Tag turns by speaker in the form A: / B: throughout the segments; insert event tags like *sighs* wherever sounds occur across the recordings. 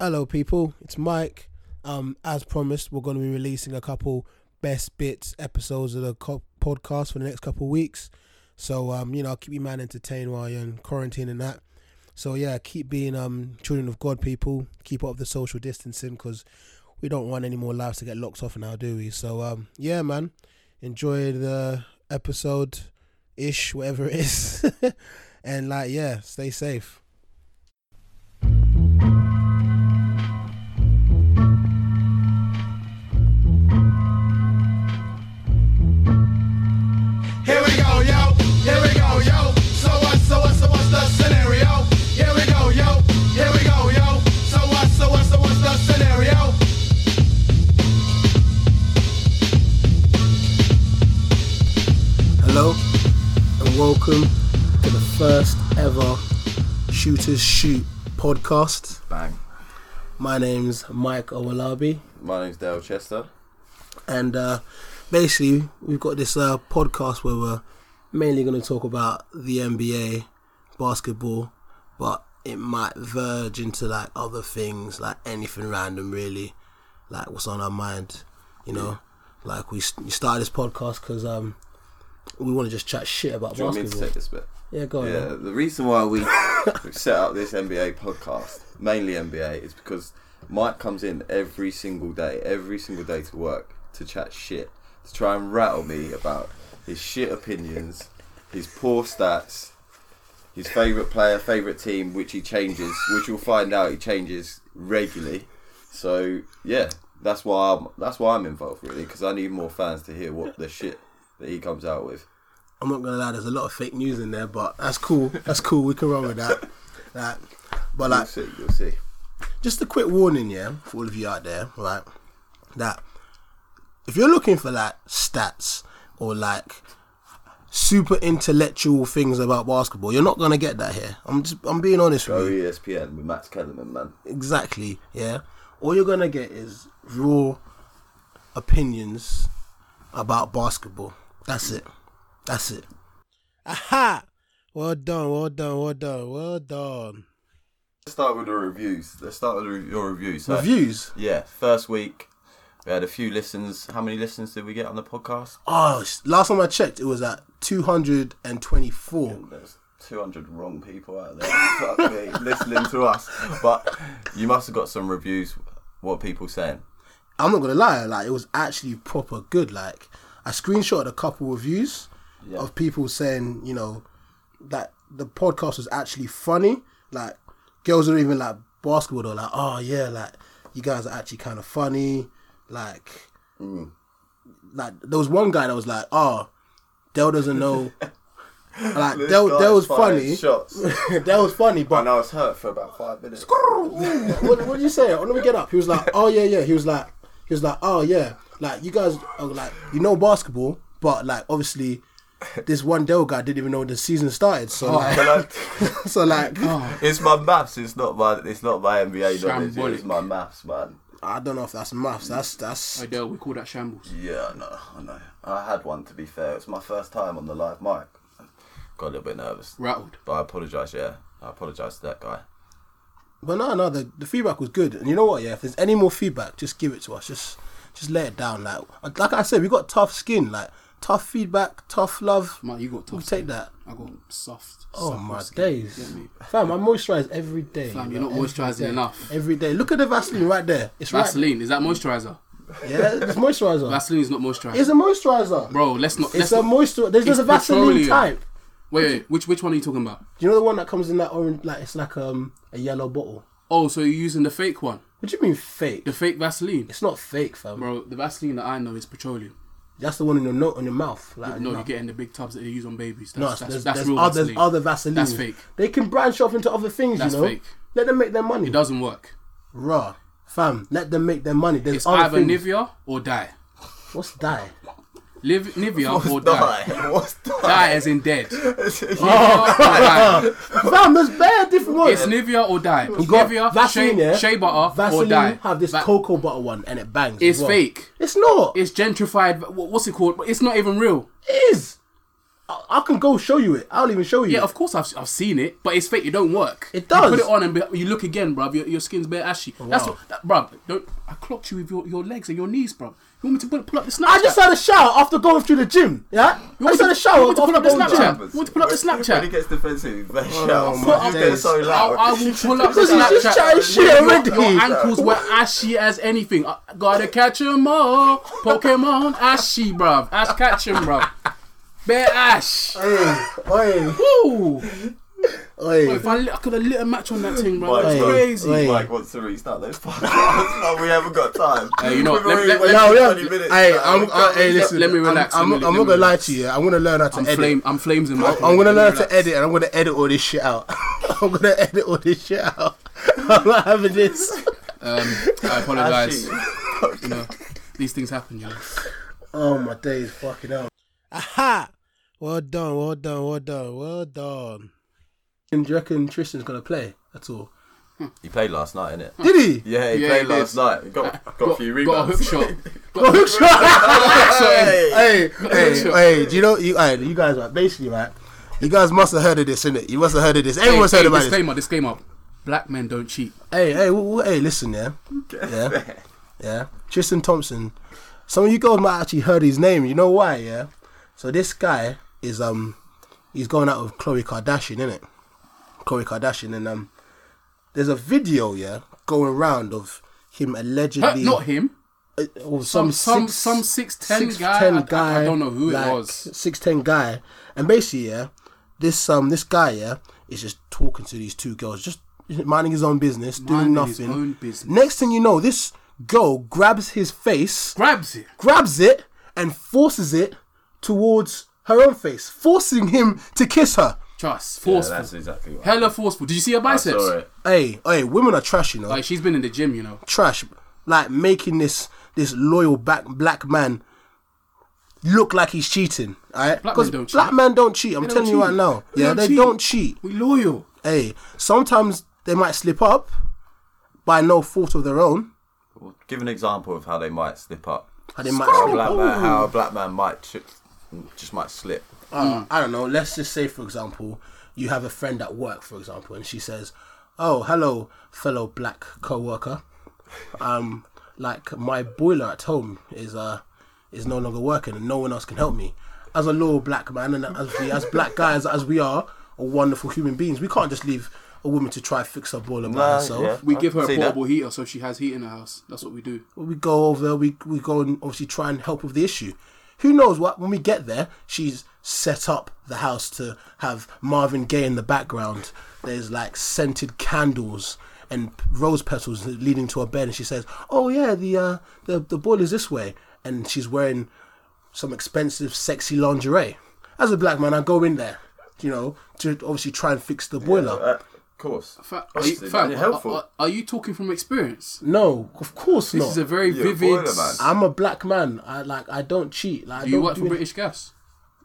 A: Hello, people. It's Mike. Um, as promised, we're going to be releasing a couple best bits episodes of the co- podcast for the next couple weeks. So um, you know, I'll keep you man entertained while you're in quarantine and that. So yeah, keep being um children of God, people. Keep up the social distancing because we don't want any more lives to get locked off now, do we? So um, yeah, man, enjoy the episode ish, whatever it is, *laughs* and like yeah, stay safe.
B: Here we go, yo. Here we go, yo. So what? So what? So what's the scenario? Here we go, yo. Here we go, yo. So what? So what? So what's the scenario?
A: Hello and welcome to the first ever Shooters Shoot podcast.
C: Bang.
A: My name's Mike Owalabi,
C: My name's Dale Chester.
A: and uh, basically, we've got this uh, podcast where we're mainly going to talk about the NBA, basketball, but it might verge into like other things, like anything random, really, like what's on our mind, you know. Like we s- we started this podcast because um, we want to just chat shit about
C: Do you want me to
A: basketball.
C: take this bit?
A: yeah, go on. man.
C: Yeah, the reason why we *coughs* set up this NBA podcast, mainly NBA, is because Mike comes in every single day, every single day to work to chat shit, to try and rattle me about his shit opinions, his poor stats, his favourite player, favourite team, which he changes, which you'll find out he changes regularly. So yeah, that's why I'm that's why I'm involved really because I need more fans to hear what the shit that he comes out with.
A: I'm not gonna lie, there's a lot of fake news in there, but that's cool. That's cool. We can run with that. Like, but
C: You'll
A: like,
C: see, you'll see.
A: just a quick warning, yeah, for all of you out there, right? That if you're looking for like stats or like super intellectual things about basketball, you're not gonna get that here. I'm just, I'm being honest
C: Go
A: with you.
C: ESPN with Max Kellerman, man.
A: Exactly, yeah. All you're gonna get is raw opinions about basketball. That's it. That's it. Aha! Well done, well done, well done, well done.
C: Let's start with the reviews. Let's start with re- your reviews. So,
A: Reviews.
C: Yeah, first week we had a few listens. How many listens did we get on the podcast?
A: Oh, s- last time I checked, it was at 224.
C: Oh, There's 200 wrong people out *laughs* there Fuck me, listening to us. But you must have got some reviews. What are people saying?
A: I'm not gonna lie, like it was actually proper good. Like I screenshotted a couple reviews
C: Yeah.
A: of people saying, you know, that the podcast was actually funny. Like girls are even like basketball or like, oh yeah, like you guys are actually kind of funny. Like,
C: Hmm.
A: like there was one guy that was like, oh, Dell doesn't
C: *laughs*
A: know. like
C: This
A: Dell,
C: guy
A: Dell was
C: fired
A: funny.
C: Shots.
A: Dell was funny, but
C: And I was hurt for about five minutes.
A: what, what did you say? When did we get up? He was like, oh yeah, yeah. He was like, he was like, oh yeah, like you guys, are like you know basketball, but like obviously, this one Dell guy didn't even know the season started. So
C: Can
A: like, *laughs*
C: I-
A: so like,
C: *laughs* it's my maths. It's not my. It's not my NBA knowledge.
D: Shambolic.
C: It's my maths, man.
A: I don't know if that's maths. That's that's.
D: I know, we call that shambles.
C: Yeah, I know, I know. I had one to be fair. It was my first time on the live mic. Got a little bit nervous.
D: Rattled.
C: But I apologise, yeah. I apologise to that guy.
A: But no, no, the, the feedback was good, and you know what? Yeah, if there's any more feedback, just give it to us. Just just let it down. Like like I said, we got tough skin. Like tough feedback, tough love.
D: Mike, you got tough.
A: We
D: skin.
A: take that.
D: I got soft.
A: Oh
D: supple
A: my
D: skin.
A: days,
D: Get me?
A: fam! I moisturize every day.
D: Fam, you're not
A: Every
D: moisturising
A: day.
D: enough.
A: Every day. Look at the Vaseline right there. It's
D: Vaseline, is that moisturizer?
A: Right. Yeah, it's moisturizer.
D: Vaseline is not moisturizer.
A: it's a moisturizer.
D: Bro, let's not.
A: it's
D: Let's
A: a
D: not
A: moisturizer. There's, there's
D: it's
A: a Vaseline
D: petroleum.
A: type.
D: wait, wait, which which one are you talking about?
A: Do you know the one that comes in that orange? Like it's like um a yellow bottle.
D: Oh, so you're using the fake one,
A: What do you mean fake?
D: the fake Vaseline,
A: It's not fake, fam.
D: bro. The Vaseline that I know is petroleum.
A: That's the one in your note on your mouth. Like,
D: No,
A: no.
D: you get in the big tubs that they use on babies. That's,
A: No,
D: that's,
A: there's,
D: that's
A: there's
D: real
A: other
D: Vaseline.
A: other Vaseline.
D: That's fake.
A: They can branch off into other things,
D: That's
A: you know.
D: fake.
A: Let them make their money.
D: It doesn't work.
A: Raw, fam. Let them make their money. There's
D: It's
A: other
D: either
A: things.
D: Nivea or die.
A: What's that? *laughs*
D: Liv, Nivea or die.
C: Die. *laughs* What's
D: Die as in dead.
C: *laughs*
D: Nivea
A: Oh.
D: or die.
A: fam, there's bare different ones.
D: It's Nivea or die.
A: got
D: Nivea,
A: Vaseline,
D: shea,
A: yeah?
D: shea butter
A: Vaseline
D: or die.
A: have this
D: Va-
A: cocoa butter one and it bangs. as
D: It's
A: well.
D: fake.
A: It's not.
D: It's gentrified. wh- What's it called? It's not even real.
A: It is. I, I can go show you it. I'll even show you.
D: Yeah,
A: it.
D: of course I've, I've seen it, but it's fake. It don't work.
A: It does.
D: You put it on and be- you look again, bruv. Your, your skin's bare ashy. That's what, that, bruv. Don't I clocked you with your, your legs and your knees, bruv? You want me to pull, pull up the Snapchat?
A: I just had a shower after going through the gym. Yeah,
D: you
A: I
D: want
A: just had a
D: me to- You
A: shower
D: want me
A: after
D: to pull up
A: going
D: the
A: through the
D: Snapchat?
A: gym.
D: You want me to pull up the
C: When he
D: Snapchat?
C: gets defensive, *laughs* they
A: my
C: shout. He's getting
A: days.
C: so
D: I,
C: loud.
A: *laughs*
D: I will pull up the
A: Because he's just
D: Snapchat.
A: chatting shit already.
D: Your, your ankles were ashy as anything. I, gotta catch 'em all. Pokemon ashy, bruv. Ash catch 'em, bruv. Bare ash.
A: Oi,
D: Ooh.
A: oi.
D: If I, lit- I could have lit a match on that thing, bro.
C: Mike's
D: *laughs* That's
C: got-
D: crazy.
A: wait.
C: Mike wants to restart this podcast. *laughs* no, we haven't got time.
D: Hey, you know what,
C: We've
D: let-
C: already
D: let-
C: waited
D: let-
A: No, we have-
C: 20 minutes.
A: Hey,
C: Like,
A: I'm,
C: we
A: I,
C: can't-
A: hey, listen.
D: let me relax
A: I'm,
D: a
A: I'm,
D: minute,
A: I'm
D: let
A: not
D: me
A: gonna lie
D: relax.
A: to you. I'm gonna learn how to
D: I'm
A: edit.
D: flame. I'm flames in my.
A: I'm, I'm gonna learn to edit, and I'm gonna edit all this shit out. *laughs* I'm gonna edit all this shit out. *laughs* I'm not having this.
D: Um, I apologize.
C: Actually,
D: you know, these things happen. You know.
A: Oh my days, fucking up. Aha! Well done, well done, well done, well done. And do you reckon Tristan's gonna play at all?
C: He played last night,
D: *laughs*
C: innit?
A: Did he? *laughs*
C: Yeah, he
D: Yeah,
C: played
D: he did.
C: last night. He Got, got, a few
D: Got a hook
C: rebounds.
D: shot.
A: *laughs* Oh,
D: Got a hook shot.
C: Hey!
A: hey, hey,
D: Sure.
A: hey, do you know, you, hey, you guys, right, basically, right, you guys must have heard of this, innit? You must have heard of this. Everyone's
D: Hey,
A: heard
D: hey,
A: about this.
D: disclaimer. Disclaimer. Black men don't cheat.
A: Hey, hey, w- w- hey, listen, yeah, yeah, yeah. Tristan Thompson. Some of you girls might actually heard his name. You know why? Yeah. So this guy is um, he's going out with Khloe Kardashian, innit? Khloe Kardashian, and um, there's a video, yeah, going round of him
D: Huh,
A: allegedly
D: not him.
A: uh, or
D: Some-
A: some
D: some-
A: six-
D: some 6'10" guy, I- I- I don't know who it was.
A: Six ten guy, and basically, yeah, this um this guy, yeah, is just talking to these two girls, just minding his own business, doing
D: Minding his
A: nothing.
D: own business.
A: Next thing you know, this girl grabs his face,
D: Grabs it.
A: grabs it, and forces it towards her own face, forcing him to kiss her.
D: Trust.
C: Yeah,
D: Forceful.
C: that's exactly what
D: Hella forceful. Did you see her
C: I
D: biceps?
C: saw it.
A: Hey, hey, women are trash, you know,
D: Like she's been in the gym, you know.
A: trash, like making this this loyal black black man. Look like he's cheating, alright?
D: Black men
A: Because
D: don't
A: black
D: cheat.
A: men don't cheat. I'm
D: They don't
A: telling you right
D: cheat.
A: now.
D: They
A: yeah,
D: don't
A: they
D: cheat.
A: don't cheat.
D: We loyal.
A: hey, sometimes they might slip up by no fault of their own.
C: Well, give an example of how they might slip up.
A: And they might,
C: How a black man, how a black man might tri- just might slip. Mm.
A: Uh, I don't know. Let's just say, for example, you have a friend at work, for example, and she says, "Oh, hello, fellow black co-worker. Um, like my boiler at home is uh is no longer working, and no one else can help me. As a loyal black man, and as we, as black guys as we are, are wonderful human beings, we can't just leave." A woman to try fix her boiler by
C: Nah,
A: herself.
C: yeah.
D: We
C: I
D: give her
C: can
D: a
C: see that.
D: portable heater so she has heat in her house. That's what we do.
A: we go over there, we, we go and obviously try and help with the issue. Who knows what? When we get there, she's set up the house to have Marvin Gaye in the background. There's like scented candles and p- rose petals leading to her bed, and she says, "Oh yeah, the uh, the the boiler's this way," and she's wearing some expensive, sexy lingerie. As a black man, I go in there, you know, to obviously try and fix the boiler.
C: Uh, of course.
D: Fa- are you,
C: Honestly,
D: fam,
C: they're
D: are-
C: helpful.
D: Are, are you talking from experience?
A: no, of course
D: This
A: not.
D: is a very
C: You're a
D: vivid.
C: boiler man.
A: I'm a black man. I like. I don't cheat. Like, I
D: Do
A: don't
D: you work
A: do
D: for
A: anything-
D: British Gas?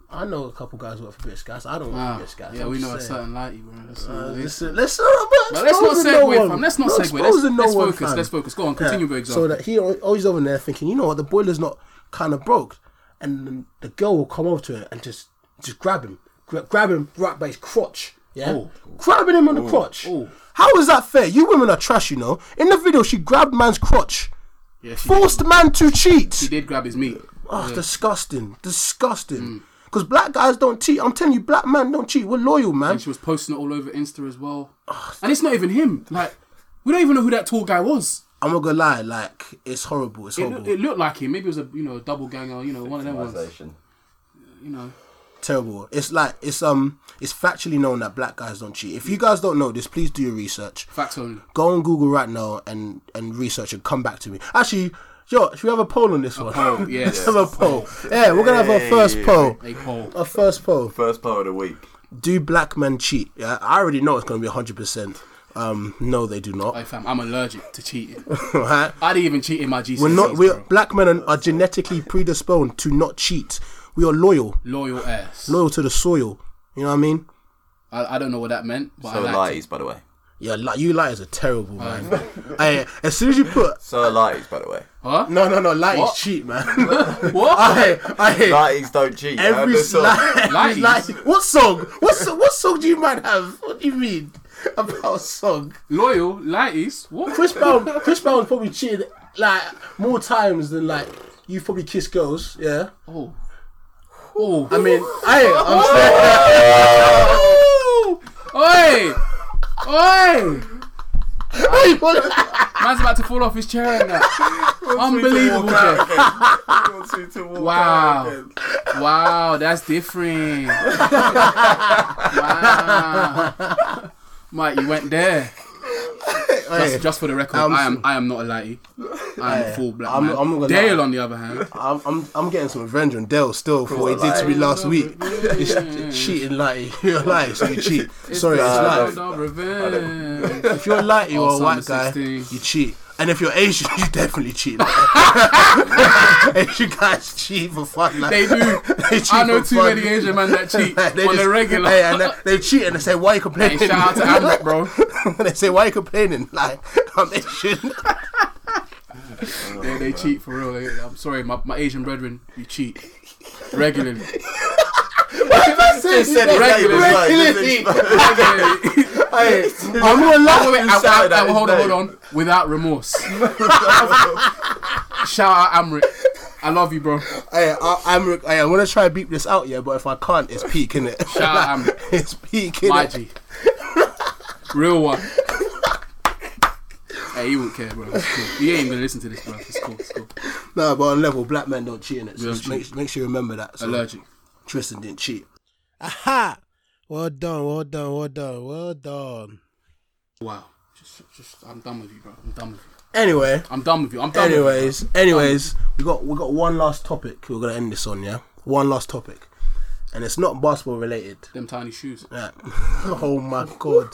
A: I know a couple guys who work for British Gas. I don't work for
D: Ah,
A: British Gas.
D: yeah,
A: I'm
D: we
A: just
D: know a
A: saying.
D: certain light. Bro. That's all
A: Uh,
D: it is.
A: let's let's, uh, but
D: But let's not
A: exposing no
D: segue,
A: one.
D: fam. Let's not
A: We're
D: segue. Let's,
A: exposing
D: let's
A: one,
D: focus.
A: fam.
D: Let's focus. Go on.
A: Yeah.
D: Continue with your
A: So
D: example.
A: that he al- always over there thinking, you know what, the boiler's not kind of broke, and then the girl will come over to him and just just grab him, Gra- grab him right by his crotch. Yeah, grabbing him on the crotch. How is that fair? You women are trash, you know. In the video, she grabbed man's crotch,
D: yeah, she,
A: forced man to cheat.
D: she did grab his meat.
A: Oh, disgusting,
D: Mm.
A: disgusting. Because black guys don't cheat. I'm telling you, black men don't cheat. We're loyal, man.
D: She was posting it all over Insta as well.
C: Oh,
D: And it's not even him. Like we don't even know who that tall guy was.
A: I'm not gonna lie, like it's horrible. It's
D: It,
A: horrible.
D: loo- it looked like him. Maybe it was a you know a double ganger. You know one of them ones.
C: Civilization.
D: You know.
A: Terrible. It's like it's um it's factually known that black guys don't cheat. If you guys don't know this, please do your research.
D: Facts only.
A: Go on Google right now and and research and come back to me. Actually, yo, should we have a poll on this one?
D: poll,
A: *laughs*
D: yeah.
A: Let's have a poll. Yeah, we're gonna have our first
C: Hey.
A: poll.
D: A pole.
A: Our first poll.
C: First part of the week.
A: Do black men cheat? Yeah, I already know it's gonna be hundred percent. Um, no, they do not.
D: Like fam, I'm allergic to cheating.
A: *laughs* Right?
D: I didn't even cheat in my GCSEs.
A: We're not. We're
D: bro.
A: black men are- are genetically predisposed to not cheat. We are loyal,
D: loyal ass.
A: loyal to the soil. You know what I mean?
D: I, I don't know what that meant, but I
C: So
D: liked it.
C: lighties, by the way.
A: Yeah, li- you lighters are terrible, man. *laughs* Hey, as soon as you put
C: So are lighties, by
D: *laughs*
C: the way.
D: Huh?
A: no, no, no, light
D: What?
A: is cheap, man.
D: *laughs*
A: *laughs*
D: What?
A: I, I
C: Lighties don't cheat.
A: every
C: Every
A: *laughs*
C: song.
A: light,
D: Light is-
A: light. What song? What so- what song do you mind have? What do you mean *laughs* about a song?
D: Loyal, lighties. What?
A: Chris Brown, Chris Brown's probably cheated like more times than like you've probably kissed girls. Yeah,
D: Oh. Oh.
A: I mean, I, I'm saying.
D: *laughs*
A: *laughs*
D: Ooh. Oi! Oi! Man's about to fall off his chair right now. Unbelievable, Jeff. Wow. Wow, that's different. wow. Mike, you went there. Just, just for the record,
A: I'm
D: I am I am not a lighty. I am a full black
A: I'm-
D: man.
A: I'm not gonna
D: Dale,
A: lie.
D: on the other hand,
A: I'm, I'm, I'm getting some revenge on Dell still for what he did to me last week. It's cheating, like *laughs* you're lying, so you cheat. Sorry, it's
D: Round
A: life.
D: of revenge.
A: If you're light, you're
D: Oh,
A: a white guy,
D: summer 16.
A: you cheat. And if you're Asian, *laughs* you definitely cheat. *laughs* Asian guys cheat for fun. Like,
D: They do.
A: *laughs* They cheat
D: I know
A: for
D: too
A: fun. *laughs*
D: many Asian men that cheat
A: Like, they
D: on
A: just-
D: the regular.
A: Hey, and they, they cheat and they say, "Why are you complaining?"
D: Hey, shout out to Amrit,
A: *laughs*
D: bro.
A: they say, "Why are you complaining?" *laughs* Like I'm Asian.
D: Yeah, they cheat for real. They- I'm sorry, my, my Asian brethren, you cheat
A: *laughs*
D: regularly.
C: They said his name was like,
A: Regularly.
D: *laughs*
A: *laughs*
D: regularly. *laughs*
A: I'm gonna
D: Wait,
A: laugh.
D: wait, I,
C: Shouted
D: I,
C: out
D: I,
C: his
D: hold on,
C: name.
D: hold on. Without remorse.
A: *laughs*
D: Shout out Amrit. I love you, bro. Shout
A: Hey, I, I'm. re- Hey, I'm gonna try and beep this out, yeah. But if I can't, it's peak, innit?
D: out Amrit.
A: *laughs* it's peak, innit?
D: My G. Real one. Hey, he won't care, bro. It's cool. He ain't gonna listen to this, bro. It's cool. It's cool.
A: No, but on level, black men don't cheat in it. So
D: Don't
A: just make, make sure you remember that. So
D: Allergic.
A: Tristan didn't cheat. Aha! Well done, well done, well done, well done.
D: Wow. Just, just, I'm done with you, bro. I'm done with you.
A: Anyway,
D: I'm done with you. I'm done. with you.
A: anyways, anyways, we got we got one last topic. We're gonna end this on, yeah. One last topic, and it's not basketball related.
D: Them tiny shoes.
A: Yeah. *laughs* oh my
D: *laughs*
A: god,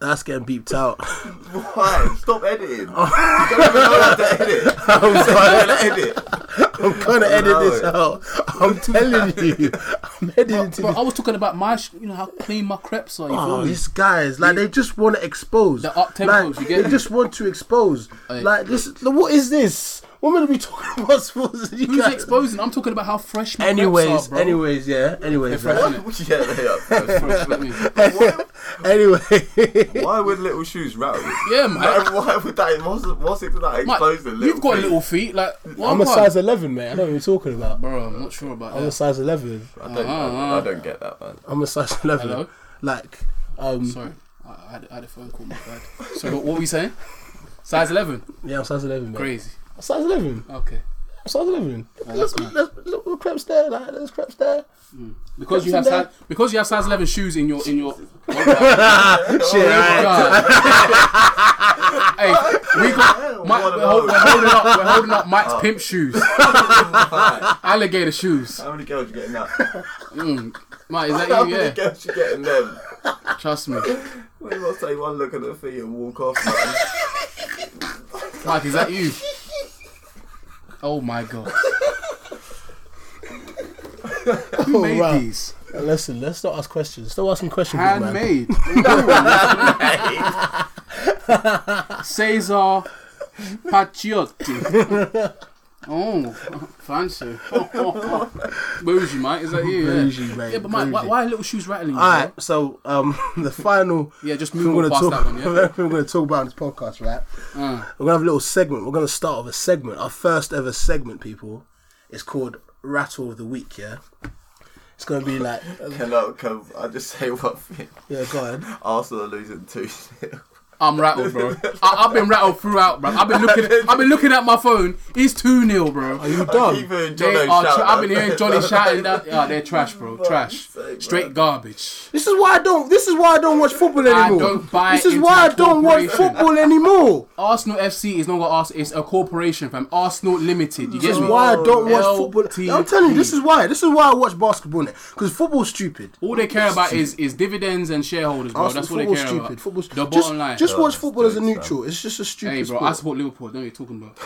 A: that's getting beeped out.
C: Why? Stop editing. you don't even know
D: Oh.
C: how to
D: *laughs*
C: edit. *laughs*
A: I'm
C: I'm
A: sorry.
C: gonna edit.
A: I'm gonna edit this
C: No.
A: out. I'm telling
D: *laughs*
A: you, I'm editing to
D: Bro,
A: this.
D: I was talking about my, sh- you know, how clean my crepes are. You feel
A: Oh,
D: me?
A: these guys, like they just want to expose.
D: The up-tempos,
A: like,
D: you get
A: They
D: me?
A: just want to expose.
D: Aye.
A: Like this, the- what is this? What are we talking about? *laughs* sports and you
D: Who's
A: guys-
D: exposing? I'm talking about how fresh my crepes
A: Anyways,
D: are, bro. *laughs*
A: anyways, yeah, anyways,
D: Fresh,
A: yeah.
D: innit?
C: Yeah, they are.
D: Let me-
A: *laughs* anyway.
C: Why would little shoes rattle?
D: Yeah, man.
C: Like, why would that? What's, what's it to that?
D: Mike,
C: Expose the little.
D: you've got
C: feet?
D: little feet. Like, what
A: I'm a size 11, man. I don't know what you're talking about.
D: Bro, I'm not sure about
A: I'm a
D: that.
A: size 11.
C: I don't,
D: Uh-huh,
C: I, I don't get that, man.
A: I'm a size 11.
D: Hello?
A: Like, um,
D: Sorry, I, I, had, I had a phone call. My bad. So, what, what were we saying? Size 11.
A: yeah, I'm size 11, man.
D: Crazy.
A: I'm size 11.
D: Okay.
A: I'm size 11.
D: that's
A: Look,
D: mad.
A: look, look, look, crepes there. Like, there's crepes there.
D: Because you have
A: Crepes in
D: size,
A: there.
D: because you have size 11 shoes in your in
A: *laughs*
D: your. Oh,
A: Shit, right.
D: God. hey, we got Mike,
C: What
D: we're, hol-
C: about-
D: we're holding up we're holding up Mike's pimp shoes,
C: Right.
D: alligator shoes.
C: How many girls you getting
D: *laughs*
C: that?
D: Mm. Mike, is
C: How
D: that you?
C: many
D: Yeah,
C: girls you getting them?
D: trust me.
C: We must take one look at the feet and walk off, man.
D: Mike, is that you? Oh my god. Who made
A: wow.
D: these?
A: Listen, let's not ask questions. Stop asking questions, man.
D: Handmade. Cesar Paciotti. Oh, fancy. *laughs* Bougie, mate. Is that you? Yeah.
A: Bougie, mate,
D: Yeah, but mate, why,
A: bougie.
D: why are little shoes rattling? you,
A: All
D: bro?
A: right, so um, *laughs* the final
D: Yeah, just
A: thing
D: move
A: we're
D: on
A: gonna
D: past
A: talk,
D: that one, yeah?
A: *laughs* we're gonna talk about in this podcast, right?
D: Uh,
A: We're gonna have a little segment. We're gonna start with a segment. Our first ever segment, people. It's called Rattle of the Week. Yeah, it's gonna be like, *laughs*
C: Can I, can I just say one thing?
A: yeah, go ahead.
C: Arsenal are losing 2 0.
D: I'm rattled, bro. I, I've been rattled throughout, bro. I've been looking. I've been looking at my phone. It's two 0 bro.
A: Are you
C: Keep
A: done?
C: hearing
D: Um, They
C: Jono
D: are
C: shout
D: tra- I've been
C: that. *laughs*
D: hearing Johnny shouting that. Yeah, they're trash, bro. Trash.
C: sake,
D: Straight
C: man.
D: garbage.
A: This is why I don't. This is why I don't watch football
D: I
A: anymore.
D: don't buy
A: this is
D: into
A: why I
D: the
A: don't watch
D: corporation.
A: football anymore.
D: Arsenal FC is not what Arsenal. It's a corporation, fam. Arsenal Limited. You
A: This
D: get
A: is
D: me?
A: why I don't watch
D: LTP.
A: football. I'm telling you, this is why. This is why I watch basketball now. Because football's stupid.
D: All they care about is is dividends and shareholders, bro.
A: Arsenal
D: That's what they
A: football's
D: care
A: stupid.
D: about.
A: Football's
D: the bottom
A: just,
D: line.
A: Just watch football as a
C: it's dumb.
A: neutral. It's just a stupid
D: hey, bro,
A: sport. *laughs*
D: I support Liverpool. Don't you talking about?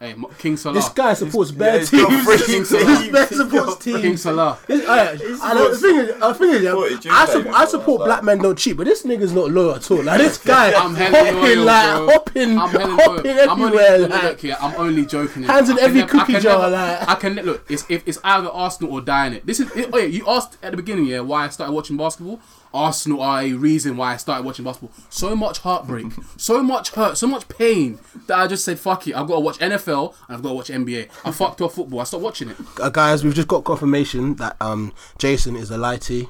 D: Hey, Mo- King Salah.
A: This guy supports
C: yeah,
A: bad
C: he's got
A: teams.
C: free
D: King
C: teams.
D: Salah.
A: This man supports
D: King *laughs*
A: teams.
D: Salah.
A: This, I, I, the
C: supports-
A: thing is, the thing is, yeah,
C: supported Juve
A: I, su-
C: before
A: I support
C: that,
A: black men don't cheat, but this nigga's not loyal at all. Like this guy, *laughs*
D: *laughs* I'm hella
A: hopping
D: loyal,
A: like
D: bro.
A: hopping,
D: I'm hella
A: hopping
D: loyal. I'm only,
A: everywhere.
D: look,
A: like,
D: look here, I'm only joking.
A: Hands in
D: I can
A: every
D: never- I
A: cookie
D: can
A: jar,
D: never-
A: like-
D: I can look. It's if it's either Arsenal or dying. It. This is. It, oh yeah, you asked at the beginning, yeah, why I started watching basketball. Arsenal are a reason why I started watching basketball. So much
A: *laughs*
D: heartbreak, so much hurt, so much pain that I just said, "Fuck it." I've got to watch NFL and I've got to watch NBA. I fucked off football. I stopped watching it.
A: uh, guys, we've just got confirmation that um, Jason is a lighty.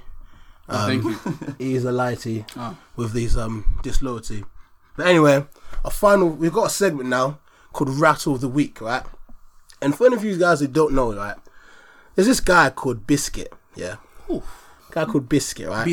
A: Um.
D: Thank you.
A: *laughs* He is a lighty with these um disloyalty. But anyway, a final. We've got a segment now called Rattle of the Week, right? And for any of you guys who don't know, right, there's this guy called Biscuit. Yeah, guy called Biscuit, right?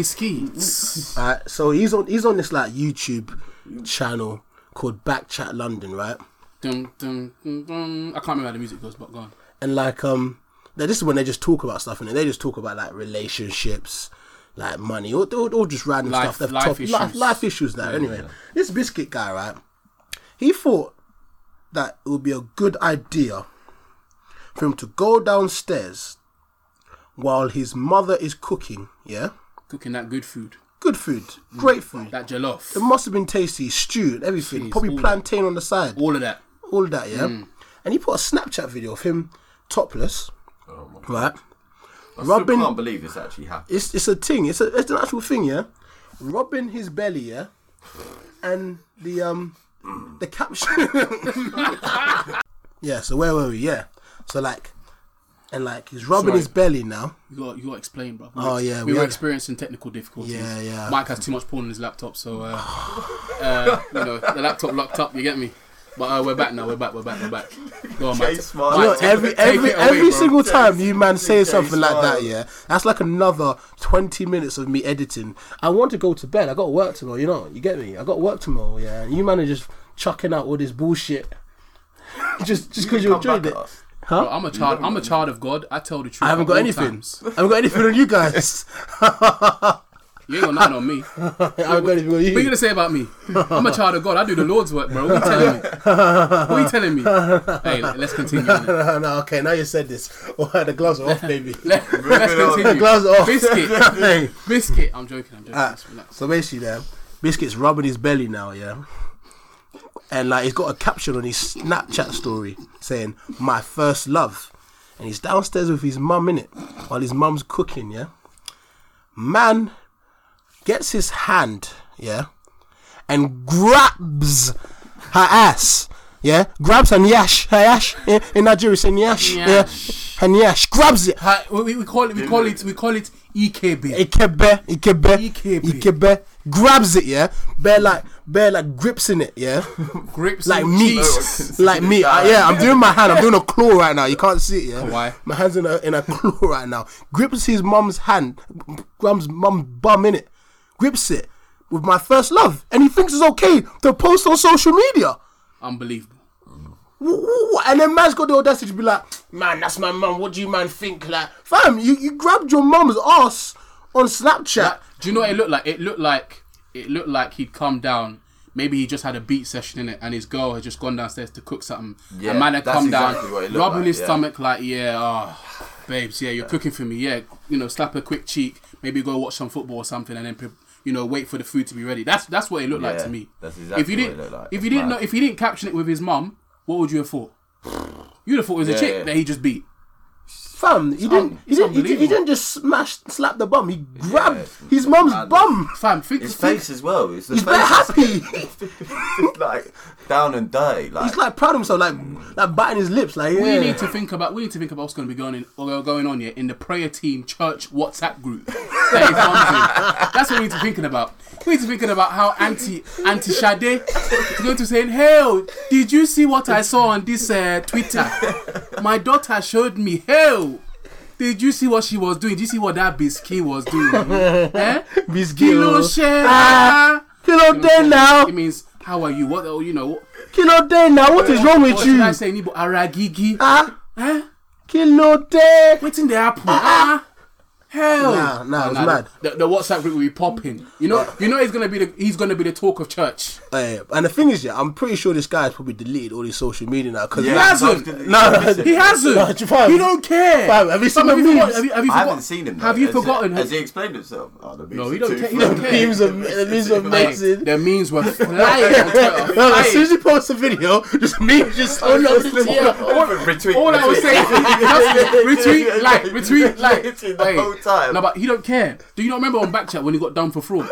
D: Biscuits.
A: Right, so he's on he's on this like YouTube channel called Backchat London, right?
D: dun, dun, dun, dun. I can't remember how the music goes, but go on.
A: And like um, now this is when they just talk about stuff and they just talk about like relationships, like money, or, or, or just random
D: Life-
A: stuff. They've
D: life
A: top- Life,
D: issues.
A: life issues there. anyway, this biscuit guy, right? He thought that it would be a good idea for him to go downstairs while his mother is cooking. Yeah,
D: Cooking that good food,
A: good food, great food.
D: that jollof,
A: It must have been tasty, stewed, everything.
D: Jeez,
A: Probably
D: all that. Mm.
A: plantain on the side, all,
D: all of that.
A: that, yeah. And he put a Snapchat video of him topless, right?
C: Oh I
A: Rubbing,
C: can't believe this actually happened.
A: it's it's a thing. It's a it's an actual thing, yeah. Rubbing his belly, yeah, and the um the caption. *laughs* yeah. So where were we? Yeah. So like, and like he's rubbing
D: Sorry.
A: his belly now.
D: You got you got to explain, bro.
A: Oh, yeah,
D: we,
A: we
D: were
A: had-
D: experiencing technical difficulties.
A: Yeah, yeah.
D: Mike has too much porn on his laptop, so uh, *sighs* uh, you know the laptop locked up. You get me? But uh, we're back now. We're back. We're back. We're back. Go on, Mike.
C: Chase Smart.
D: Mike,
A: Yo,
D: take-
A: every
D: take
A: every
D: it away,
A: every
D: bro.
A: single time you man say
C: Jay
A: something like that,
C: Smile.
A: yeah, that's like another twenty minutes of me editing. I want to go to bed. I got work tomorrow. You know, you get me. I got work tomorrow. Yeah, you man are just chucking out all this bullshit. *laughs* just just because you,
C: Come
A: enjoyed
C: back
A: it.
C: at us.
D: Bro, I'm a child. I'm a child of God. I tell the truth.
A: I haven't
D: at
A: got
D: all
A: anything.
D: times.
A: I haven't got anything on you guys.
D: You ain't got nothing on me.
A: *laughs*
D: What
A: I haven't got anything on
D: you
A: you.
D: gonna say about me? I'm a child of God. I do the Lord's work, bro. What you telling me? What you telling me? Hey, let's continue. innit?
A: *laughs* No, no, okay. Now you said this. *laughs* Oh, the gloves are *laughs* off, baby.
D: Let, let's
C: on.
D: continue.
A: gloves are off.
D: Biscuit.
A: *laughs* Hey.
D: Biscuit. I'm joking. I'm joking. Just relax.
A: So basically, there, Biscuit's rubbing his belly now, yeah. And like he's got a caption on his Snapchat story saying "My first love," and he's downstairs with his mum in it while his mum's cooking, yeah. Man gets his hand, yeah, and grabs her ass, yeah, grabs her yash, her yash yeah? in Nigeria, saying yash, yeah,
D: Nyash.
A: her yash, grabs it,
D: Hi, we, we- we call it. We call it. We call it E EKB.
A: Ikebe, Ikebe,
D: Ikebe.
A: Ikebe grabs it, yeah. Bear like, bear like grips in it, yeah.
D: *laughs* grips
A: Like
D: and
A: meat,
D: cheeks.
A: like meat. I- yeah, I'm doing my hand. I'm doing a claw right now. You can't see it, yeah.
D: Why?
A: My hand's in a in a claw right now. Grips his mum's hand, mum's mum bum in it. Grips it with my first love, and he thinks it's okay to post on social media.
D: Unbelievable.
A: Wh- wh- wh- And then man's got the audacity to be like, man, that's my mum. What do you man think? Like, fam, you, you grabbed your mum's ass on Snapchat.
D: Do you know what it looked like? It looked like it looked like he'd come down. Maybe he just had a beat session in it, and his girl had just gone downstairs to cook something.
C: Yeah,
D: and man had
C: that's
D: come
C: exactly what it
D: down,
C: looked
D: rubbing
C: like,
D: his
C: yeah.
D: stomach like, yeah, oh, babes, yeah, you're cooking for me, yeah, you know, slap a quick cheek, maybe go watch some football or something, and then pre- you know, wait for the food to be ready. That's that's what it looked like
C: Yeah,
D: to me.
C: that's exactly
D: if you
C: what it
D: didn't,
C: looked like.
D: if
C: It's
D: you didn't
C: mad.
D: know, if he didn't caption it with his mum, what would you have thought? You'd have thought it was a
C: Yeah,
D: chick
C: yeah.
D: that he just beat.
A: Fam, he didn't, he, didn't, he,
D: it's
A: didn't, he
D: unbelievable.
A: didn't just smash, slap the bum. He grabbed
C: it's
A: his mum's
C: madness.
A: bum.
D: Fam, think,
C: His
D: think-
C: face as well. It's the
A: He's
C: face
A: very
C: *laughs*
A: happy.
C: is like down and dirty.
A: *laughs*
C: Like,
A: He's like proud of himself, like like biting his lips, like yeah.
D: We need to think about we need to think about what's going to be going in, or going on here in the prayer team church WhatsApp group. That he comes in. That's what we need to be thinking about. We need to be thinking about how anti anti Shade is going to saying, "Hell, did you see what I saw on this uh, Twitter? My daughter showed me. Hell." Did you see what she was doing? Did you see what that biscuit was doing? eh?
A: Biscuit,
D: Kilo
A: oh.
D: share.
A: Ah. Kilo day now,
D: It means how are you? What oh, you know? What,
A: kilo day now. What is wrong
D: what
A: with
D: should I
A: you?
D: say? Nibo aragigi.
A: Ah,
D: Eh?
A: kilo day.
D: Waiting the apple. Ah. hell.
A: Nah, nah, it was mad.
D: The, the WhatsApp group will be popping. You know, you know, he's gonna be the he's gonna be the talk of church.
A: Eh, and the thing is, yeah, I'm pretty sure this guy's probably deleted all his social media now. Cause *laughs*
D: He hasn't.
A: No, no,
D: He hasn't.
A: Nah, do you fam-
D: he don't care.
A: fam, have you
D: Fam,
A: seen the
D: forgot-
A: memes?
D: have you- have you
C: I
D: forgot-
C: haven't seen him. Though.
D: Have you
C: Has
D: forgotten?
C: It, has he explained himself? Oh, the
D: No,
C: memes
D: he
C: are
D: don't
C: too
D: care- he
C: funny.
D: don't care.
A: memes are the memes are amazing.
D: the memes *laughs*
A: *laughs*
D: were flying on Twitter.
A: No, as soon as
D: flying.
A: you post a video, just *laughs* memes *laughs* just
D: Oh,
A: all over the TL.
C: *laughs* All, retweet,
D: All I was
C: retweet.
D: saying, *laughs* just retweet, like, retweet, like,
C: Retweet the whole time.
D: No, but he don't care. Do you not remember on Backchat when he got done for fraud?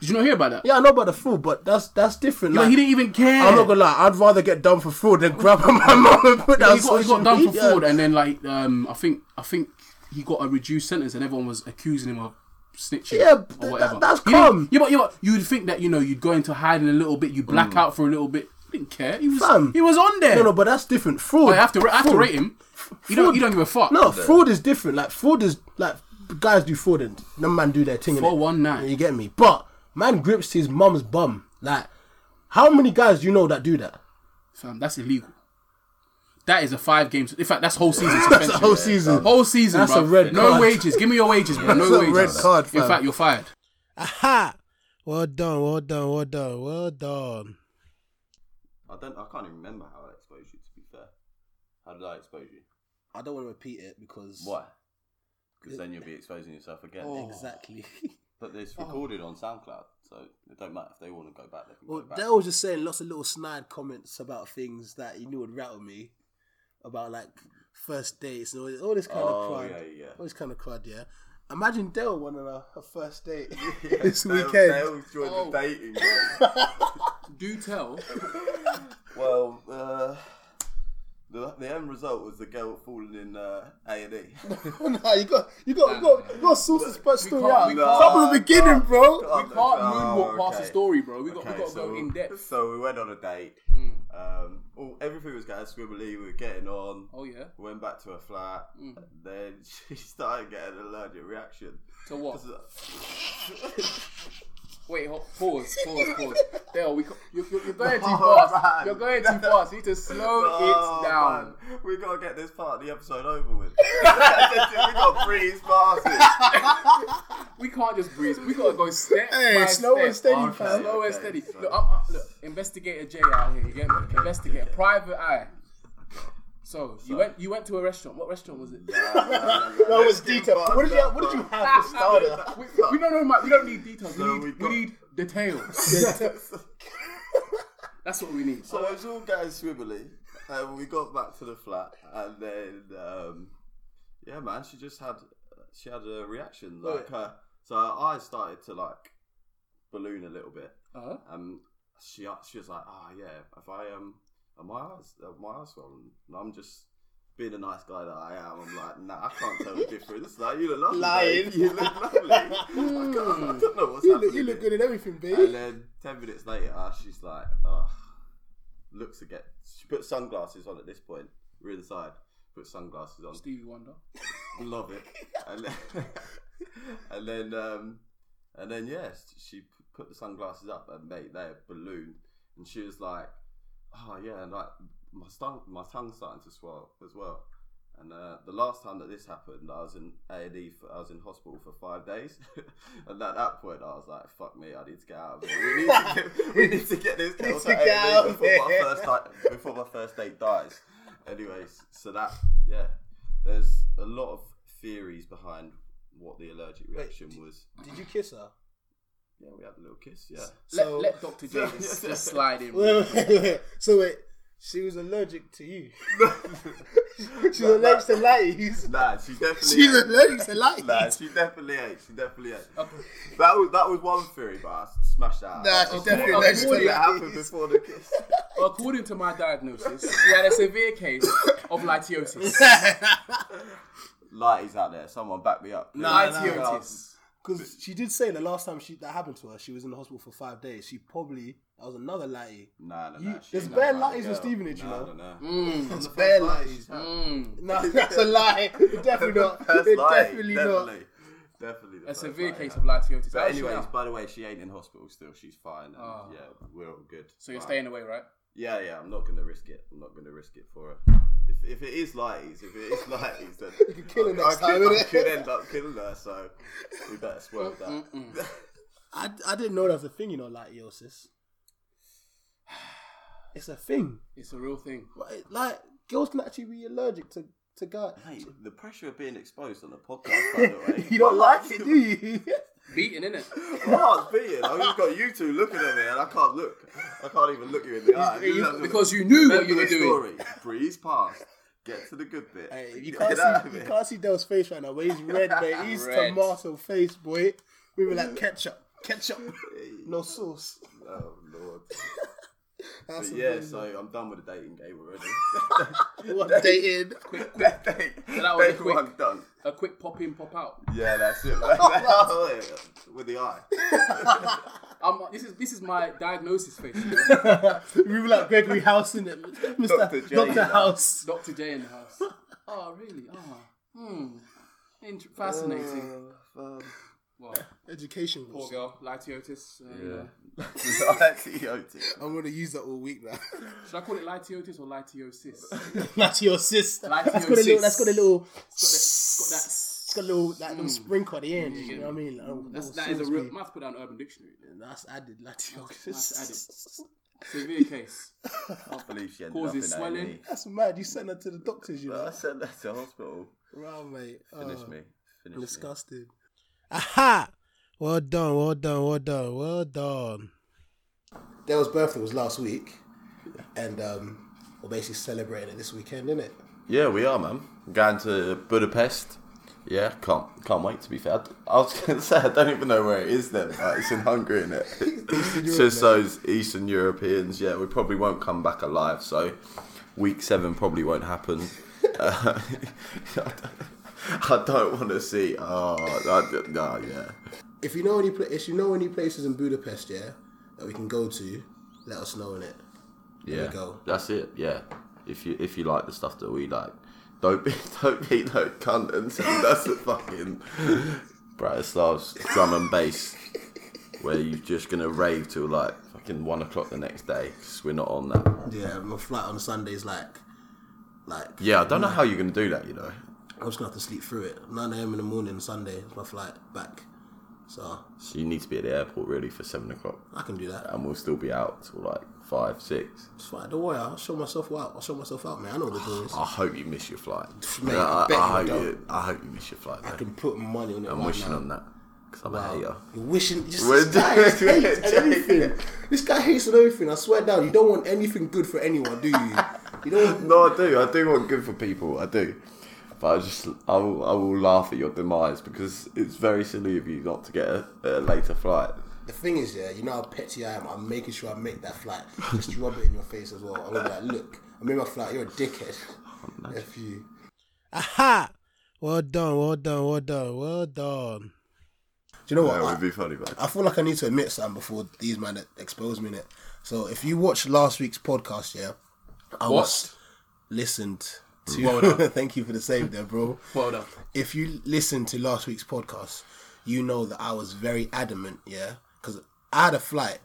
D: Did you not hear about that?
A: Yeah, I know about the food, but that's that's different.
D: Like,
A: Like,
D: he didn't even care.
A: I'm not gonna lie, I'd rather get done for fraud than grab *laughs* my mum and put that on
D: he, got, he
A: social
D: got done for
A: media.
D: fraud, and then like um, I think I think he got a reduced sentence, and everyone was accusing him of snitching.
A: Yeah,
D: or
A: but that-
D: whatever.
A: that's
D: You didn't-
A: calm.
D: Yeah, but yeah, but you'd think that you know you'd go into hiding a little bit, you black out for a little bit. He didn't care. He was
A: Mm. Fam.
D: he was on there.
A: No, no, but that's different. Fraud.
D: I have to I have to
A: fraud.
D: rate him. You don't you don't give a fuck.
A: No, fraud is different. Like fraud is like guys do fraud and them man do their thing. innit?
D: 419.
A: You get me? But man grips his mum's bum. Like, how many guys do you know that do that?
D: Fam, that's illegal. That is a five games. In fact,
A: *laughs*
D: that's whole season
A: That's
D: suspension.
A: a whole season.
D: Whole season.
A: That's
D: bruv.
A: a red
D: No
A: card.
D: wages. Give me your wages, bro. No
A: *laughs* That's a
D: wages.
A: red card,
D: In
A: fam.
D: fact, you're fired.
E: Aha! Well done, well done, well done, well done.
C: I don't. I can't even remember how I exposed you. To be fair, how did I expose you?
A: I don't want to repeat it because
C: Why? Because then you'll be exposing yourself again.
A: Oh. exactly. *laughs*
C: But it's
A: Oh.
C: recorded on SoundCloud, so it don't matter if they want to go back. They can
A: Well,
C: go back.
A: Dale was just saying lots of little snide comments about things that he knew would rattle me, about like first dates and all this, all this kind
C: Oh,
A: of crud.
C: yeah, yeah.
A: All this kind of crud, yeah. Imagine Dale went on a, a first
D: *laughs*
A: date
C: Yeah,
A: *laughs* *laughs* this
C: they'll-
A: weekend.
C: they'll join the dating game. *laughs*
D: Do tell.
C: Well, uh, the, the end result was the girl falling in uh,
A: *laughs*
C: A&E.
A: Oh, nah, you got you got you got you got sources but
D: We
A: still
D: can't-
A: out.
D: we
C: can't-
A: Start from the beginning, bro.
D: We can't moonwalk past the
C: Oh, okay.
D: story, bro. We got we
C: Okay,
D: got to go in depth. Hmm.
C: So we went on a date. Um, all, everything was getting squibbly. We were getting on.
D: Oh yeah. Hmm.
C: Went back to her flat. Then *laughs* she started getting an allergic reaction.
D: To what?
C: So-
D: Wait,
C: *laughs*
D: ho- pause, pause, pause. Dale, we co- you, you, you're going too
C: Oh,
D: fast.
C: man.
D: You're going too fast. You need to slow
C: Oh,
D: it down.
C: man, we gotta get this part of the episode over with. *laughs* we gotta breeze past it.
D: We can't just breeze. We gotta go step by
A: slow
D: step.
A: and steady,
D: Okay,
A: fam.
D: Slow and
C: Okay,
D: steady.
C: so-
D: Look, I'm, i look, investigator J out here. You get me? Investigator, private eye. So you went you went to a restaurant. What restaurant was it?
A: *laughs* That was detail. What did you what did you have for
D: *laughs*
A: starter?
D: we, we don't know, Mike. We don't need details.
C: So
D: we
C: we
D: need
C: got-
D: we need
C: *laughs*
D: details. That's what we need.
C: So it was all going swimmingly, and we got back to the flat, and then um, yeah, man, she just had she had a reaction
A: Oh,
C: like her. So her eyes started to like balloon a little bit,
D: Uh,
C: and she she was like, "Ah, yeah, if I um, are my eyes are my eyes swollen?" And I'm just being a nice guy that I am. I'm like, "Nah, I can't tell the difference. Like, you look lovely,
A: Lying.
C: babe. you look
A: *laughs*
C: lovely. I, can't, I don't know what's
A: You
C: happening."
A: look you look
C: here."
A: good in everything,
C: And
A: babe.
C: then ten minutes later, she's like, oh, looks again. She put sunglasses on at this point. We're inside. Put sunglasses on.
D: Stevie Wonder.
C: Love it. And then, *laughs* and then, um, and then, yes, she p- put the sunglasses up and mate, they balloon. And she was like, oh yeah, and like my tongue, my tongue's starting to swell as well. And uh, the last time that this happened, I was in A and E. I was in hospital for five days, *laughs* and at that point, I was like, "Fuck me, I need to get out of here. We need to
A: *laughs*
C: get, we need to get this girl
A: Need
C: to
A: to get
C: A&E
A: out of
C: before my
A: here.
C: first di- before my first date dies." Anyways, so that yeah, there's a lot of theories behind what the allergic reaction was.
A: Did you kiss her?
C: Yeah, we had a little kiss. Yeah,
A: So-
D: let, let Dr. J just, just slide
A: *laughs*
D: in.
A: Wait, wait, wait, wait. So wait, she was allergic to
D: *laughs*
A: you. *laughs* She's allergic to lights.
C: nah, she definitely.
A: She's allergic to lights.
C: *laughs* Nah, she definitely ain't. She definitely ain't. That was that was one theory, but I smashed that. Out.
A: Nah,
C: That
A: she's
C: was
A: definitely
C: one-
A: allergic to
C: that happened
A: lights.
C: before the kiss.
D: According to my diagnosis, he had a severe case of litiosis.
C: Lighties out there, someone back me up.
A: Nah, nah,
D: litiosis.
A: Because she did say the last time she that happened to her, she was in the hospital for five days. She probably that was another *laughs* lighty.
C: Nah, nah, nah.
A: You-
C: she
A: there's
C: ain't
A: bare
C: that kind
A: lighties with
C: of girl.
A: Stevenage, you
C: Nah,
A: know.
C: I don't
A: It's bare lighties.
C: Lighties, *laughs* nah.
D: Mm.
A: No, that's a
C: *laughs*
A: lie. Definitely not.
C: That's
A: They're *laughs*
C: light,
A: definitely not.
C: definitely. Definitely the
D: A
C: first
D: severe
C: light,
D: case
C: yeah.
D: of litiosis. How
C: But
D: is she
C: anyways,
D: now?
A: Ah.
C: by the way, she ain't in hospital still. She's fine. And Yeah, we're all good.
D: so you're
C: Right.
D: staying away, right?
C: yeah, yeah, I'm not gonna risk it. I'm not gonna risk it for her. If, if it is lighties, if it is lighties, then you
A: could kill her next
C: I,
A: time,
C: could, I
A: innit?
C: could end up killing her. So we better swerve that.
A: I, I didn't know that was a thing, you know, lightiosis. *sighs* It's a thing.
D: It's a real thing.
A: But it- Like, girls can actually be allergic to, to guys.
C: *laughs* Hey, the pressure of being exposed on the podcast, by the way.
A: *laughs* You don't like it, do you? *laughs*
D: Beating, innit?
C: My heart's beating. I've just got you two looking at me, and I can't look. I can't even look you in the eye. You have to-
D: Because you knew what
C: remember
D: you were
C: the
D: doing.
C: story. Breeze past. Get to the good bit.
A: Hey, you
C: Get
A: can't
C: out of
A: see you
C: it.
A: can't see Dell's face right now, but he's
C: *laughs*
A: red, mate. He's
F: Red.
A: tomato face, boy. We were like ketchup,
C: *laughs*
A: ketchup, no sauce.
C: Oh lord.
A: That's
C: But
A: a
C: yeah,
A: thing.
C: so I'm done with the dating game already.
A: What dated?
C: that date,
D: that was
C: date
D: quick.
C: one done.
D: A quick pop in, pop out.
C: Yeah, Oh, that's *laughs* it. Like, that, with the *laughs* eye.
D: I'm, this is this is my diagnosis face.
A: *laughs* We were like Gregory House in it,
C: Dr.
A: Mr.
C: J,
A: Doctor
C: man.
A: House.
D: Doctor J in the house. Oh really? Ah, hmm. Int- fascinating. Well,
A: Education.
D: poor girl, Lytiotis. Uh, you know.
C: Idiot.
A: I'm gonna use that all week *laughs* now.
D: Should I call it Lytiotis or Lytiosis?
A: That's your sis.
D: That's
A: That's
D: your
A: got a little.
D: sis.
A: That's got a little.
D: It's got that-
A: *laughs*
D: Hmm.
A: It's got a little that little sprinkle at the end. You know what I mean? Like, oh,
D: That's,
A: oh,
D: that is a
A: sis,
D: real.
A: babe.
D: Must put down Urban Dictionary.
A: That's added. That's
D: That's Severe case.
C: I can't believe she ended
D: Causes
C: up in A&E.
D: swelling.
A: That's mad. You sent her to the doctors, you
C: I
A: know.
C: sent that to hospital.
A: Wow, mate.
C: Finish
A: Oh,
C: me. Finish me.
A: Disgusting.
E: Aha! Well done, well done, well done, well done.
A: Dale's birthday was last week, and um, we're basically celebrating it this weekend, innit?
C: Yeah, we are, man. Going to Budapest. Yeah, can't can't wait. To be fair, I was *laughs* gonna say I don't even know where it is. Then like, *laughs* it's in Hungary, isn't it? it's just those Eastern Europeans. Yeah, we probably won't come back alive. So week seven probably won't *laughs* happen. Uh, I don't want to see. Oh, I d- no, yeah.
A: If you know any, pla- if you know any places in Budapest, yeah, that we can go to, let us know in it. we
C: Yeah,
A: go.
C: that's it. Yeah, if you if you like the stuff that we like, don't be *laughs* don't be no cunt and send us a fucking *laughs* Bratislav's drum and bass, where you're just gonna rave till like fucking one o'clock the next day. Cause we're not on that.
A: Yeah, my flight on Sunday's like, like
C: Yeah, I don't know how you're gonna do that. You know,
A: I'm just gonna have to sleep through it. 9 a.m. in the morning Sunday is my flight back, so
C: so you need to be at the airport really for seven o'clock,
A: I can do that.
C: and we'll still be out till like five six.
A: It's fine. Don't worry. I'll show myself out. I'll show myself out, man. I know what the deal is.
C: I hope you miss your flight.
A: Mate,
C: I,
A: bet
C: I
A: you
C: hope you, I hope you miss your flight.
A: I
C: Though.
A: can put money on it.
C: I'm
A: right
C: wishing
A: now.
C: on that because I'm a hater.
A: You're wishing. Just,
C: We're
A: this guy hates
C: doing it,
A: everything.
C: Jake.
A: This guy hates on everything. I swear down. You don't want anything good for anyone, do you? You don't. Want,
C: No, I do. I do want good for people. I do. But I just, I will, I will laugh at your demise because it's very silly of you not to get a, a later flight.
A: the thing is, yeah, you know how petty I am. I'm making sure I make that flight. Just rub it in your face as well. I'm gonna be like, look, I made my flight. You're a dickhead. F you.
E: Aha! Well done, well done, well done, well done.
A: Do you know what?
C: That
A: I-
C: would be funny, man.
A: I feel like I need to admit something before these men expose me in it. So if you watched last week's podcast, yeah, I was listened to. *laughs* thank you for the save there, bro.
D: Well done.
A: If you listened to last week's podcast, you know that I was very adamant, yeah, because I had a flight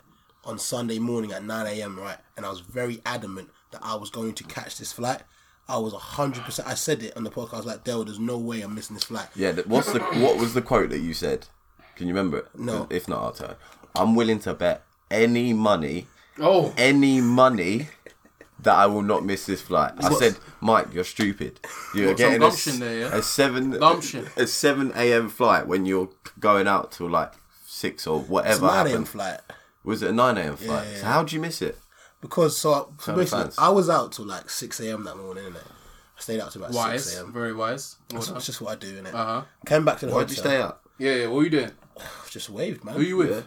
A: on Sunday morning at nine a.m. right, and I was very adamant that I was going to catch this flight. I was hundred percent. I said it on the podcast, like, Dale, there's no way I'm missing this flight.
C: Yeah. th- What's the What was the quote that you said? Can you remember it?
A: No.
C: If not, I'll tell. you. I'm willing to bet any money,
D: Oh,
C: any money. That I will not miss this flight. I said, Mike, you're stupid. You're
D: Got some
C: getting a,
D: gumption
C: s-
D: there, yeah?
C: a seven
D: Gumption.
C: a seven a.m. flight when you're going out till like six or
A: It's a
C: whatever
A: nine a.m.
C: happened.
A: flight.
C: Was it a 9 a.m. flight? So how'd you miss it?
A: Because so, so
C: Sound
A: basically,
C: offense.
A: I was out till like six a.m. that morning, innit? I stayed out till about six
D: wise,
A: a.m.
D: very wise. Well
A: That's,
D: done.
A: that's just what I do, innit?
D: Uh-huh.
A: Came back to the
C: Why'd you
A: hotel.
C: stay up?
D: Yeah, yeah. What are you doing?
A: Just waved, man.
D: Who you with?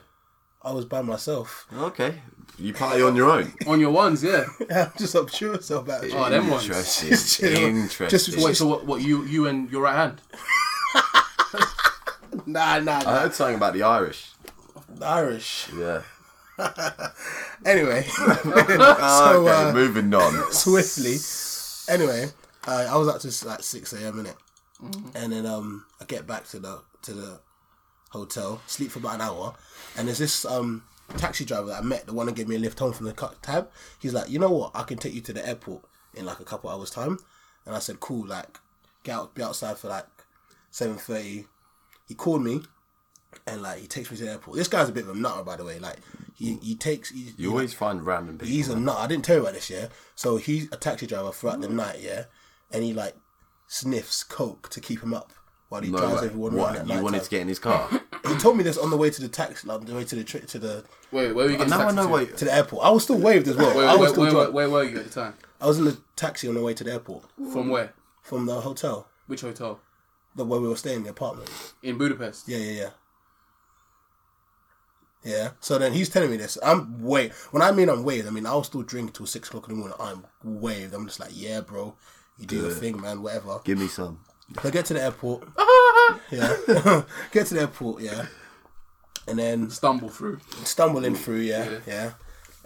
A: I was by myself. *laughs*
C: Okay. You party on your own.
D: On your ones, yeah.
A: just obtuse about it.
D: Oh, them ones.
C: Interesting.
A: Just chill.
C: Interesting.
A: Just
D: Wait, so what? What you you and your right hand?
A: Nah, nah,
C: I
A: nah.
C: heard something about the Irish.
A: Irish.
C: Yeah.
A: Anyway, *laughs*
C: *laughs*
A: so
C: Oh, okay,
A: uh,
C: moving
A: *laughs*
C: on.
A: swiftly. Anyway, uh, I was out to like six a.m. in it, and then um, I get back to the to the hotel, sleep for about an hour, and there's this um taxi driver that I met, the one that gave me a lift home from the cu- cab, he's like, you know what? I can take you to the airport in like a couple hours time. And I said, cool. Like, get out, be outside for like seven thirty. He called me, and like he takes me to the airport. This guy's a bit of a nutter, by the way. Like, he he takes he, he,
C: You always find random people.
A: He's a nut. I didn't tell you about this, yeah. So he's a taxi driver throughout
C: Mm.
A: the night, yeah, and he like sniffs coke to keep him up while he
C: no,
A: drives
C: way.
A: everyone
C: what?
A: around. At
C: You wanted to
A: nighttime.
C: get in his car?
A: He told me this on the way to the taxi, like, on the way to the trip to the
D: Wait, where were you
C: *laughs*
D: getting
C: now I
D: taxi
C: know
D: to?
C: why.
A: to the airport. I was still waved as well.
D: Wait,
A: I was
D: wait,
A: still
D: wait,
A: drunk.
D: wait, where were you at the time?
A: I was in the taxi on the way to the airport
D: From where?
A: from the hotel,
D: Which hotel?
A: the where we were staying, the apartment.
D: In Budapest.
A: Yeah, yeah, yeah. Yeah. So then he's telling me this. I'm waved. When I mean I'm waved, I mean I'll still drink till six o'clock in the morning. I'm waved. I'm just like, yeah, bro, you do your thing, man. Whatever.
C: Give me some.
A: So I get to the airport. yeah. *laughs* get to the airport, yeah. And then
D: Stumble through.
A: stumbling through, yeah, yeah.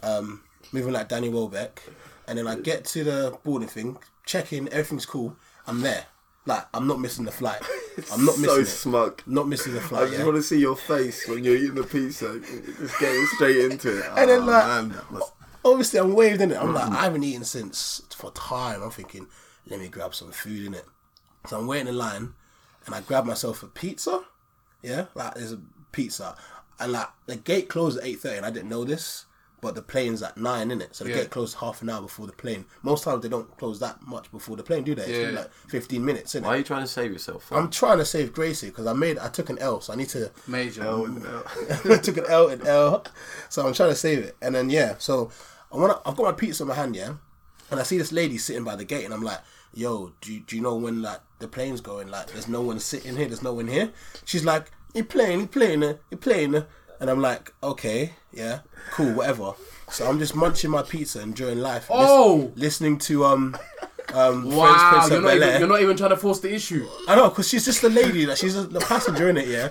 A: Um, moving like Danny Welbeck. And then I get to the boarding thing, check in, everything's cool. I'm there. Like, I'm not missing the flight. I'm not missing
C: *laughs* so
A: it.
C: smug.
A: Not missing the
C: I
A: flight,
C: just
A: yeah.
C: want to see your face when you're eating the pizza. Just getting straight into it.
A: And then,
C: Oh,
A: like-
C: man, that must-
A: Obviously, I'm waved in it. I'm like,
D: Mm.
A: I haven't eaten since for time. I'm thinking, let me grab some food in it. So I'm waiting in line, and I grab myself a pizza. Yeah, like there's a pizza, and like the gate closed at eight thirty, and I didn't know this, but the plane's at nine in it, so the
D: Yeah.
A: gate closed half an hour before the plane. Most times they don't close that much before the plane, do they? It's
D: Yeah.
A: been, like fifteen minutes in
C: Why are
A: it.
C: you trying to save yourself? For?
A: I'm trying to save Gracie because I made I took an L, so I need to
D: Major.
A: I took an L and L, so I'm trying to save it. And then yeah, so I want to. I've got my pizza in my hand, yeah, and I see this lady sitting by the gate, and I'm like, "Yo, do you, do you know when like the plane's going? Like, there's no one sitting here. There's no one here." She's like, "You playing? You playing? uh, You playing?" uh." And I'm like, "Okay, yeah, cool, whatever." So I'm just munching my pizza, enjoying life. lis-
D: Oh!
A: listening to um. Um,
D: Wow,
A: Prince of
D: you're not,
A: Bel-Air.
D: even, you're not even trying to force the issue.
A: I know, because she's just a lady, like she's a, the passenger in it, yeah,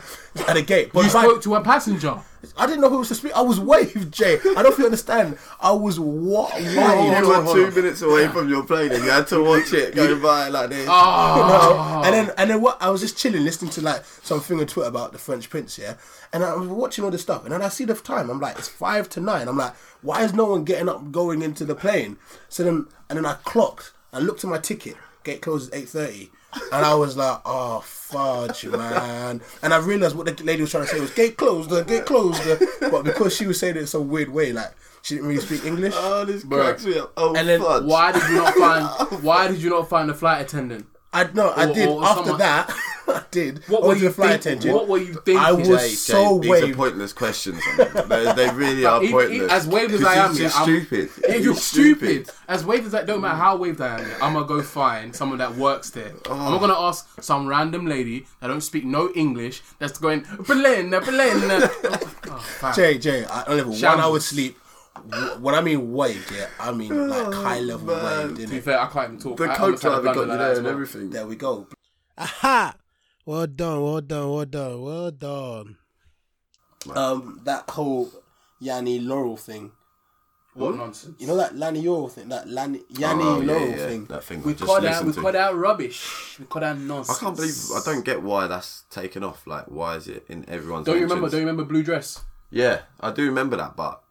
A: at the gate. But
D: You
A: if I-
D: spoke to a passenger.
A: I didn't know who was to speak. I was waved, Jay. I don't know if you understand. I was what?
C: you
A: Waved.
C: were two minutes away from your plane and you had to
A: *laughs*
C: watch it go by
A: Oh,
C: like this.
A: No. And then and then what? I was just chilling, listening to like something on Twitter about the French Prince, yeah. And I was watching all this stuff, and then I see the time. I'm like, it's five to nine. I'm like, why is no one getting up, going into the plane? So then, and then I clocked. I looked at my ticket. Gate closes eight thirty. And I was like, oh, fudge, man. And I realized what the lady was trying to say was gate closed, uh, gate closed. uh." But because she was saying it in some weird way, like, she didn't really speak English.
C: Oh, this cracks me up. Oh,
A: And then
C: fudge.
D: Why did you not find? Why did you not find a flight attendant?
A: I no, I
D: Or-
A: did.
D: or
A: After
D: someone-
A: that, *laughs* I did.
D: What
A: I
D: were
A: was
D: you
A: a flight
D: thinking?
A: attendant.
D: What were you thinking?
A: I was
C: Jay, Jay,
A: so
C: these are
A: waved.
C: pointless questions. man. they, they really are
D: Even-
C: pointless.
D: even as waved as
C: 'Cause
D: I
C: you're
D: am,
C: just
D: yeah, I'm-
C: stupid.
D: *laughs* If you're stupid, as waved as I don't matter how waved I am, I'm gonna go find someone that works there. I'm
C: Oh.
D: not gonna ask some random lady that don't speak no English that's going
C: *laughs*
D: Belinda, Belinda. oh, fam.
A: Jay, Jay, I I level one
D: Shambles.
A: hour sleep. Wh- When I mean waved, yeah, I mean like high level waved.
D: to be
A: Didn't it?
D: fair, I can't even talk.
C: The
D: I
C: coke
D: almost had a
C: driver got you
D: blunder like that
C: there
D: as
C: and
D: well.
C: everything.
A: There we go.
E: Aha! Well done, well done, well done, well done.
A: Um, that whole Yanni Laurel thing.
D: What nonsense.
A: You know that Lanny Laurel thing. That Lanny Yanni
C: Oh, yeah,
A: Laurel
C: yeah,
A: thing.
C: That thing
D: We
C: I just
D: call that we
C: listened to.
D: call that rubbish. We call that nonsense.
C: I can't believe I don't get why that's taken off. Like, why is it in everyone's?
D: Don't you remember?
C: mentions?
D: Don't you remember blue dress?
C: Yeah, I do remember that, but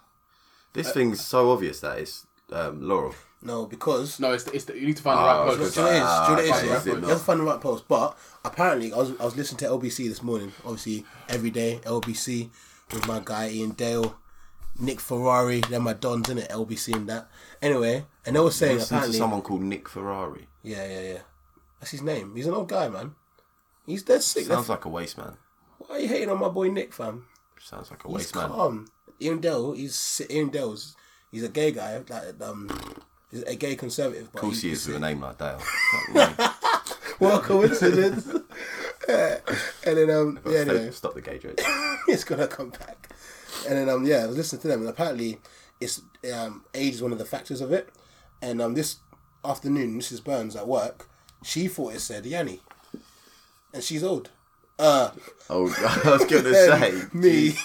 C: *sighs* this thing's so obvious that it's um, Laurel.
A: No, because
D: No, it's the, it's the, you need to find
C: Oh,
D: the
C: I
D: right
C: was
D: post.
A: Do you know what it is? Do you know what
C: Ah,
A: it
C: is
A: is?
C: it
A: Yeah?
C: not?
A: You have to find the right post. But apparently, I was, I was listening to LBC this morning. Obviously, every day LBC with my guy Ian Dale, Nick Ferrari. They're my dons in it. LBC and that. Anyway, and they were saying
C: Listen to
A: apparently,
C: someone called Nick Ferrari.
A: yeah, yeah, yeah. That's his name. He's an old guy, man. He's dead sick.
C: Sounds like a waste man.
A: Why are you hating on my boy Nick, fam?
C: Sounds like a
A: He's
C: waste man.
A: calm. Ian Dale, he's Ian Dale's. He's a gay guy, like um, he's a gay conservative. But
C: Of course
A: he-
C: he is with a name like Dale. Can't really-
A: What a coincidence. *laughs* and then um, yeah, anyway. *laughs*
C: Stop- Stop the gay joke.
A: it's gonna come back. And then um yeah, I was listening to them and apparently it's um age is one of the factors of it. And um this afternoon, Mrs. Burns at work, she thought it said Yanni. And she's old. Uh
C: Oh, *laughs* I was going
A: *laughs*
C: to say.
A: me.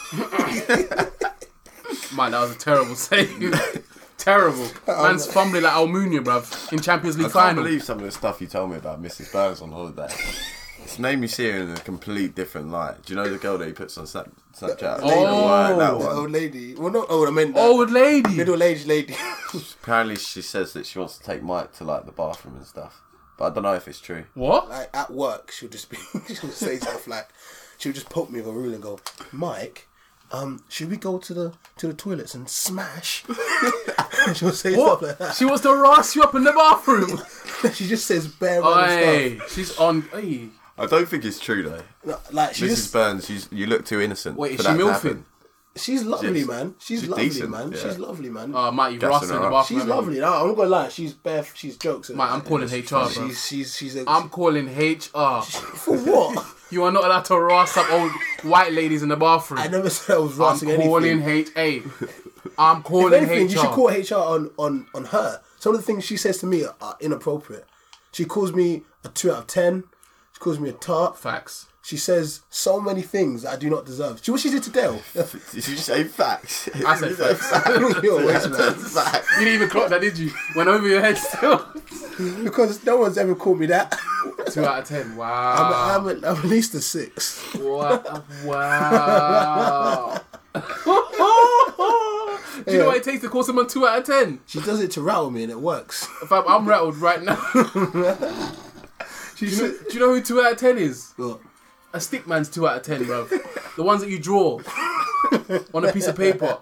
D: Man, that was a terrible *laughs* save. terrible.
A: Um,
D: Man's fumbling like Almunia, bruv, in Champions League
C: I can't
D: final.
C: believe some of the stuff you told me about Mrs. Burns on holiday. It's made me see her in a complete different light. Do you know the girl that he puts on Snap, Snapchat?
D: Oh.
C: Word, that
A: The
C: one.
A: old lady. Well, not old. I meant that
D: Old lady.
A: middle-aged lady. *laughs*
C: Apparently, she says that she wants to take Mike to like the bathroom and stuff, but I don't know if it's true.
D: What?
A: like at work, she'll just be *laughs* she'll say stuff like she'll just poke me with a rule and go, Mike, um, should we go to the to the toilets and smash? *laughs* and she'll say stuff like
D: What? She wants to rasp you up in
A: *laughs*
D: the bathroom.
A: that. she just says bare random
D: Oi, she's on. Oi.
C: I don't think it's true though.
A: stuff. Like she
C: Mrs.
A: just,
C: Burns, you, you look too innocent.
D: Wait, is
C: for
D: she
C: that to
D: milfing?
C: happen. *laughs*
A: she's lovely,
C: she's-
A: man. She's,
C: she's
A: lovely,
C: decent,
A: man.
C: yeah.
A: She's lovely, man.
D: Oh, Mike, you've
C: Gassing
D: rasped her in the
C: her up.
D: bathroom.
A: she's
D: haven't
A: lovely.
D: you?
A: No, I'm not gonna lie. She's bare. She's jokes.
D: Mike, I'm calling HR, bro.
A: She's she's she's a,
D: I'm calling
A: *laughs*
D: HR.
A: for what?
D: You are not allowed to rasp up old white ladies in the bathroom.
A: I never said I was
D: I'm
A: writing anything.
D: calling HA. I'm
A: If
D: calling
A: anything,
D: HR.
A: you should call HR on, on, on her. Some of the things she says to me are, are inappropriate. She calls me a two out of ten. She calls me a tart.
D: Facts.
A: She says so many things that I do not deserve. She what she did to Dale. *laughs*
C: Did you say facts? *laughs*
D: I said facts.
A: You're a waste, man.
D: You didn't even clock that, did you? Went over your head still. *laughs*
A: because no one's ever called me that. *laughs*
D: Two out of ten.
A: I'm,
D: Wow.
A: I'm, at, I'm at least a six.
D: What? Wow. *laughs* Do you know what it takes to call someone two out of ten?
A: She does it to rattle me and it works.
D: Fam, I'm rattled right now. *laughs* do, you know, do you know who two out of ten is?
A: Look,
D: A stick man's two out of ten, bro. the ones that you draw on a piece of paper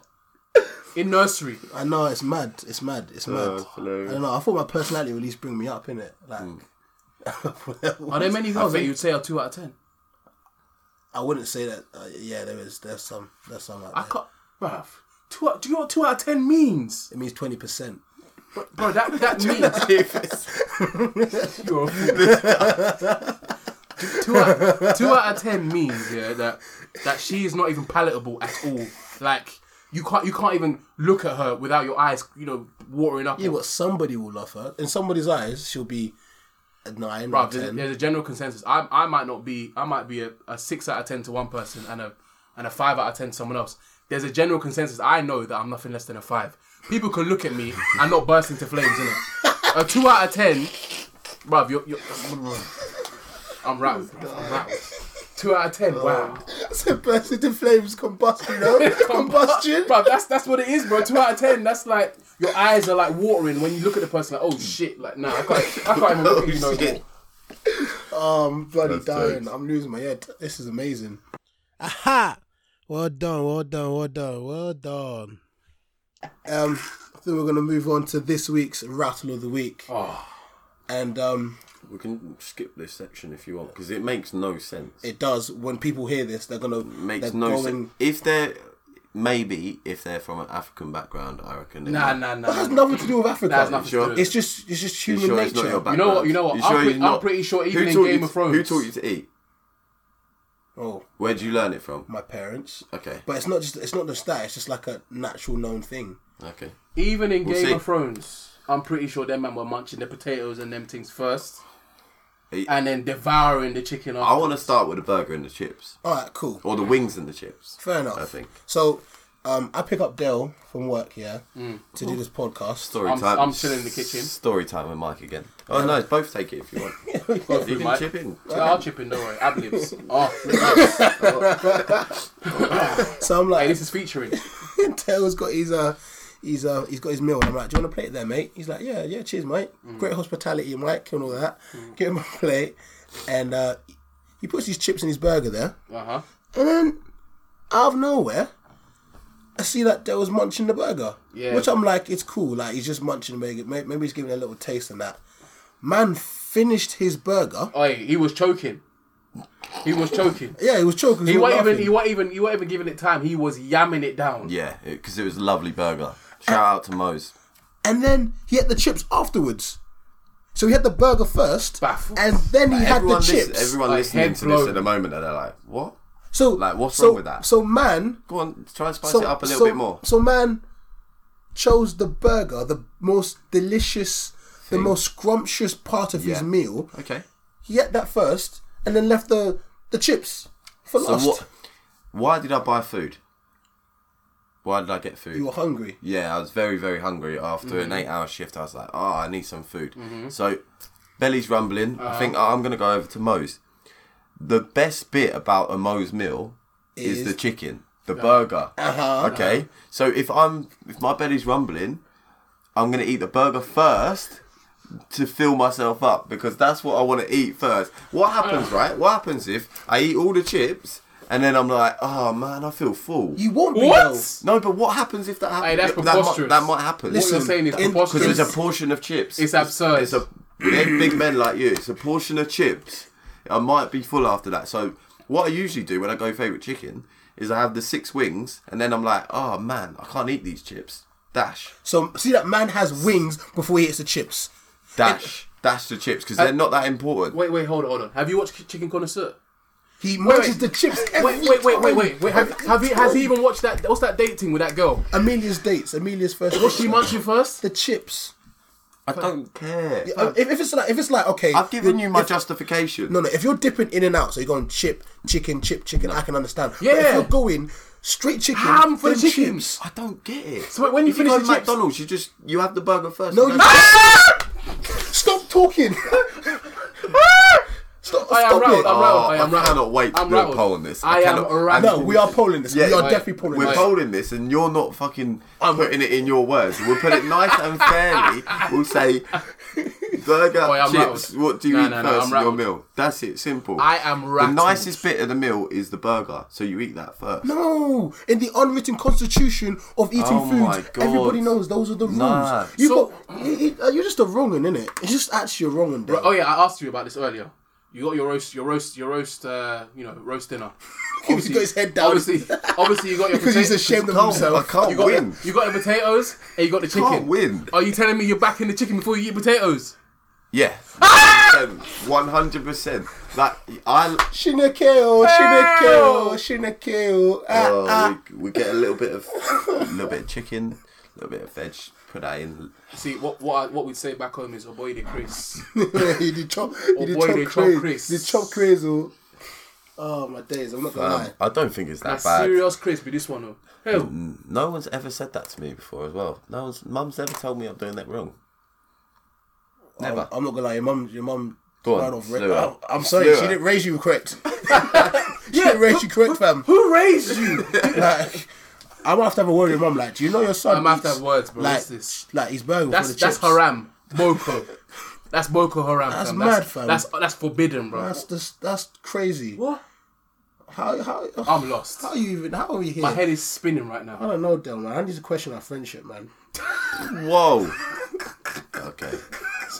D: in nursery.
A: I know it's mad. It's mad. It's mad. I don't know. I thought my personality would at least bring me up in it. Like,
D: Are there many girls that you'd say are two out of ten?
A: *laughs* I wouldn't say that. Uh, yeah, there is. There's some. There's some out
D: I
A: there.
D: can't, bruv. Two out, do you know what two out of ten means?
A: It means twenty percent.
D: Bro, that, *laughs* that means you're a fool. two, out, two out of ten means, yeah, that that she is not even palatable at all. Like you can't you can't even look at her without your eyes, you know, watering up.
A: Yeah, but somebody will love her. In somebody's eyes, she'll be a nine or
D: Bruv, there's,
A: *laughs* ten.
D: there's a general consensus. I, I might not be I might be a, a six out of ten to one person and a and a five out of ten to someone else. There's a general consensus. I know that I'm nothing less than a five. People can look at me and not burst into flames, innit? A two out of ten, bruv, you're, you're I'm rattled. bruv, I'm rattled. Two out of ten, wow.
A: That's a burst into flames, combust, you
D: *laughs*
A: know? Combustion.
D: Bruv, that's that's what it is, bro. Two out of ten. That's like your eyes are like watering when you look at the person. Like, oh shit, like nah, I can't, I can't even look at
A: *laughs*
D: you no more.
A: Oh, I'm bloody
C: That's
A: dying.
C: jokes.
A: I'm losing my head. This is amazing.
E: Aha! Well done, well done, well done, well done.
A: Um, I think we're gonna move on to this week's rattle of the week.
D: Ah.
A: And um,
C: We can skip this section if you want because it makes no sense.
A: it does. When people hear this, they're gonna
C: makes
A: they're
C: no
A: going-
C: sense. If they're maybe if they're from an African background, I reckon. they
D: Nah,
C: might.
D: nah, nah.
A: That has
D: nah.
A: nothing to do with Africa.
D: That's nothing
C: sure?
D: to do.
A: It's just it's just
C: You
A: human
C: sure it's
A: nature.
C: not your background?
D: know what, you know what, I'm
C: sure
D: pre-
C: you're
D: I'm
C: not-
D: pretty sure even
C: Who
D: in
C: taught you
D: Game
C: to-
D: of Thrones-
C: Who taught you to eat?
A: oh,
C: Where'd you learn it from?
A: my parents.
C: Okay.
A: But it's not just it's not just that. It's just like a natural known thing.
C: Okay.
D: Even in
C: We'll
D: Game
C: see.
D: of Thrones, I'm pretty sure them man were munching the potatoes and them things first,
C: Hey.
D: and then devouring the chicken.
C: I
D: After.
C: want to start with the burger and the chips,
A: All right, cool.
C: or the wings and the chips.
A: Fair enough.
C: I think.
A: So, um, I pick up Dale from work, yeah,
D: Mm.
A: to do this podcast.
C: Story
D: I'm-
C: time.
D: I'm still in the kitchen.
C: Story time with Mike again. Oh no, both take it
A: *laughs*
C: if you want.
D: Go
C: you
D: through,
C: can
D: Mike.
C: chip in.
D: Yeah, I'll chip in, don't worry.
C: *laughs*
D: Ad libs. Oh,
A: So I'm
D: hey,
A: like,
D: this is featuring.
A: *laughs* Dale's got his uh, he's uh, he's got his meal. And I'm like, do you want to plate it there, mate? He's like, yeah, yeah, cheers, mate.
D: Mm.
A: Great hospitality, Mike, and all that. Give him a plate, and uh, he puts his chips and his burger there.
D: Uh huh.
A: And then, out of nowhere, I see that Dale was munching the burger.
D: Yeah.
A: Which I'm like, it's cool. Like, he's just munching the burger. May- Maybe he's giving it a little taste and that. Man finished his burger.
D: Oh, he was choking. He was choking.
A: Yeah, he was choking.
D: He
A: was
D: wasn't even.
A: laughing.
D: He wasn't even. He wasn't even giving it time. He was yamming it down.
C: Yeah, because it, was a lovely burger. Shout out to Mose.
A: and then he had the chips afterwards. So he had the burger first,
D: Baffled.
A: and then he had the
C: everyone
A: chips.
C: listen- everyone
D: Like,
C: listening
D: head
C: to this
D: blown.
C: at the moment, and they're like, "What?
A: so
C: like, what's
A: so-
C: wrong with that?"
A: So man,
C: Go on, try and spice
A: so,
C: it up a little
A: so-
C: bit more.
A: So man chose the burger, the most delicious, the most scrumptious part of his
C: Yeah.
A: meal.
C: Okay.
A: He had that first, and then left the the chips for
C: So
A: last.
C: what? Why did I buy food? Why did I get food?
A: You were hungry.
C: yeah, I was very very hungry after
A: Mm-hmm.
C: an eight-hour shift. I was like, "Oh,
A: Uh-huh.
C: I need some food." So, belly's rumbling. I think oh, I'm gonna go over to Mo's. the best bit about a Mo's meal is,
A: Is-
C: the chicken, the burger.
A: Uh-huh.
C: Okay, so if I'm if my belly's rumbling, I'm gonna eat the burger first to fill myself up because that's what I want to eat first. What
A: Uh.
C: happens, right? What happens if I eat all the chips and then I'm like, oh man, I feel full.
A: You won't be
D: What?
A: though.
C: no, but what happens if that happens?
D: Hey, that's
C: that, might,
D: preposterous.
C: that might happen.
D: What you're saying is
A: in-
C: Because
D: preposterous.
C: it's a portion of chips.
D: It's absurd.
C: It's a big, big men like you. It's a portion of chips. I might be full after that. So what I usually do when I go favourite chicken is I have the six wings, and then I'm like, oh man, I can't eat these chips. Dash,
A: So see that man has wings before he hits the chips.
D: *laughs*
C: dash, dash the chips because they're not that important.
D: Wait, wait, hold on, hold on. Have you watched Ch- Chicken Connoisseur?
A: He munches
D: wait.
A: the chips.
D: Wait,
A: every
D: wait, wait, wait, wait.
A: time.
D: wait have, have he, has he even watched that? What's that dating with that girl?
A: Amelia's dates. Amelia's first.
D: Was she
A: date.
D: munching first?
A: The chips.
C: I don't care.
A: Uh, If, if it's like, if it's like, okay,
C: I've given you my
A: if-
C: justification.
A: No, no. If you're dipping in and out, so you're going chip, chicken, chip, chicken. I can understand. But
D: Yeah.
A: if you're going straight chicken,
D: Ham for
A: then
D: the chicken.
C: I don't get it.
D: So wait, when you
C: if you
D: finish
C: go
D: the
C: to
D: chips-
C: McDonald's, you just you have the burger first.
A: No,
C: You
A: you
C: don't-
A: *laughs* stop talking. stop.
D: I am
A: stop
D: rattled.
A: it.
D: I'm
C: Oh,
D: rattled. I am
C: I
D: rattled.
C: cannot wait to
D: I'm
C: do a
D: rattled.
C: poll on this.
D: I,
C: I
D: am
C: cannot-
A: no,
D: rattled.
A: we are polling this. we are
C: right.
A: definitely polling
C: We're
A: this.
C: polling this, and you're not fucking putting it in your words. We'll put it nice
D: *laughs*
C: and fairly. We'll say burger,
D: Oi, I'm
C: chips.
D: rattled.
C: What do you
D: No,
C: eat
D: no, no, I'm
C: first in your
D: rattled.
C: meal? That's it. Simple.
D: I am rattled.
C: The nicest bit of the meal is the burger, so you eat that first.
A: No, in the unwritten constitution of eating
C: Oh my
A: foods,
C: God.
A: everybody knows those are the rules.
C: Nah.
A: You
D: So-
A: got, you- you- you're just a wrong'un, innit? It's just actually a wrong'un. Bro,
D: Oh yeah, I asked you about this earlier. You got your roast, your roast, your roast. Uh, you know,
A: *laughs*
D: roast dinner.
A: got his head down.
D: Obviously, obviously, you got
A: *laughs*
D: your
A: because he's
D: potato-
A: ashamed of
C: I can't-
A: himself.
C: I can't
D: You got,
C: win.
D: you got the potatoes and you got the chicken.
C: Can't win.
D: Are you telling me you're backing the chicken before you eat potatoes? *laughs*
C: Yeah. One hundred percent. Like I.
A: Shinakeo, Shinakeo, Shinakeo. Ah,
C: Uh, we, we get a little bit of a little bit of chicken, a little bit of veg. Put that in.
D: See, what what I- what we'd say back home is, oh boy,
A: *laughs*
D: the Chris.
A: he did chop, he did
D: Oh. boy,
A: chop
D: they chop
A: craze.
D: Chris.
A: He chop craze, oh. Oh my days, I'm not gonna
C: Um,
A: lie.
C: I don't think it's that
D: That's
C: bad.
D: serious Chris with this one. Oh. Hell,
A: Mm.
C: No one's ever said that to me before as well. No one's mum's never told me I'm doing that wrong. Never.
A: I'm not gonna lie. Your mum, your mum.
C: Go on,
A: right off rip.
C: slew her.
A: I'm- I'm sorry,
C: Slew
A: she
C: her.
A: didn't raise you
D: *laughs*
A: correct. she didn't raise you correct, fam.
D: who
A: *laughs*
D: raised you?
A: like, I'm gonna have to have a word with mum. Like, do you know your son?
D: I'm gonna have to
A: eats,
D: have words, bro.
A: Like,
D: What's this?
A: like his burger
D: That's
A: for the
D: that's
A: chips.
D: haram, Boko. That's Boko haram.
A: That's
D: fam.
A: mad, fam.
D: That's that's forbidden, bro.
A: That's just that's crazy.
D: What?
A: How how
D: I'm lost.
A: how are you even? How are we here?
D: My head is spinning right now.
A: I don't know, Del man. I need to question our friendship, man. *laughs*
D: Oh,
C: Whoa. *laughs* okay.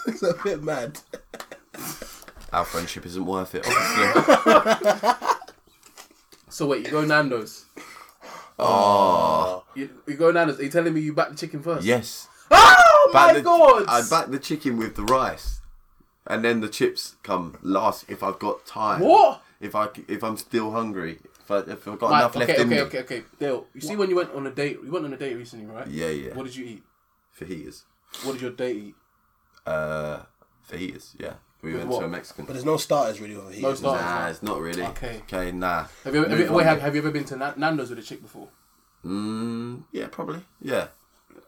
A: it's a bit mad.
C: Our friendship isn't worth it,
D: *laughs*
C: obviously.
D: So wait, you go Nando's.
C: Ah.
D: Oh. You, you go Nando's. Are you telling me you back the chicken first?
C: yes.
D: Oh my
C: the,
D: god!
C: I back the chicken with the rice, and then the chips come last if I've got time.
D: What?
C: If I c- if I'm still hungry, if, I, if I've got
D: Right,
C: enough
D: okay,
C: left
D: okay,
C: in me.
D: okay, okay, Dale, you see when you went on a date, you went on a date recently, right?
C: Yeah, yeah.
D: What did you eat?
C: Fajitas.
D: What did your date eat?
C: Uh, fajitas. Yeah. We went
D: what?
C: to a Mexican.
A: But there's no starters really over here.
D: No starters.
C: Nah, it's not really.
D: Okay.
C: Okay. Nah.
D: Have you ever, have
C: Move
D: you, wait,
C: on.
D: have, have you ever been to Na- Nando's with a chick before?
C: Mm, yeah, probably. Yeah.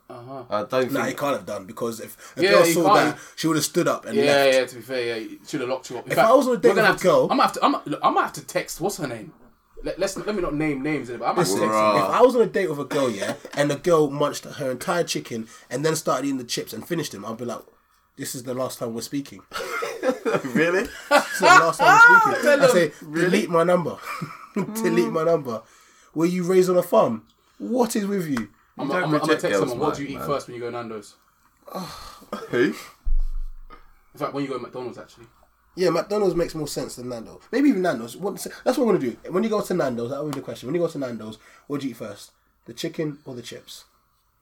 D: Uh-huh.
C: I don't
A: Nah, he *laughs*
C: think.
A: can't have done because if a
D: Yeah,
A: girl
D: he
A: saw that,
D: can't.
A: she would have stood up and
D: Yeah,
A: left.
D: yeah. To be fair, yeah, should have locked you up. In
A: If I was on a date
D: we're gonna
A: with a
D: have to-
A: girl-
D: I'm gonna have to. I'm, look, I'm gonna have to text. What's her name? Let, let's let me not name names, but I'm gonna have to
A: Listen,
D: text.
C: Bruh.
D: her.
A: if I was on a date with a girl, yeah, and the girl munched her entire chicken and then started eating the chips and finished them, I'd be like, "This is the last time we're speaking." *laughs*
C: really?
A: This is the last time *laughs* we're speaking. I say, "Delete my number. *laughs* Delete my number." Were you raised on a farm? What is with you?
D: I'm,
C: don't
D: I'm, I'm gonna
C: reject
D: text
C: girls,
D: someone. What do you
C: mate,
D: eat
C: man.
D: first when you go Nando's?
C: Who?
D: In fact, when you go McDonald's, actually.
A: Yeah, McDonald's makes more sense than Nando's. Maybe even Nando's. What- That's what I'm gonna do. When you go to Nando's, that would be the question. When you go to Nando's, what do you eat first? The chicken or the chips?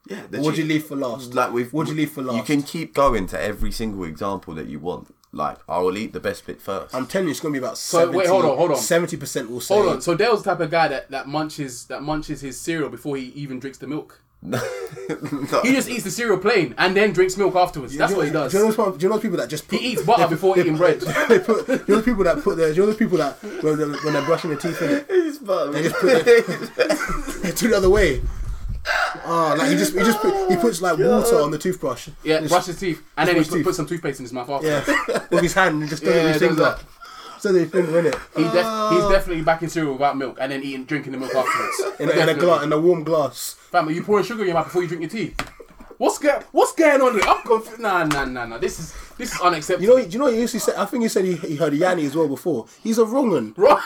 C: Yeah. the
A: Or What do you
C: chick-
A: leave for last?
C: Like we've.
A: what do you leave for last?
C: You can keep going to every single example that you want. Like I will eat the best bit first. *laughs*
A: I'm *laughs* telling you, it's gonna be about seventy.
D: wait, hold on, hold on.
A: Seventy percent will say.
D: Hold on. So Dale's the type of guy that, that munches that munches his cereal before he even drinks the milk. He just eats the cereal plain and then drinks milk afterwards. That's
A: Do you-
D: what he does.
A: Do you know those, do you know those people that just put,
D: He eats butter before eating bread.
A: they put? *laughs* Do you know those people that put their? Do you know those people that when they're, when they're brushing their teeth in it,
C: They
A: just put *laughs* they do it the other way. Oh, like he just he just put, he puts like water on the toothbrush.
D: Yeah,
A: Just-
D: brush his teeth and then he
A: brush
D: put,
A: teeth. *laughs*
D: puts some toothpace in his mouth after.
A: yeah, with his hand and just does
D: Yeah,
A: yeah,
D: he
A: things
D: does
A: up. so they think, win it
D: He def- he's definitely back in cereal without milk and then eating, drinking the milk afterwards.
A: Uh. *laughs* in, a- in a
D: Definitely.
A: glass, in a warm glass.
D: Fam, are you pouring sugar in your mouth before you drink your tea? What's go- What's going on? Here? I'm confused. Nah, nah, nah, nah. This is this is unacceptable.
A: You know, you know. He used to say. I think he said he, he heard Yanni as well before. He's a wrong un.
D: wrong,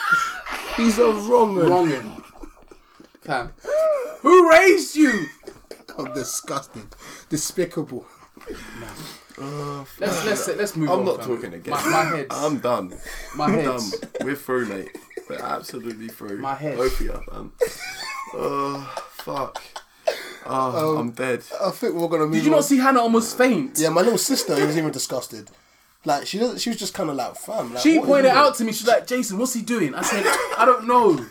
A: He's a wrong un.
D: wronging. Fam, who raised you?
A: Oh, disgusting, despicable.
D: Let's let's let's move on.
C: I'm not
D: fam.
C: talking again.
D: My, my head.
C: I'm done.
D: *laughs* my
C: I'm
D: head.
C: done. We're through, mate. We're absolutely through.
D: My head.
C: Ophia,
D: *laughs*
C: man. Oh, fuck. Oh,
D: Um,
C: I'm dead. *laughs*
A: I think we're gonna move.
D: Did you
A: on.
D: not see Hannah almost faint?
A: Yeah, my little sister was even disgusted. Like she doesn't. She was just kind of like, fam. Like,
D: She
A: what are
D: pointed
A: you doing?
D: out to me. She's like, Jason, what's he doing? I said, I don't know.
A: *laughs*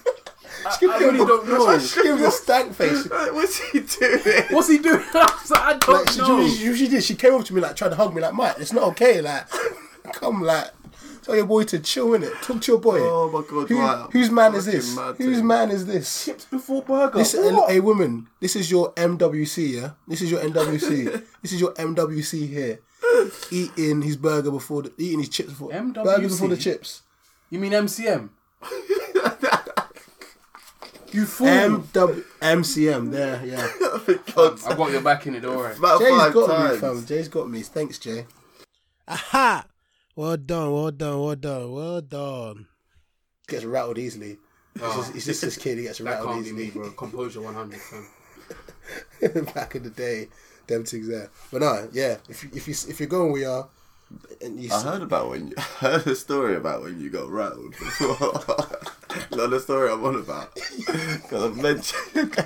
D: I, I really don't know.
A: She gave me a stank face.
C: What's he doing?
D: What's he doing? *laughs* I was like, I
A: Like,
D: don't
A: she, no.
D: know.
A: she, she did. She came up to me like trying to hug me like, Mike, it's not okay. Like, *laughs* come, like, tell your boy to chill in it. Talk to your boy.
C: Oh my God,
A: Who,
C: Mike, I'm
A: whose man is
C: fucking
A: this?
C: mad,
A: Whose
C: dude.
A: man is this?
D: Before burger.
A: This is
D: What?
A: a, a woman. This is your MWC. Yeah, this is your
C: *laughs*
A: MWC. this is your MWC here. Eating his burger before the, eating his chips before burger before the
D: MWC?
A: chips.
D: You
A: *laughs*
D: mean MCM? you fool.
A: M W M C M. There, yeah.
D: I got your back in it, don't worry.
C: About
A: Jay's
C: five
A: got me,
C: times.
A: fam. Jay's got me. Thanks, Jay.
E: Aha! Well done, well done, well done, well done.
A: Gets rattled easily. It's just, it's just this kid. He gets
D: Oh. *laughs* That
A: rattled
D: can't be
A: easily.
D: me, bro. Composure 100. Fam.
A: *laughs* Back in the day, them things there. But no, yeah. If you, if you if you're going, we are. And you,
C: I
A: *laughs*
D: Uh-huh.
C: heard about when you *laughs* I heard a story about when you got rattled before. *laughs* Not the story I'm on about. *laughs* Because I mentioned.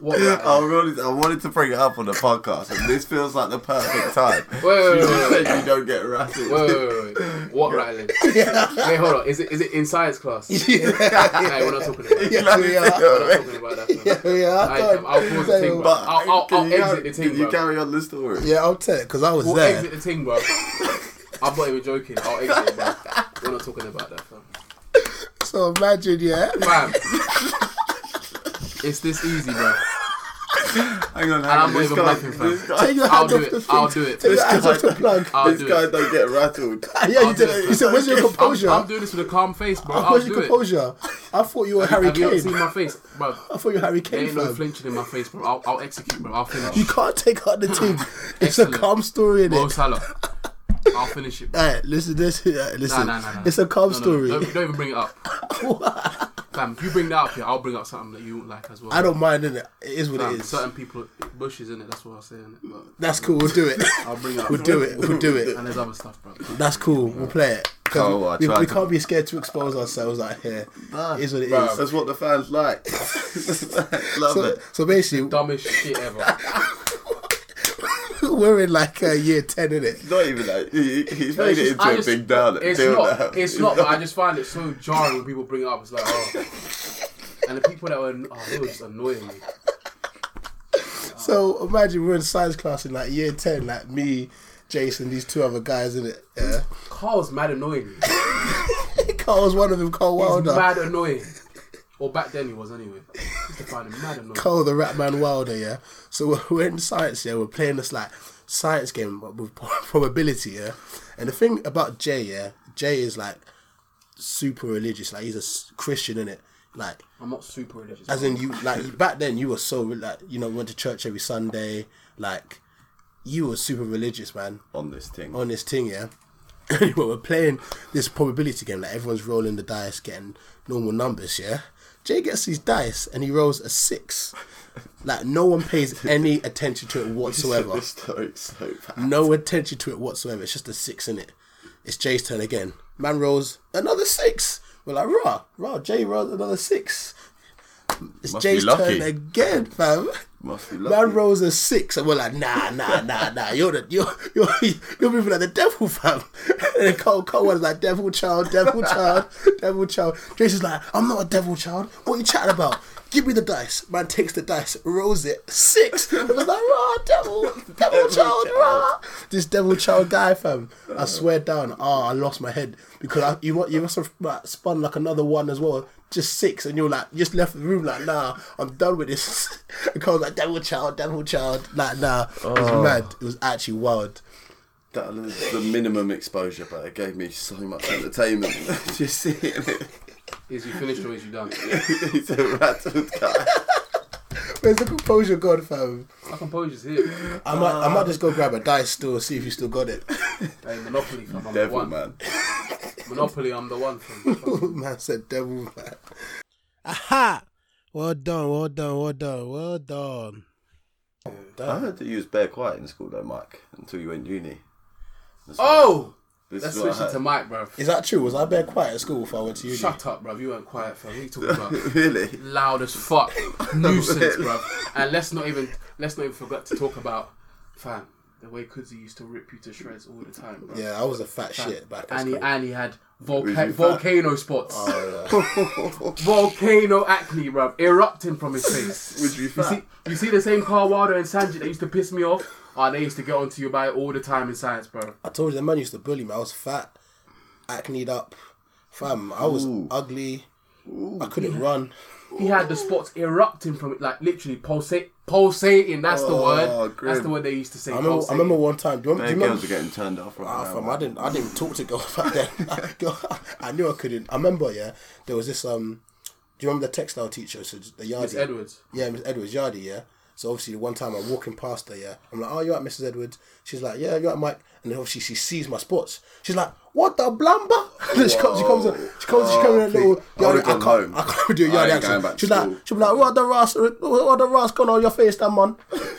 D: What?
C: I really, I wanted to bring it up on the podcast, and this feels like the perfect time. Wait,
D: wait, wait,
C: you don't get *laughs* rattled.
D: Wait, wait, wait, wait. What rattling?
A: *laughs*
D: Wait, hold on. Is it is it in science class? *laughs* Hey, we're not talking about that.
A: yeah, we are.
D: We're not talking about that.
A: *laughs*
D: fam.
A: Yeah, I
D: Alright, fam, um, I'll pause the
A: Say
D: thing,
A: what?
D: bro. I'll, I'll,
C: can
D: I'll
C: you,
D: exit the
C: can
D: thing,
C: you
D: bro.
C: carry on the story?
A: Yeah, I'll tell it because I was
D: We'll
A: there.
D: exit the thing, bro.
A: *laughs*
D: I'm not even joking. I'll exit it, bro. We're not talking about that, fam.
A: So imagine,
D: *laughs*
A: yeah.
D: Fam. It's this easy, bro.
C: Hang on, hang on.
D: I'm not
C: This
D: even
C: guy,
D: bluffing, fam.
C: this guy,
A: Take your
D: I'll
A: hand
D: do
A: off
D: it.
A: the thing.
D: I'll do it.
A: Take your
C: This
A: hands off
C: guy-
A: the plug.
D: I'll
C: this
D: do
C: guy
D: it.
C: don't get
D: *laughs*
C: rattled.
A: *laughs* yeah, you
D: I'll do
A: did.
D: it.
A: You said, "Where's your
D: I'm,
A: composure?"
D: I'm doing this with a calm face, bro. I'll
A: Where's
D: do
A: your composure? I thought you were
D: it.
A: Harry
D: *laughs* Have you not seen
A: Kane.
D: my face, bro?
A: I thought you were Harry
D: There
A: Kane.
D: ain't no
A: fam.
D: flinching in my face, bro. I'll, I'll execute, bro. I'll
A: You
D: finish.
A: can't take out the
D: *laughs*
A: team. It's a
D: Excellent.
A: calm story in
D: Mo
A: it.
D: Salah. I'll finish it. Bro.
A: Alright, listen, this, *laughs* alright,
D: Nah,
A: listen.
D: nah, nah, nah.
A: It's a calm
D: No, no,
A: story.
D: Don't, don't even bring it up. Fam, if you bring that up here, I'll bring up something that you won't like as
A: *laughs*
D: well.
A: I don't mind innit? It is what
D: Fam,
A: it is.
D: Certain people, bushes in it. That's what I'm saying. But
A: That's cool. We'll do
D: *laughs*
A: it. *laughs*
D: I'll bring it up.
A: We'll do it. We'll do it.
D: And there's other stuff, bro.
A: That's cool. We'll play it. 'Cause
C: Oh, I
A: we,
C: tried
A: we
C: to-
A: can't be scared to expose ourselves out here. It is what it is.
C: Bruh, That's what the fans like. *laughs* Love
A: So,
C: it.
A: so basically,
D: Dumbest shit *laughs* ever.
A: *laughs* we're in like uh, year 10 in it.
C: Not even that. He, he's
D: No,
C: made
D: it's
C: it
D: just-
C: into
D: I
C: a
D: just-
C: big down.
D: It's
C: deal
D: not.
C: now. *laughs*
D: It's not. But I just find it so jarring when people bring it up. It's like, oh. And the people that were, oh, they were just annoying me.
A: So imagine we're in science class in like year 10, like me, Jason, these two other guys in it. Yeah.
D: Carl's mad annoying me.
A: *laughs* Carl was one of them, Carl
D: He's
A: Wilder.
D: mad annoying. Well, back then he was anyway. He's defined him mad annoying.
A: Cole the Ratman Wilder, yeah. So we're, we're in science, yeah. We're playing this like science game but with *laughs* probability, yeah. And the thing about Jay, yeah, Jay is like super religious. Like he's a s- Christian in it. Like
D: I'm not super religious.
A: as in you, like back then you were so re- like you know went to church every Sunday. Like you were super religious, man
C: on this thing.
A: on this thing, yeah. *coughs* anyway, we're playing this probability game. Like everyone's rolling the dice, getting normal numbers, yeah. Jay gets these dice and he rolls a six. Like no one pays any attention to it whatsoever.
C: *laughs* This story's so bad.
A: No attention to it whatsoever. It's just a six in it. It's Jay's turn again. Man rolls another six. We're like, rah, rah. Jay rolls another six. It's
C: Must be
A: Jay's
C: lucky.
A: turn again, fam.
C: Must be
A: Man
C: lucky.
A: rolls a six, and we're like, nah, nah, nah, nah. You're the, you're you're you're moving like the devil, fam. *laughs* And then Cole Cole was like, devil child, devil child, devil child. Jason's like, I'm not a devil child. What you chatting about? Give me the dice. Man takes the dice, rolls it, six. And was like, rah, devil, devil child, rah. This devil child guy, fam. I swear down, ah, I lost my head because I, you mu- you must have like, spun like another one as well just six, and you're like, you just left the room like, nah, I'm done with this. *laughs* and Cole's like, devil child, devil child, like, nah, it was mad. It was actually wild.
C: That was the minimum exposure, but it gave me so much
A: *laughs*
C: entertainment. *laughs* Just seeing it.
D: Is you finished or is you done?
C: He's a rattled guy.
A: Where's the composure gone, fam?
D: My composure's here.
A: I might, I might just go grab a dice still, see if you still got it. *laughs*
D: Hey, Monopoly, fam, I'm the
C: Devil,
D: one.
C: man.
D: Monopoly, I'm the one. Fam.
A: man said, devil, man.
E: Aha! Well done, well done, well done, well done.
C: I heard that you was bare quiet in school though, Mike, until you went uni.
D: Oh,
C: This
D: let's
C: is what
D: switch
C: *laughs*
D: it to Mike, bro.
A: Is that true? Was I bare quiet at school if I went to uni?
D: Shut up, bro. You weren't quiet, fam. What are you talking about?
C: I heard. Really?
D: Loud as fuck, nuisance, bro. And let's not even let's not even forget to talk about, fam, the way Kudzi used to rip you to shreds all the time, bro.
A: Yeah, I was a fat shit back at
D: and he,
A: school.
D: and he had
C: Who's
D: volca-
C: he
D: volcano spots, *laughs* volcano acne, bruv, erupting from his face.
C: Would you be
D: You
C: fat?
D: see, you see the same Carl Wilder and Sanjay that used to piss me off. Ah, they used to get onto you about it all the time in science, bro.
A: I told you, the man used to bully me. I was fat, acneed up. Fam, I was
C: Ooh.
A: ugly. I couldn't run.
D: He had the spots erupting from it, like literally pulsate, pulsating. That's the word.
C: grim.
D: That's the word they used to say.
A: I remember, I
D: pulsating.
A: remember one time. Do you remember?
C: Bare
A: Do you
C: girls
A: remember
C: are getting turned off right
A: Ah,
C: now.
A: fam,
C: man.
A: I didn't, I didn't talk to girls *laughs* back
C: *laughs*
A: then. I knew I couldn't. I remember, yeah, there was this. Um, do you remember the textile teacher? So the yardie.
D: Miss Edwards.
A: Yeah, Miss Edwards Yardie, yeah. So obviously one time I'm walking past her, yeah. I'm like, Oh, you're at Mrs. Edwards? She's like, Yeah, you're at Mike and then obviously she sees my spots. She's like, What the blamba? *laughs* And then she comes she comes in she comes she comes in a
C: Oh,
A: little
C: please. I
A: Yardie, I
C: would've gone
A: can't
C: home.
A: I can't do a
C: I ain't
A: Yardie
C: going back
A: accent.
C: to
A: She's like
C: school.
A: she'll be like, What the ras what the ras going on your face that man?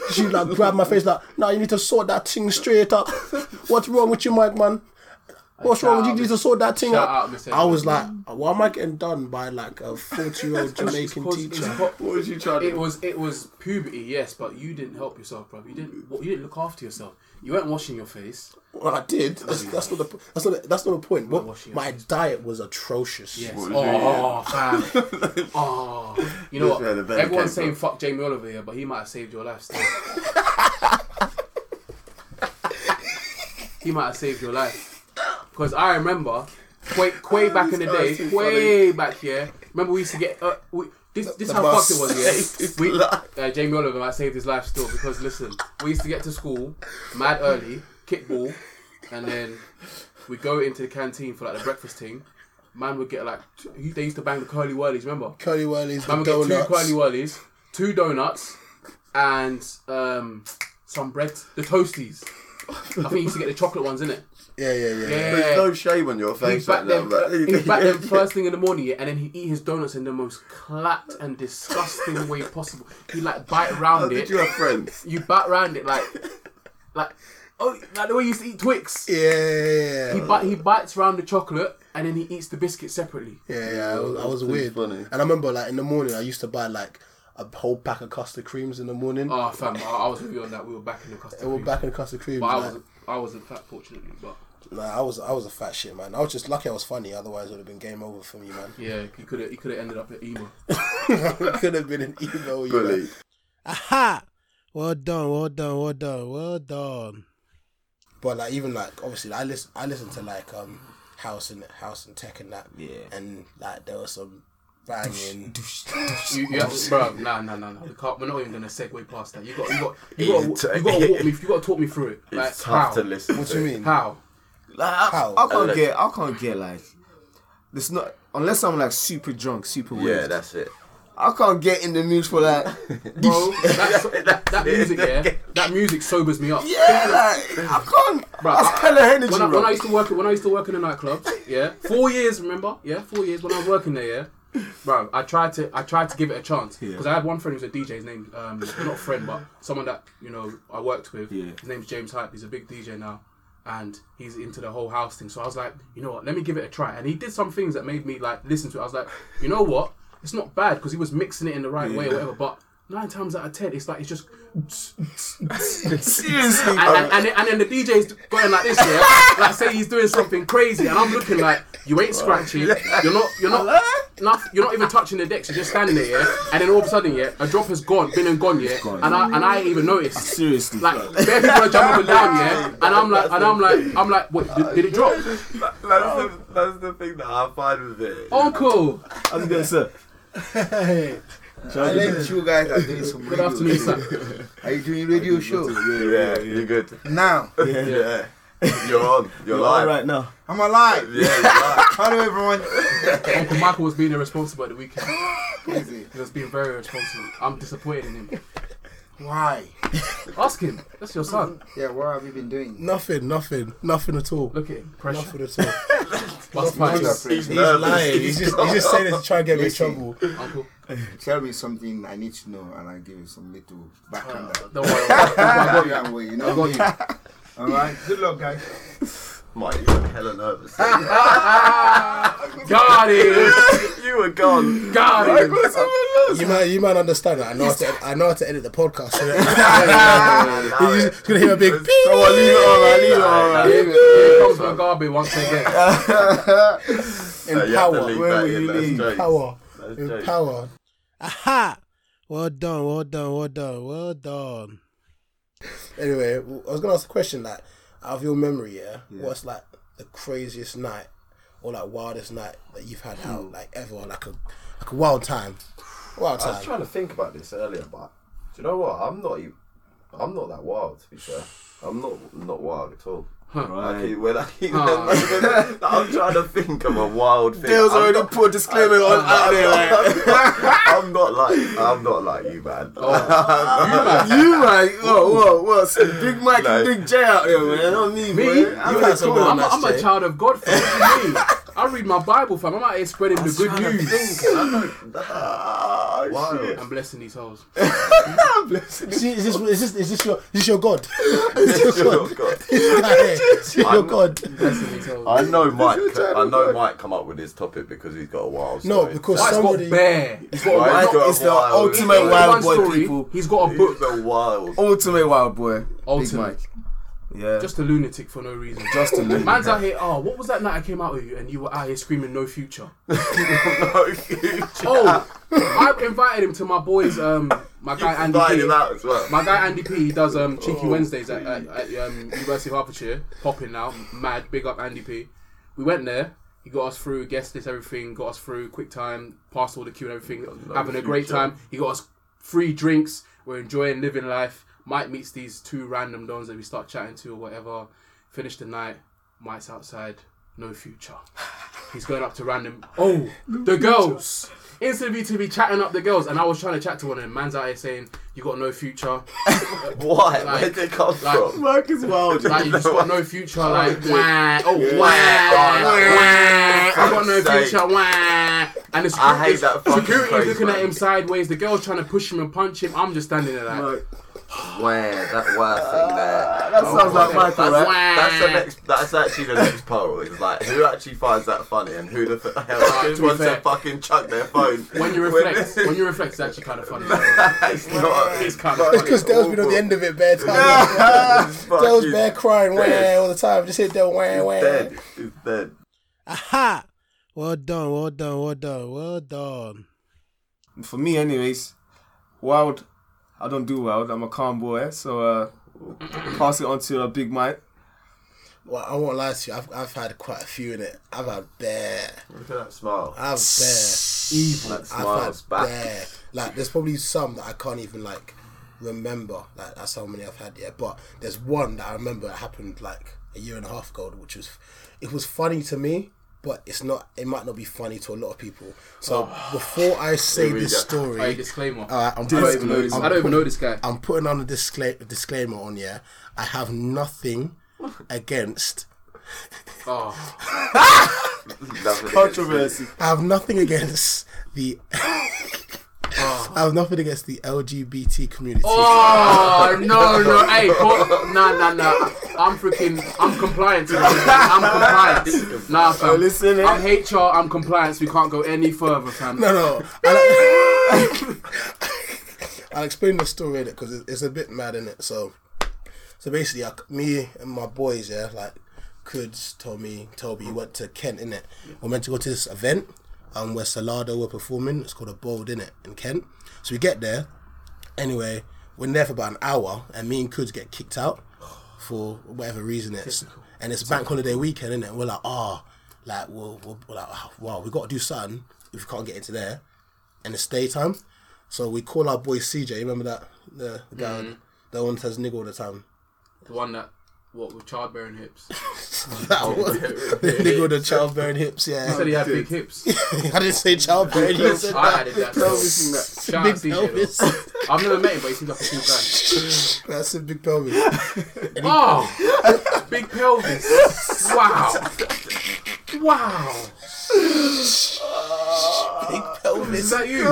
A: *laughs* She like grabbed my face like, nah, you need to sort that thing straight up. *laughs* What's wrong with you, Mike man? What's wrong with you? You need to sort that thing
D: Shout
A: up.
D: out, Miss
A: I was like, why am I getting done by like a forty year
D: *laughs*
A: old Jamaican
D: Because it's
A: teacher?
D: po-
C: What was you trying to
D: It was it was puberty, yes, but you didn't help yourself, bro. You didn't you didn't look after yourself. You weren't washing your face.
A: Well, I did. That's, that's not the. That's not. The, that's not the point. What,
D: wash your
A: my diet was atrocious.
D: Yes.
C: What was
A: *laughs*
D: Oh, fam. oh, you know what?
C: where the better
D: Everyone's
C: came
D: saying fuck Jamie Oliver here, but he might have saved your
A: *laughs*
D: life still. he might have saved your life because I remember way,
C: *laughs*
D: way back in the
C: guy's
D: day,
C: too
D: way back yeah. Remember we used to get uh, we, this. This
A: The
D: how
A: bus
D: fucked it was.
C: saved
D: Yeah,
C: his
D: we,
C: life.
D: uh, Jamie Oliver might saved his life still because listen, we used to get to school mad early, kickball, and then we go into the canteen for like the breakfast thing. Man would get like t- they used to bang the curly whirlies. Remember?
A: Curly whirlies,
D: Man
A: with
D: would get two
A: donuts.
D: curly whirlies, two donuts, and um, some bread. The toasties. I think you used to get the chocolate ones in it.
A: yeah, yeah, yeah. yeah.
C: There's
D: Yeah.
C: no shame on your
D: He's
C: face
D: back
C: right now, *laughs*
D: them.
C: man.
D: He's back them first thing in the morning, yeah, and then he eat his donuts in the most clapped and disgusting way possible. He like bite
C: How
D: round
C: Oh, did
D: it.
C: you have friends?
D: You bite round it like, like, oh, like the way you used to eat Twix.
A: Yeah,
D: He,
A: yeah,
D: bite, he bites round the chocolate and then he eats the biscuit separately.
A: yeah, yeah. I was, I was
C: That's
A: weird.
C: funny.
A: And I remember, like in the morning, I used to buy like a whole pack of custard creams in the morning.
D: Ah, fam, I, I was with you on that. We were back in the custard.
A: and we're
D: cream.
A: back in custard creams.
D: But I
A: like-
D: wasn't. I wasn't fat, fortunately. But
A: Nah, I was, I was a fat shit, man. I was just lucky I was funny. Otherwise, it would have been game over for me, man. *laughs*
D: yeah, he could have. He could have ended up at emo.
A: it could have been an emo. you know.
C: Bully.
E: Aha! Well done, well done, well done, well done.
A: But like even like obviously I listen I listen to like um house and house and tech and that. Yeah. And like there was some banging.
D: You, you have, bro, nah, nah, nah, nah. We can't, we're not even gonna segue past that. You got, you got, you got, to, you got to walk me. You got to talk me through it. Like
C: It's
D: how?
C: tough to listen
A: what
C: to.
A: do you mean?
D: How?
F: Like, I,
A: How?
F: I can't
C: Unless-
F: get. I can't get like. It's not unless I'm like super drunk, super
C: Yeah,
F: weird.
C: that's it.
F: I can't get in the mood for that.
D: Bro, that's, that, that music, yeah, that music sobers me up.
F: *laughs* yeah, like I can't.
D: Bro,
F: that's
D: I-
F: hella energy,
D: When I,
F: bro.
D: when I used to work, when I used to work in a nightclub, yeah, four years, remember? Yeah, four years when I was working there, yeah. Bro, I tried to, I tried to give it a chance because I had one friend who was a DJ. His name, um, not friend, but someone that you know I worked with.
F: Yeah.
D: His name's James Hype. He's a big DJ now, and he's into the whole house thing. So I was like, you know what? Let me give it a try. And he did some things that made me like listen to it. I was like, you know what? It's not bad because he was mixing it in the right way or whatever. But nine times out of ten, it's like it's just
F: Seriously,
D: and, and, and, then- and then the DJ's going like this, yeah. like say he's doing something crazy, and I'm looking like you ain't scratching, you're not, you're not, not, you're not even touching the decks. You're just standing there, yeah. And then all of a sudden, yeah, a drop has gone, been and gone, yeah. And I and I ain't even noticed.
F: seriously.
D: Like bare people are jumping up and down, yeah. And I'm like, and I'm like, I'm like, what? Did, did it drop?
C: That's the, that's the thing that I find with it.
A: Oh.
D: Uncle,
F: I'm gonna say.
G: *laughs* I like you guys are doing some
D: good
G: radio
D: afternoon,
G: show.
D: sir.
G: Are you doing radio show?
C: Yeah, you're good.
G: Now,
D: Yeah.
C: You're on. You're, live.
F: All right now.
G: I'm alive.
C: Yeah, *laughs* you're live.
G: Hello, everyone.
D: Uncle Michael was being irresponsible at the weekend.
G: Crazy.
D: He was being very irresponsible. I'm disappointed in him.
G: Why?
D: Ask him. That's your son.
G: Yeah, what have you been doing?
A: Nothing, nothing, nothing at all.
D: Look at him. Pressure.
A: Nothing at all.
G: He's-
D: Bus
G: he's-
D: punches.
C: He's
A: He's
C: nervous.
A: *laughs* lying. He's just, he's just saying it to try and get me in
G: Listen.
A: trouble.
D: Uncle.
G: Tell me something I need to know, and I'll give you some little backhander.
F: Ah.
D: Don't worry.
G: *laughs* I'll go your way, you know what I mean? *laughs* All right. Good luck, guys.
C: Mike, you were hella
A: *laughs*
C: nervous.
D: Got
F: *laughs*
D: him.
C: you were gone.
D: Got him.
A: You might, you might understand that. I know how to, I know how to edit the podcast. So that- *laughs* he's just gonna hear a big. beep.
C: Someone
A: *laughs*
C: leave it on, man, leave it on, man.
D: Here here comes Mugabe once again.
C: No, Uh, you have to leave
A: Where
C: that
A: will
C: in,
A: you
C: that's
A: leave?
C: jokes.
A: Power.
C: That's
A: In
C: jokes.
A: Power.
E: Aha! Well done, well done, well done, well done.
A: Anyway, w- I was gonna ask a question. Like, out of your memory, yeah, what's like the craziest night or like wildest night that you've had out like ever? Like a like a wild time. Wild
C: Hmm. I was
A: time.
C: trying to think about this earlier, but do you know what? I'm not. e- I'm not that wild. To be fair, I'm not not wild at all. I keep, when I *laughs* keep, I'm trying to think of a wild thing.
F: Dale's
C: I'm,
F: already
C: not,
F: put a disclaimer on out there. Like, *laughs* Oh,
C: I'm not like I'm not like you, man.
F: *laughs* you man, whoa, whoa, whoa, so Big Mike
C: No.
F: and Big J out there, man. Not me,
D: Me?
F: man.
D: You
F: I'm
A: had some
F: cool.
D: I'm, a,
A: nice
D: I'm a
A: day.
D: child of God, fam. What do
F: *laughs*
D: you mean? I read my Bible, fam. I'm out here spreading the good
C: I
D: news.
C: think I don't. Ah, shit.
D: I'm blessing these hoes.
A: See, is this is this is this your is this your
C: *laughs*
A: god?
C: *laughs* Oh,
F: *laughs*
A: Is
C: God.
A: this your
C: I'm-
A: god?
D: Blessing these hoes.
C: I know Mike. I know Mike come up with this topic because he's got a wild.
A: No,
C: story.
A: because
D: Mike's
A: somebody
D: got bear. He's got a
C: Mike's
D: wild-
C: got a
F: It's the
C: wild-
F: ultimate
D: he's got
F: wild
D: one
F: boy,
D: story,
F: people.
D: He's got a
C: He's
D: book.
C: the wild.
F: Ultimate wild boy. Big
D: Ultimate.
F: Mike. Yeah.
D: Just a lunatic for no reason.
F: Just a little.
D: Man's out here. Oh, what was that night I came out with you and you were out here screaming no
F: *laughs*
D: future?
C: *laughs*
D: Oh, I invited him to my boys. Um, my guy Andy.
C: Find
D: P.
C: him out as well.
D: My guy Andy P he does um, Cheeky Wednesdays at, at, at um, University of Hertfordshire. Popping now, mad. Big up Andy P. We went there. He got us through guest list, everything. Got us through quick time, passed all the queue and everything. having a great
C: future.
D: time. He got us free drinks. We're enjoying living life. Mike meets these two random dons that we start chatting to or whatever. Finish the night. Mike's outside. No future. He's going up to random. Oh, the girls. Instantly to be chatting up the girls, and I was trying to chat to one of them. Man's out here saying, "You got no future."
C: Why?
D: Like-
C: Where did it come
D: like-
C: from?
F: Mike is wild.
D: Like you just got
C: *laughs*
D: no future, like wah, oh wah,
C: Oh, Yeah.
D: wah, I got no
C: Fuck's sake.
D: future, wah. And the
C: I hate
D: security,
C: that fucking
D: security is
C: phrase,
D: looking at
C: man.
D: him sideways. The girl's trying to push him and punch him. I'm just standing there like,
F: Mike.
C: Where that where thing there?
F: Uh, That sounds like Michael,
D: That's
F: right?
D: wah.
C: That's the next. That's actually the next poll. It's like who actually finds that funny and who the f- hell just
D: Uh, to be
C: wants
D: fair.
C: to fucking chuck their phone
D: When
C: *laughs*
D: you reflect, when you reflect, it's actually kind of funny.
C: it's not.
D: It's kind of
F: *laughs*
D: funny.
A: because Dale's been on the end of it bare time.
C: It's
A: Dale's
C: fucking *laughs*
A: bare crying wah
C: dead.
A: all the time. Just hit Dale wah wah.
C: dead. It's dead.
E: Aha! Well done, well done, well done, well done.
F: For me, anyways, wild. I don't do wild. I'm a calm boy. So uh, pass it on to uh, Big Mike.
A: Well, I won't lie to you. I've, I've had quite a few in it. I've had bear.
C: Look at that smile.
A: I've bear.
C: That
A: I've
C: smile's
A: had
C: back.
A: bear. Like there's probably some that I can't even like remember. Like that's how many I've had. Yeah, but there's one that I remember that happened like a year and a half ago, which was it was funny to me. But it's not. It might not be funny to a lot of people. So
D: Oh,
A: before I say
C: we
A: this
C: go.
A: story,
D: Hey, disclaimer.
A: alright, I'm,
D: I don't
A: putting,
D: even know this.
A: I'm
D: I don't even
A: putting-
D: know this guy.
A: I'm putting on a discla- disclaimer on. Yeah, I have nothing against
D: Oh,
C: *laughs* Nothing against
F: Controversy.
A: I have nothing against the. *laughs* I have nothing against the LGBT community.
D: oh no, no, hey, but, nah, nah, nah. I'm freaking, I'm compliant. you know what I'm saying? I'm compliant. Nah, fam.
F: listen, eh?
D: I'm HR. I'm compliance. We can't go any further, fam.
A: No, no. I'll, I'll explain the story in it because it's a bit mad in it. So, so basically, I, me and my boys, yeah, like, Kuds, Tommy, Toby, went to Kent in it. We're meant to go to this event um, where Salado were performing. It's called a Bold in it in Kent. So we get there. Anyway, we're there for about an hour, and me and Kuds get kicked out for whatever reason it's and it's bank holiday weekend innit? and we're like ah like we're, we're, we're like ah, wow we got to do something if we can't get into there and it's daytime so we call our boy CJ remember that the, the guy the one that says nigga all the time *laughs*
D: The one that What with childbearing hips?
A: That was *laughs* nigga with the childbearing hips.
D: He
A: Yeah,
D: said he had big
A: *laughs*
D: hips.
A: I didn't say childbearing. You said
D: I added that.
A: pelvis
D: Shout out
A: Big
D: CJ though.
A: pelvis.
D: *laughs* I've never met him, but he seems like a cool
A: *laughs*
D: guy.
A: That's a big pelvis.
D: Oh, big pelvis. Wow. Wow.
A: Big pelvis.
D: Is that you?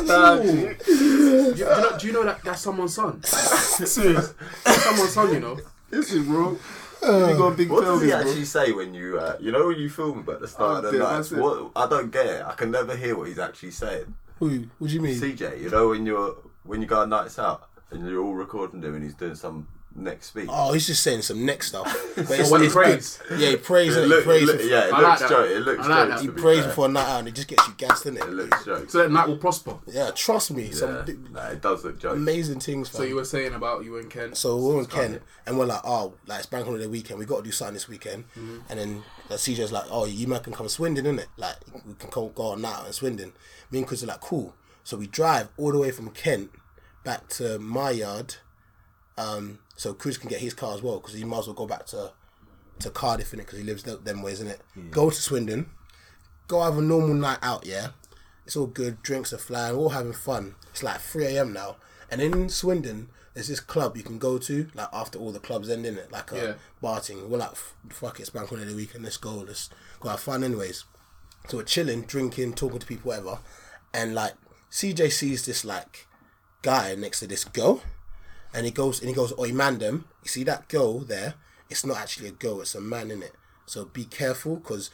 D: Ooh. Do you, do you know, do you know that that's someone's son?
F: Serious.
D: Someone's son, you know.
F: This is bro. you got big
C: What does he
F: pelvis,
C: actually say when you, uh, you know, when you film him at the start
F: Oh,
C: of the
F: dear,
C: night?
F: that's it.
C: What, I don't get it. I can never hear what he's actually saying.
A: Who? What do you mean?
C: CJ, you know, when you're when you go on nights out and you're all recording him and he's doing some next speech.
A: Oh, he's just saying some next stuff. But it's,
D: when he
A: it's
D: prays.
A: good. Yeah, he prays.
C: It
A: and
C: look,
A: he prays.
C: it look-
A: before,
C: yeah, it
D: I like
C: looks
D: that.
C: jokes. It looks
D: I like
C: jokes.
D: that.
A: He
C: to be
A: prays
C: fair.
A: before a night out, and it just gets you gassed, innit?
C: It looks jokes.
D: So that night will prosper.
A: Yeah, trust me. Some
C: Yeah.
A: big,
C: Nah, it does look jokes.
A: amazing things.
D: So you were saying about you and Ken.
A: So we're with Ken, and we're like, oh, like it's bank holiday weekend, we got to do something this weekend.
D: Mm-hmm.
A: And then like, CJ's like, oh, you man can come to Swindon, innit? Like we can go, go on now in Swindon. Me and Chris are like, cool. So we drive all the way from Kent back to my yard, um, so Chris can get his car as well because he might as well go back to to Cardiff in it because he lives th- them ways in it. Go to Swindon, go have a normal night out, yeah. It's all good, drinks are flying, we're all having fun. It's like 3 a.m. now. And in Swindon, there's this club you can go to, like after all the clubs end, in it, like a
D: Yeah.
A: bar thing. We're like, "F- fuck it, it's bank holiday weekend, let's go, let's go have fun, anyways. So we're chilling, drinking, talking to people, whatever. And like, CJ sees this, like, guy next to this girl, and he goes and he goes, "Oi, man, them! You see that girl there? It's not actually a girl; it's a man in it. So be careful, because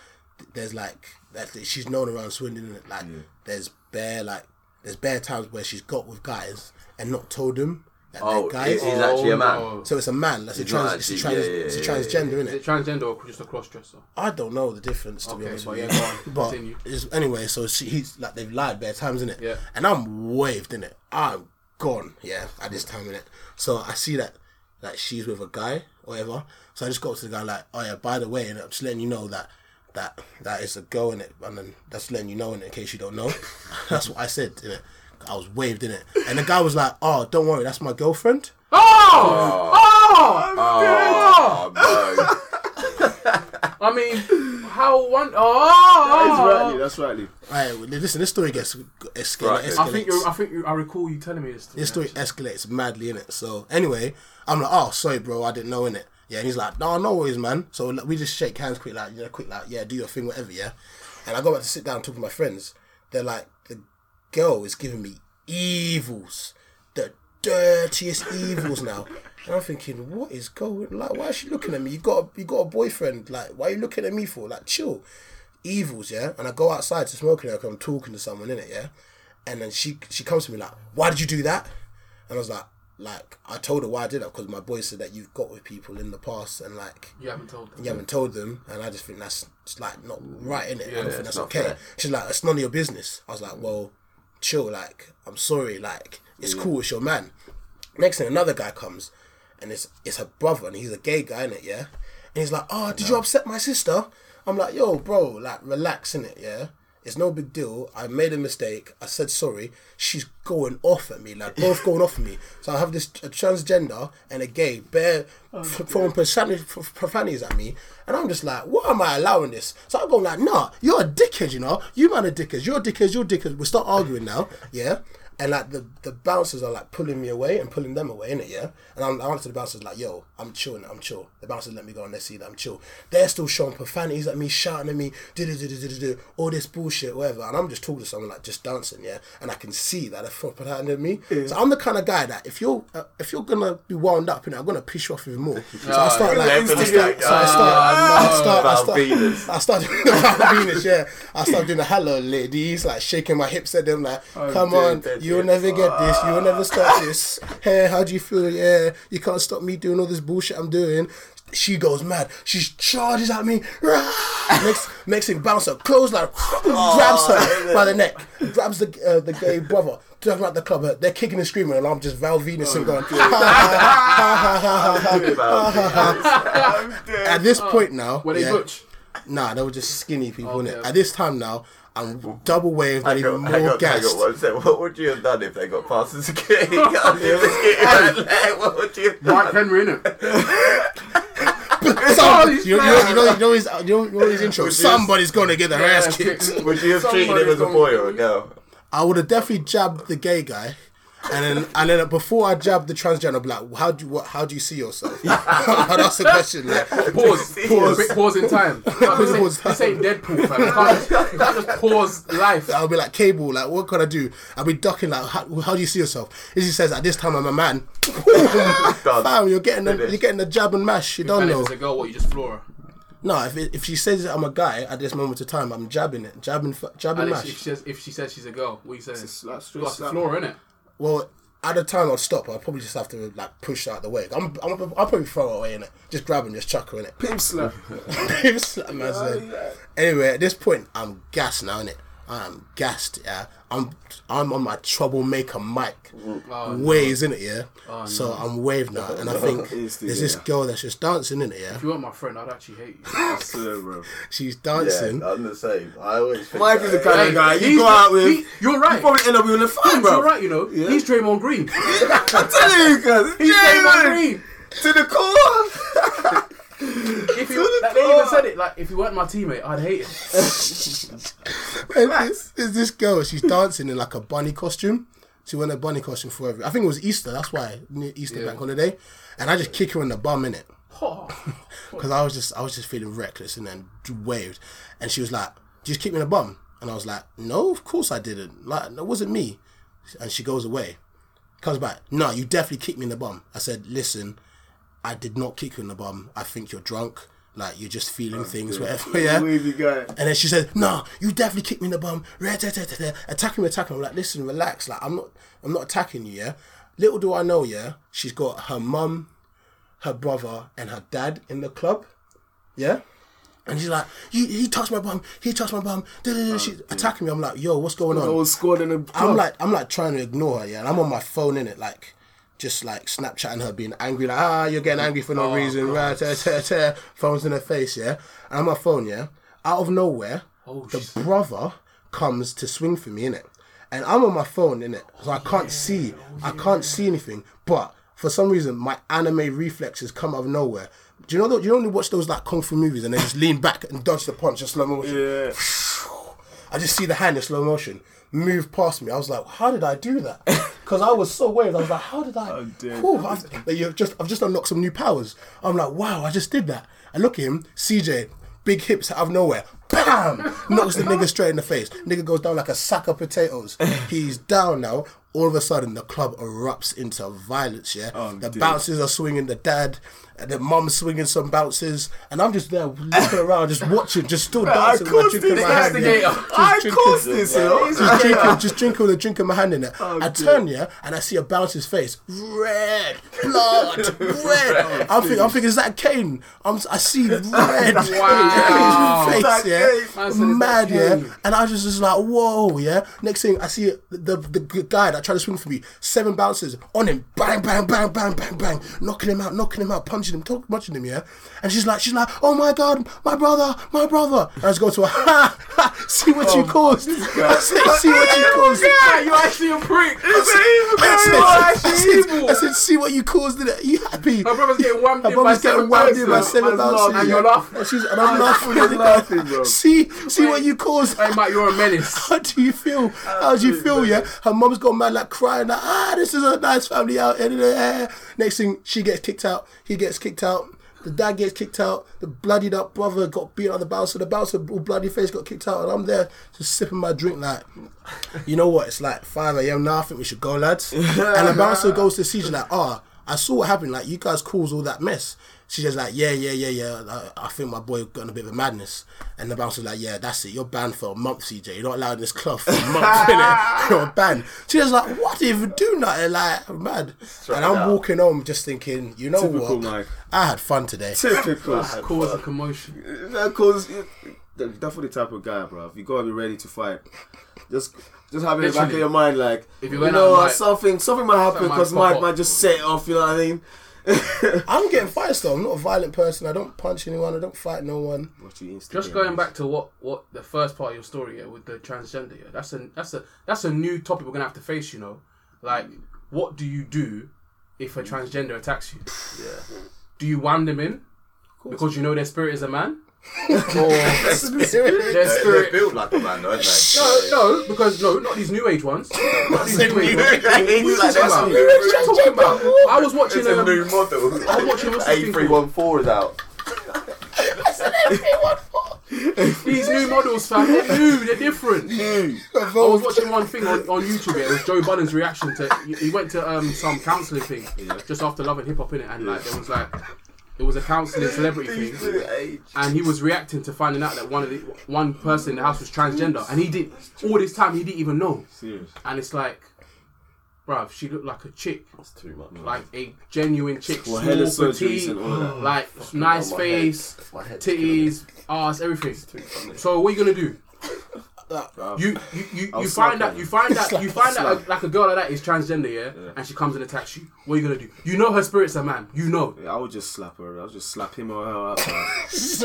A: there's like that she's known around Swindon. innit? Like there's bare like there's bare times where she's got with guys and not told them that
C: Oh,
A: they're guys.
C: he's, he's actually a man.
D: Oh, no.
A: so it's a man. That's a
C: He's not
A: trans. it's a
C: actually-
A: trans.
C: yeah, yeah,
A: it's a
C: yeah,
A: transgender,
D: Is
A: innit?
D: it transgender or just a cross dresser?
A: I don't know the difference to be
D: Okay,
A: honest
D: but
A: with
D: yeah,
A: you.
D: go on,
A: *laughs* but
D: continue.
A: it's- anyway, so she, he's like they've lied bare times in it.
D: Yeah.
A: And I'm waved in it. I'm gone. Yeah, at this time in it. So I see that like she's with a guy or whatever. So I just go up to the guy like, oh yeah, by the way, and I'm just letting you know that that that is a girl in it, and then that's letting you know in, it, in case you don't know. *laughs* that's what I said in it. I was waved in it, and the guy was like, oh, don't worry, that's my girlfriend.
D: Oh! Oh!
C: Oh, no.
D: I mean, how one? Oh!
F: That's rightly.
A: Right, listen, this story gets escalated.
C: Right,
D: I think you. I think you. I recall you telling me this.
A: This story escalates madly in it. So anyway, I'm like, oh, sorry, bro, I didn't know in it. Yeah, and he's like, no, no worries, man. So like, we just shake hands quick, like, yeah, quick, like, yeah, do your thing, whatever, yeah. And I go back to sit down and talk to my friends. They're like, the girl is giving me evils, the dirtiest evils now. And I'm thinking, what is going? Like, why is she looking at me? You got, a, you got a boyfriend. Like, why are you looking at me for? Like, chill. Evils, yeah. And I go outside to smoke in her. I'm talking to someone in it, yeah. And then she, she comes to me like, why did you do that? And I was like, like I told her why I did that because my boy said that you've got with people in the past and like
D: You haven't told. them.
A: you haven't told them, and I just think that's it's like not right in it. I don't think that's
C: not
A: okay.
C: fair.
A: She's like, it's none of your business. I was like, well, chill. Like, I'm sorry. Like, it's
C: Mm.
A: cool. It's your man. Next thing, another guy comes, and it's it's her brother, and he's a gay guy in it, yeah. And he's like, oh, did you upset my sister? I'm like, yo, bro, like, relax in it, yeah. It's no big deal. I made a mistake. I said sorry. She's going off at me, like both going off at me. So I have this a transgender and a gay bare f- throwing profani- f- profanities at me, and I'm just like, what am I allowing this? So I go like, nah, you're a dickhead, you know. You man are dickheads. You're dickheads. You're dickheads. We start arguing now, yeah. And like the, the bouncers are like pulling me away and pulling them away, innit, yeah? And I'm, I went to the bouncers like, yo, I'm chilling, I'm chill. The bouncers let me go and they see that I'm chill. They're still showing profanities at me, shouting at me, do do do do do do, all this bullshit, whatever. And I'm just talking to someone like just dancing, yeah? And I can see that they're fucking out at me. So I'm the kind of guy that if you're uh, if you're gonna be wound up, you know, I'm gonna piss you off even *laughs* more. So I start like, I
C: Definitely.
A: start, so I start, I start, I start, *laughs*
C: Valvinus.
A: I started doing the Venus, yeah. I started doing the hello ladies, like shaking my hips at them, like, come
C: dear,
A: on,
C: dear,
A: you'll
C: dear.
A: never get this, you'll never stop this. Hey, how do you feel? Yeah, you can't stop me doing all this bullshit I'm doing. She goes mad. She charges at me. *laughs* Rah! Next, next thing, bouncer close like *laughs* grabs her by the neck, grabs the uh, the gay brother, drags him out the club. Uh, They're kicking and screaming, and I'm just Val Venus and going. *laughs* At this point now,
C: *laughs*
D: Were they
A: yeah.
D: butch?
A: Nah, they Oh. were just skinny people.
D: Okay,
A: innit?
D: okay.
A: At this time now, and double waved and even
C: hang
A: more
C: on, hang
A: gassed.
C: on one sec. What would you have done if they got past the security guard? *laughs* They were
A: *laughs*
C: scared. Like, what would you have
D: Mark
C: done?
D: Henry, innit?
A: Some- you, know, you, know, you, know his, you know you know his intro. Somebody's gonna get their ass kicked.
C: Would you have treated him as a boy or a girl?
A: I would have definitely jabbed the gay guy, and then and then before I jabbed the transgender, I'd be like, how do you what, how do you see yourself? *laughs* I'd ask the question. Like, *laughs*
D: Pause. Pause. Big pause in time. This ain't,
A: Pause
D: this ain't Deadpool, fam. You can't, you can't just pause life.
A: I'll be like cable, like what could I do? I'll be ducking, like how, how do you see yourself? If he says at this time I'm a man, *laughs* fam, you're getting the,
C: Finished.
A: you're getting the jab and mash. You don't
D: And if
A: know.
D: it's a girl, what, you just floor her?
A: No, if, if she says I'm a guy at this moment of time, I'm jabbing it, jabbing, fu- jabbing
D: And if
A: mash.
D: she, if, she says, if she says she's a girl, what you saying?
F: a slap, straight
D: you got
F: slap.
D: floor, innit?
A: Well, at the time I'll stop. I'll probably just have to like push out the way. I'm, I'm I'll probably throw it away in it. Just grab him, just chuck *laughs* her in it.
F: Pimp slap.
A: Pimp slap, man, son. Anyway, at this point, I'm gassed now, innit? I'm gassed, yeah. I'm I'm on my troublemaker mic. Waves, in innit, yeah? so I'm waved now, and I think
F: It's
A: there's
F: the-
A: this
F: yeah.
A: girl that's just dancing, innit, yeah?
D: If you weren't my friend, I'd actually hate you.
F: I swear, bro.
A: She's
C: Yeah,
A: dancing.
C: I'm the same. I always think
F: Mike is the
C: that.
F: kind of guy you
D: he's-
F: go out with.
D: he- you're right.
F: You probably end up with a fight,
D: You're
F: bro.
D: right, you know. He's Draymond
F: *laughs*
D: Green. He's
F: I'm telling you, cuz. He's
D: Draymond
F: genuine.
D: Green.
F: To the core.
D: If you, like, they even said it, like, if you weren't my teammate, I'd
F: *laughs*
D: hate *laughs* him.
A: And this- There's this girl, she's dancing in like a bunny costume. She wore a bunny costume for every. I think it was Easter, that's why, near Easter bank holiday. And I just kick her in the bum, innit?
D: Oh,
A: because I was just I was just feeling reckless and then waved, and she was like, "Did you "Just keep me in a bum," and I was like, "No, of course I didn't. Like that wasn't me," and she goes away, comes back, "No, you definitely kicked me in the bum." I said, "Listen, I did not kick you in the bum. I think you're drunk. Like you're just feeling things, whatever." *laughs* Yeah.
F: Wavy guy.
A: And then she said, "No, you definitely kicked me in the bum. Re-ta-ta-ta-ta. Attack him, attack him." I'm like, "Listen, relax. Like, I'm not, I'm not attacking you. Yeah. Little do I know, yeah. She's got her mum, her brother, and her dad in the club. Yeah. And she's like, he, he touched my bum. He touched my bum. Da, da, da. She's attacking me. I'm like, yo, what's going on?
F: The whole squad in a
A: I'm
F: club.
A: like I'm like trying to ignore her, yeah. And I'm on my phone in it, like just like Snapchatting her being angry, like ah, you're getting angry for no reason, right? Tear, tear, tear. Phones in her face, yeah. And I'm on my phone, yeah. Out of nowhere, the brother comes to swing for me in it, and I'm on my phone in it, so I can't see, I can't see anything. But for some reason, my anime reflexes come out of nowhere. Do you know that you only watch those like kung fu movies and then just lean back and dodge the punch in slow motion?
F: Yeah.
A: I just see the hand in slow motion move past me. I was like, how did I do that? *laughs* Because I was so waved. I was like, how did I?
F: dear.
A: Whew, I've, like, you've just, I've just unlocked some new powers. I'm like, wow, I just did that. I look at him, CJ, big hips out of nowhere. Bam! *laughs* Knocks the nigga straight in the face. Nigga goes down like a sack of potatoes. He's down now. All of a sudden, the club erupts into violence. Yeah, the bouncers are swinging the dad, and the mum swinging some bouncers, and I'm just there *laughs* looking around, just watching, just still
F: I
A: dancing. with my
F: caused
A: drink in
F: this.
A: my hand, yeah.
F: I caused Oh, this, you know.
A: Just drinking, just drinking with a drink in my hand in it. I turn yeah, and I see a bouncer's face, red, blood,
F: *laughs*
A: red. I'm thinking, I'm thinking, is that Kane? I'm, I
F: *laughs*
A: see red,
D: Wow.
A: Kane's
F: Is
A: *laughs*
F: that
A: face, yeah,
F: Kane?
D: Man said, is
A: mad,
D: that
A: yeah.
D: Kane?
A: And I just was like, whoa, yeah. Next thing I see the the g- guy that tried to swing for me, seven bouncers on him, bang, bang, bang, bang, bang, bang, knocking him out, knocking him out, punching him, talk, punching him, yeah. And she's like, she's like, oh my god, my brother, my brother. And I just go to her, *laughs* ha, ha, see what
D: Oh,
A: you caused. I said, see what you caused.
D: you actually a prick. *laughs*
A: I said, I
F: It's
A: said,
F: evil.
A: I said, see what you caused. Did it? You happy?
D: My brother's getting whammed
A: Her
D: in
A: brother's getting
D: by seven
A: whammed in by
D: bouncers.
A: seven
D: And
A: bouncers.
D: you're laughing.
A: yeah. And, she's, and I'm laughing.
F: You're laughing,
A: *laughs*
F: bro.
A: See, see what you caused.
D: Hey, Mike, you're a
A: *laughs*
D: menace.
A: How do you feel? How do you feel? Yeah, her mum's gone mad, like crying, like ah, this is a nice family out. And, uh, next thing, she gets kicked out. He gets kicked out. The dad gets kicked out. The bloodied up brother got beat on the bouncer. The bouncer, all bloody face, got kicked out. And I'm there just sipping my drink, like, you know what? It's like 5 a.m. now. I think we should go, lads. and the bouncer goes to CJ, like, ah, I saw what happened. Like, you guys caused all that mess. She's just like, yeah, yeah, yeah, yeah. Like, I think my boy got in a bit of a madness. And the bouncer's like, yeah, that's it. You're banned for a month, CJ. You're not allowed in this club for a month,
C: *laughs*
A: innit? You're banned. She's just like, what did you do? Nothing like, mad. and I'm
C: out.
A: walking home just thinking, you know
F: Typical
A: what?
F: Mike.
A: I had fun today.
F: Typical.
D: Cause a commotion.
F: That cause that's definitely the type of guy, bro. You gotta be ready to fight. Just just have it in the back of
D: Literally.
F: your mind, like
D: If
F: if
D: you
F: you,
D: went out
F: know
D: and, like,
F: something, something might
D: something
F: happen
D: might
F: because
D: pop
F: Mike
D: up.
F: might just set it off. You know what I mean?
A: I'm getting fired still. I'm not a violent person. I don't punch anyone. I don't fight no one.
F: What you
D: Just going back to what, what the first part of your story yeah, with the transgender, yeah, that's a that's a that's a new topic we're gonna have to face. You know, like what do you do if a transgender attacks you?
C: Yeah.
D: Do you wham them in because you know their spirit is a man?
A: *laughs* Seriously.
D: Their
C: They're
D: spirit.
C: built like a man, though,
A: *laughs*
C: aren't they?
D: No, no, because no, not these new age ones. Not these
C: *laughs*
D: new age ones. What are you talking about?
C: It's
D: What are you talking about? I was watching
C: a new
D: um,
C: model.
D: I'm watching what's this thing
C: A314 is out.
D: these new models, fam. They're new, they're different. I was watching one thing on, on YouTube. yeah, It was Joe Budden's reaction to. He he went to um, some counselling thing just after Love and Hip Hop in it, and like there was like it was a counselling celebrity
C: These
D: thing.
C: little age.
D: And he was reacting to finding out that one of the one person in the house was transgender, and he did all this time he didn't even know.
F: Serious.
D: And it's like, bruv, she looked like a chick,
C: That's too much.
D: like a genuine chick,
F: Well,
D: small,
F: hella surgeries
D: petite,
F: and all of that.
D: *gasps* like nice
C: my
D: face,
C: My head's killing me.
D: titties, ass, everything. So what are you gonna do? You you you, you find
F: slap
D: out you
C: *laughs*
D: find out you find out like a girl like that is transgender, yeah, and she comes and attacks you. What are you gonna do? You know her spirit's a man. You know.
F: Yeah, I would just slap her. I would just slap him or her up.
D: You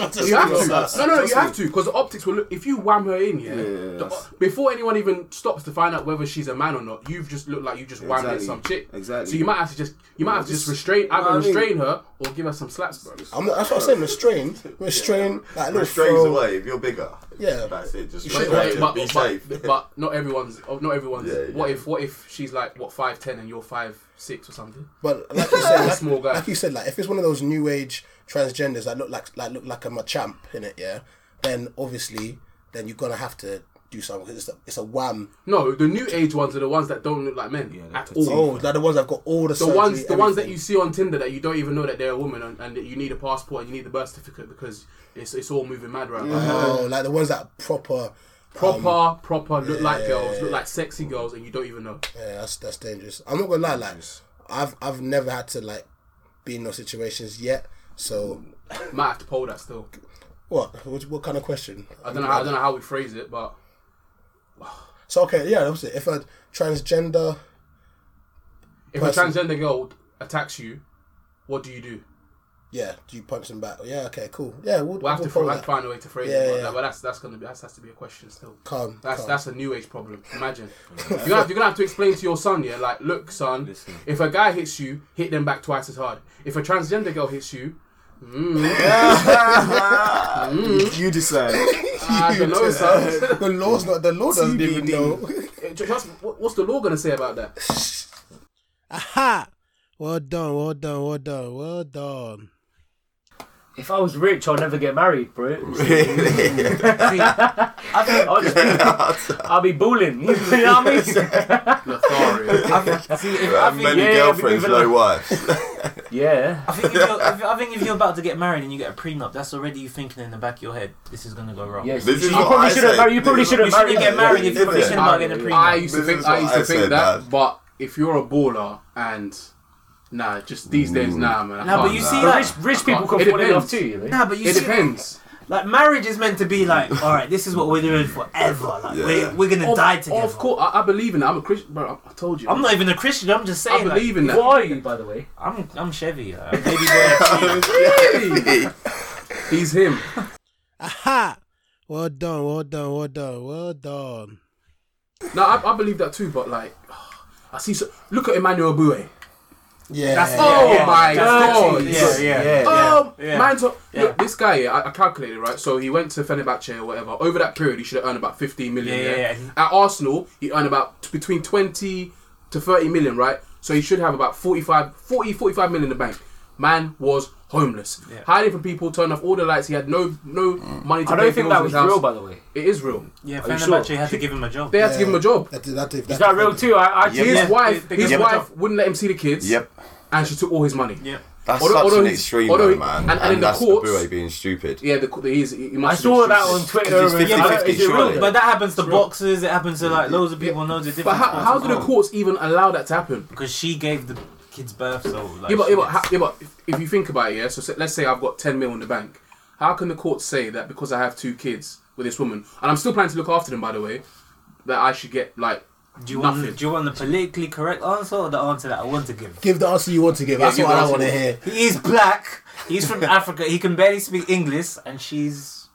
D: have to.
F: Trust
D: No, no, no,
F: me.
D: you have to, because the optics will look. If you wham her in, yeah,
F: Yeah,
D: the-
F: that's-
D: before anyone even stops to find out whether she's a man or not, you've just looked like you just whammed in
F: Exactly.
D: some chick.
F: Exactly.
D: So you might have to just, you might have to just restrain, either
F: I mean-
D: restrain her or give her some slaps, bro.
A: I'm not, that's what I'm saying. Restrain. Restrain. Like little
C: Restrains
A: throw.
C: away if you're bigger.
A: Yeah.
C: That's it. Just
D: But,
C: restrain
D: but,
C: and be
D: but-
C: safe. *laughs*
D: but- but not everyone's. oh, Not everyone's.
C: Yeah, yeah.
D: What if? What if she's like what five ten and you're five six or something? *laughs*
A: But like you said, like,
D: Small guy.
A: like you said, like if it's one of those new age transgenders that look like like look like I'm a champ in it, yeah. Then obviously, then you're gonna have to do something 'cause it's a, it's a wham.
D: No, the new age ones are the ones that don't look like men at all.
A: Oh, like the ones that have got all the
D: the ones, the ones that you see on Tinder that you don't even know that they're a woman and, and that you need a passport and you need the birth certificate because it's it's all moving mad right now.
A: Oh, like the ones that proper.
D: Proper,
A: Um,
D: proper look like girls, look like sexy girls, and you don't even know.
A: Yeah, that's that's dangerous. I'm not gonna lie, like I've I've never had to like be in those situations yet. So
D: Might have to poll that still.
A: what? What, what kind of question?
D: I don't know. How, I don't know how we phrase it, but
A: So okay, yeah, that was it. If a transgender,
D: if
A: Person.
D: a transgender girl attacks you, what do you do?
A: yeah, do you punch them back? Yeah, okay, cool. Yeah, we'll,
D: We'll have to
A: follow
D: fi-
A: that.
D: find a way to phrase
A: Yeah,
D: it, but,
A: yeah.
D: that- but that's that's gonna be that's, has to be a question still.
A: Calm,
D: That's
A: calm.
D: that's a new age problem. Imagine you're gonna, have, you're gonna have to explain to your son, yeah, like, look, son, if a guy hits you, hit them back twice as hard. If a transgender girl hits
C: *laughs*
D: you,
F: *laughs* You
A: *laughs*
F: decide.
D: I don't know, son.
A: The law's not the law doesn't even
F: TBD.
A: know.
D: Just- what- what's the law gonna say about that?
H: Aha! Well done, well done, well done, well done.
I: If I was rich, I'd never get married, bro.
C: Really?
I: I'll just be, *laughs* I'll be balling. You know what I mean?
D: Sorry.
J: I think, see, if, I
C: Have
J: think,
C: many
I: yeah, yeah,
C: girlfriends,
I: we've
C: no
D: *laughs*
I: been-
C: wives.
I: Yeah.
J: I think, if you're, if, I think if you're about to get married and you get a prenup, that's already you thinking in the back of your head, this is gonna go wrong.
I: Yes.
C: This is
I: you
C: what I
I: probably should
C: say.
I: have married. You probably
C: This is
I: should have
J: You shouldn't
I: married.
J: get married if you're
C: Yeah.
J: thinking about getting a prenup.
D: I used to
C: This
D: think
C: is
D: I used
C: what I
D: to think
C: said,
D: that,
C: man.
D: but if you're a baller and nah, just these
C: Mm.
D: days, nah, man. I
J: No, but
D: can't,
J: you
D: nah.
J: see,
I: But
J: like,
I: rich, rich people
D: It
I: can fall in
D: depends.
I: love too. You know?
J: nah, but you
D: it
J: see,
D: depends.
J: like, marriage is meant to be like, all right, this is what we're doing forever. Like, we're, we're gonna
D: Of-
J: die together.
D: Of course, I, I believe in that. I'm a Christian, bro. I, I told you.
J: I'm not even a Christian. I'm just
D: I
J: saying.
D: believe in that.
I: What are you, by the way?
J: Like, I'm I'm Chevy. Like, I'm baby boy.
D: He's him.
H: Aha! Well done, well done, well done, well done.
D: No, I, I believe that too, but like, *sighs* I see. So, look at Emmanuel Bue.
A: Yeah,
D: oh my god!
J: That's it. Yeah, yeah, yeah.
D: Um, man's a-
J: Yeah.
D: look, this guy. Yeah, I, I calculated right. So he went to Fenerbahce or whatever. Over that period, he should have earned about fifteen million.
J: Yeah,
D: Yeah,
J: yeah, yeah.
D: At Arsenal, he earned about t- between twenty to thirty million, right? So he should have about 45, 40, 45 million in the bank. Man was homeless, hiding from people, turned off all the lights. He had no no
J: Mm.
D: money to
I: I
D: pay
I: don't
D: bills
I: think that
D: in
I: was
D: his house.
I: real, by the way.
D: It is real.
J: Yeah,
I: Are you
J: Fenerbahce
I: sure?
J: had to give him a job.
D: They had to give him a job.
A: That, that, that,
I: Is that real too? I, I
D: His
J: Yeah.
D: wife,
J: They-
D: his
J: they-
D: wife wouldn't let him see the
C: *laughs*
D: kids.
C: Yep.
D: And she took all his money.
J: Yeah.
C: That's
D: Although-
C: such
D: although
C: an
D: he's-
C: extreme,
D: although
C: though,
D: he-
C: man.
D: and-
C: And,
D: and in the
C: that's
D: courts-
C: Abue being
D: *laughs*
C: stupid.
D: Yeah, the, the, he's, he
I: I
D: must.
I: saw
D: have been
I: that on
D: stupid.
I: Twitter.
C: It's 50-50,
I: yeah, but is it real?
C: surely.
J: But that happens to boxers. It happens to like loads of Oh. people. Know the difference.
D: But how, how do the courts even allow that to happen?
J: Because she gave the kids birth, so like,
D: Yeah, but,
J: she
D: yeah, but,
J: gets-
D: ha- yeah, but if, if you think about it, yeah, so say, let's say I've got 10 mil in the bank. How can the court say that because I have two kids with this woman, and I'm still planning to look after them, by the way, that I should get like
J: Do you want
K: Nothing.
J: do you want the politically correct answer or the answer that I want to give?
A: Give the answer you want to give.
J: Yeah,
A: That's
J: give
A: what
J: the
A: I
J: answer
A: want to
J: you
A: hear.
J: He is black. He's from Africa. He can barely speak English, and she's.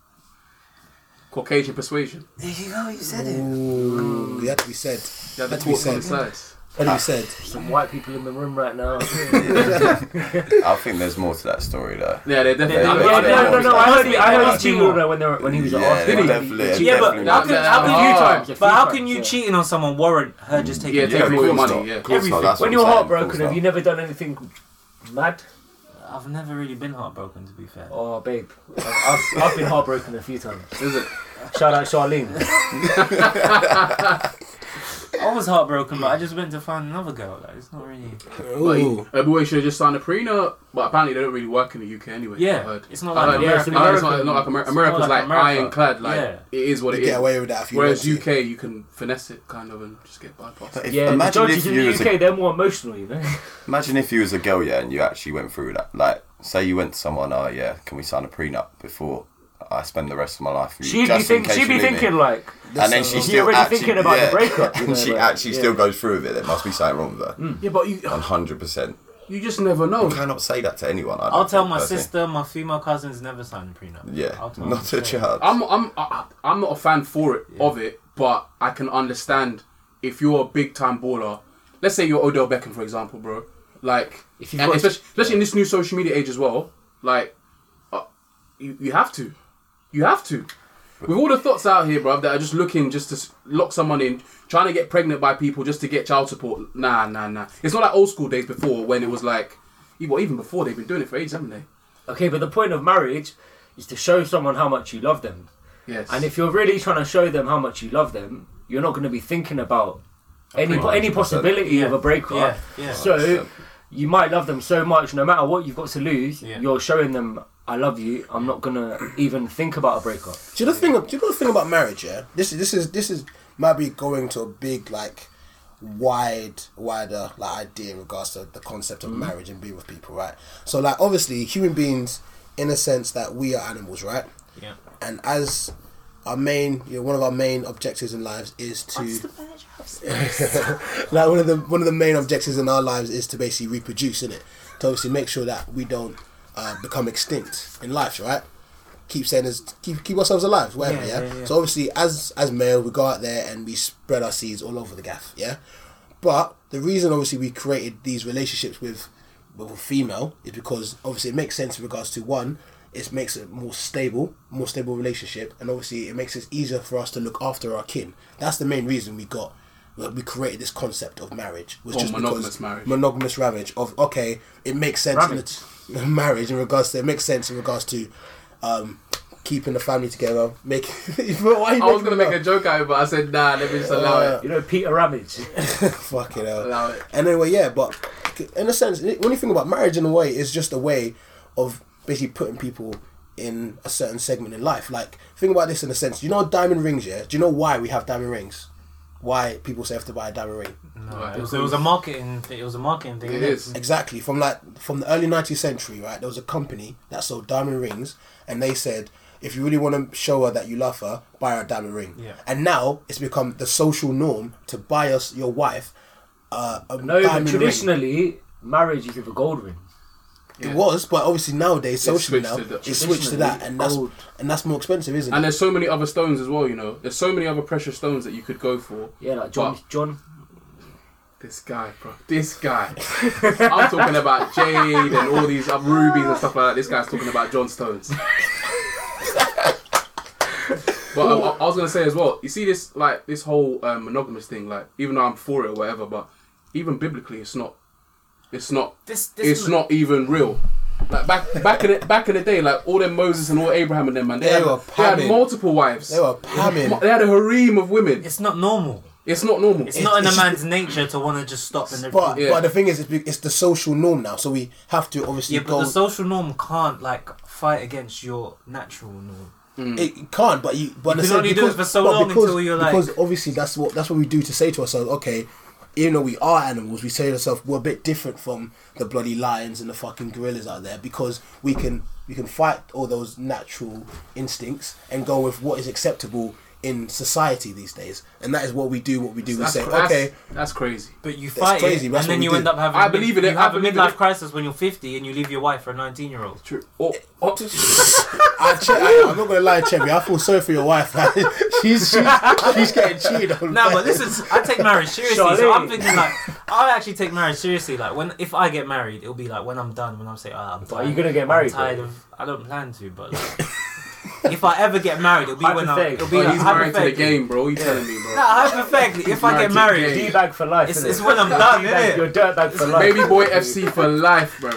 D: Caucasian persuasion.
J: There you go. You said it.
A: Ooh, it had to be said.
D: Yeah, the
A: had to be
D: thoughts
A: said.
D: on the sides.
A: Had to be said.
I: Some white people in the room right now.
C: I think there's more to that story though.
D: Yeah, they
C: They-
D: definitely- Yeah,
C: they-
I: yeah,
C: they-
I: no, no, no. I heard, I heard
C: Yeah,
I: he's cheating on her when, they were, when he was
C: Yeah,
I: at
C: definitely.
I: Arsenal.
C: definitely.
J: Yeah, but
C: definitely
J: how
C: not.
J: can,
D: that-
J: how
D: that-
J: can you
D: oh.
J: charge?
I: Yeah,
J: But how
I: few
J: can you
I: times, yeah.
J: cheating on someone warrant her just taking?
D: Yeah,
J: it?
D: take
C: Yeah, of
D: all your
C: course
D: money.
C: not.
D: Yeah.
C: Of course not, that's
I: When
C: what I'm
I: you're
C: saying, of
I: heartbroken,
C: course
I: have you
C: not.
I: never done anything mad?
J: I've never really been heartbroken, to be fair.
I: Oh, babe, I've, I've, I've been heartbroken a few times.
D: Is it?
I: Shout out Charlene.
J: I was heartbroken, but I just went to find another girl. Like, it's not really.
D: But
A: Ooh.
D: everyone should have just signed a prenup. But apparently they don't really work in the UK anyway.
J: Yeah,
D: I heard.
J: it's not
D: I
J: like
D: heard
J: America.
D: America- I heard it's not, not like Amer-
J: It's more
D: America's
J: like
D: like,
J: America.
D: ironclad. Like
J: Yeah.
D: it is what
A: You
D: it is.
A: get away with that if you
D: Whereas
A: want to.
D: UK, you can finesse it kind of and just get bypassed.
C: If-
I: Yeah, the
C: imagine
I: judges
C: if
I: in
C: you
I: the
C: was
I: UK,
C: a,
I: they're more
C: *laughs*
I: emotional, you know.
C: imagine if you was a girl, yeah, and you actually went through that. Like, say you went to someone, oh yeah, can we sign a prenup before I spend the rest of my life with you?
I: She'd be,
C: just in
I: think,
C: case
I: she'd
C: you
I: be
C: leave me."
I: thinking like,
C: and then
A: so wrong.
C: she's
I: You're
C: still
I: already
C: actually,
I: thinking about the
C: yeah,
I: breakup, Hmm.
C: and
I: you
C: *laughs*
I: know,
C: she
I: like,
C: actually
I: yeah.
C: still goes through with it. There must be something wrong with her.
D: Yeah, but you *sighs*
C: One hundred percent.
D: you just never know.
C: You cannot say that to anyone. I don't
J: I'll tell
C: think,
J: my
C: personally.
J: sister, my female cousins never signed a prenup. I'll
C: Yeah,
J: tell them
C: not a
J: straight.
C: chance.
D: I'm I'm I- I'm not a fan for it of it, but I can understand if you're a big time baller. Let's say you're Odell Beckham, for example, bro. Like,
I: If you've
D: and
I: got-
D: especially, especially in this new social media age as well. Like, uh, you you have to, you have to. With all the thoughts out here, bro, that are just looking just to s- lock someone in, trying to get pregnant by people just to get child support. Nah, nah, nah. It's not like old school days before when it was like, well, even before they've been doing it for ages, haven't they?
I: okay, but the point of marriage is to show someone how much you love them.
D: Yes.
I: And if you're really trying to show them how much you love them, you're not going to be thinking about any
C: pretty
I: any
C: much
I: possibility
J: Yeah.
I: of a breakup.
J: Yeah, yeah.
I: So you might love them so much, no matter what you've got to lose,
J: Yeah.
I: you're showing them I love you. I'm not going to even think about a breakup.
A: Do you know the thing? Do you know the thing about marriage? Yeah, this is this is this is might be going to a big like wide wider like idea in regards to the concept of marriage and being with people, right? So like obviously human beings, in a sense that we are animals, right?
J: Yeah.
A: And as our main, you know, one of our main objectives in lives is to *laughs* like one of the one of the main objectives in our lives is to basically reproduce, in it to obviously make sure that we don't uh, become extinct in life, right? Keep saying is keep keep ourselves alive, whatever. Yeah,
J: Yeah, yeah, yeah.
A: So obviously, as as male, we go out there and we spread our seeds all over the gaff, yeah. But the reason obviously we created these relationships with with a female is because obviously it makes sense in regards to one, it makes it more stable, more stable relationship, and obviously it makes it easier for us to look after our kin. That's the main reason we got like, we created this concept of marriage was
D: Or
A: just
D: monogamous
A: because
D: marriage.
A: monogamous marriage of okay, it makes sense
I: Ravage.
A: in the *laughs* marriage in regards to it makes sense in regards to um keeping the family together, make *laughs* why are you
D: I was
A: making
D: gonna
A: me
D: make a
A: laugh?
D: joke out of it, but I said nah, let me just allow it.
I: You know, Peter Ramage.
A: fucking hell.
D: Allow it.
A: And anyway, yeah, but in a sense, when you think about marriage, in a way, it's just a way of basically putting people in a certain segment in life. Like, think about this in a sense. You know, diamond rings, yeah? Do you know why we have diamond rings? Why people say have to buy a diamond ring?
J: It was, it was a marketing. thing- It was a marketing thing.
D: It
J: innit?
D: is.
A: Exactly. From like from the early 19th century, right? There was a company that sold diamond rings, and they said, if you really want to show her that you love her, buy her a diamond ring.
J: Yeah.
A: And now it's become the social norm to buy us your wife uh, a
I: No, but
A: diamond ring.
I: traditionally, marriage is with a gold ring.
A: It was, but obviously nowadays socially
D: switched
A: now
D: to the-
A: it's switched to that, and that's
I: Gold.
A: and that's more expensive, isn't
D: And
A: it?
D: there's so many other stones as well, you know. There's so many other precious stones that you could go for.
I: Yeah, like John.
D: But
I: John.
D: this guy, bro. This guy. *laughs* I'm talking about jade and all these other rubies and stuff like that. This guy's talking about John Stones. but um, I, I was gonna say as well. You see this like this whole um, monogamous thing. Like even though I'm for it or whatever, but even biblically, it's not. It's not.
J: This, this
D: It's not even real. Like back back in the, back in the day, like all them Moses and all Abraham and them man, they,
A: They
D: had,
A: were
D: they had
A: pamming.
D: multiple wives.
A: They were pamming.
D: *laughs* Mo- They had a harem of women.
J: It's not normal.
D: It's not normal.
J: It's, not in
A: it's
J: a man's nature to want to just stop and.
A: But
D: Yeah.
A: but the thing is, it's, be- it's the social norm now, so we have to obviously
J: yeah, but
A: go.
J: the social norm can't like fight against your natural norm.
A: it can't, but you but
J: Mm.
A: the
J: You can
A: same-
J: only do it for so
A: but
J: long until you're like-
A: because obviously that's what that's what we do to say to ourselves. Okay, even though we are animals, we say to ourselves we're a bit different from the bloody lions and the fucking gorillas out there because we can we can fight all those natural instincts and go with what is acceptable in society these days, and that is what we do. What we do, we
L: That's
A: say,
L: cr- that's-
A: okay,
L: that's crazy.
J: But you
A: That's
J: fight
A: crazy,
J: it,
A: that's what
J: and then
A: we
J: you
A: do.
J: end up having.
A: I believe in
J: you
A: it, I
J: have a
A: believe in
J: midlife crisis when you're 50 and you leave your wife for a 19
A: *laughs*
J: year old.
L: True. Oh,
A: I che- I, I'm not gonna lie, Chevy. I feel sorry for your wife. man. *laughs* she's, she's she's getting cheated on.
J: No,
A: man.
J: but this is I take marriage seriously. So
A: Charlene.
J: I'm thinking like I actually take marriage seriously. Like when if I get married, it'll be like when I'm done. When I'm saying, ah, I'm tired.
I: But are you gonna get married,
J: I'm tired
I: though?
J: of. I don't plan to, but like, if I ever get married,
A: *laughs*
J: it'll be when I. It'll
I: Hypothetically.
J: be like,
I: Oh, he's married to the
J: hypothetically.
I: game,
D: bro. You telling me, bro?
J: No, hypothetically, if I get married,
I: D-bag for life.
J: It's,
I: innit?
J: it's when I'm done,
I: D-bag,
J: innit?
I: You're dirtbag for life.
D: Baby boy FC for life, bro.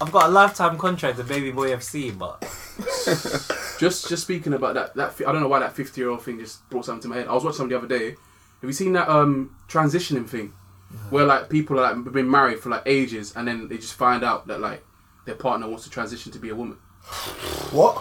J: I've got a lifetime contract with Baby Boy FC, but
D: Just just speaking about that that fi- I don't know why that fifty year old thing just brought something to my head. I was watching something the other day. Have you seen that um transitioning thing, where like people are like been married for like ages and then they just find out that like their partner wants to transition to be a woman.
A: What?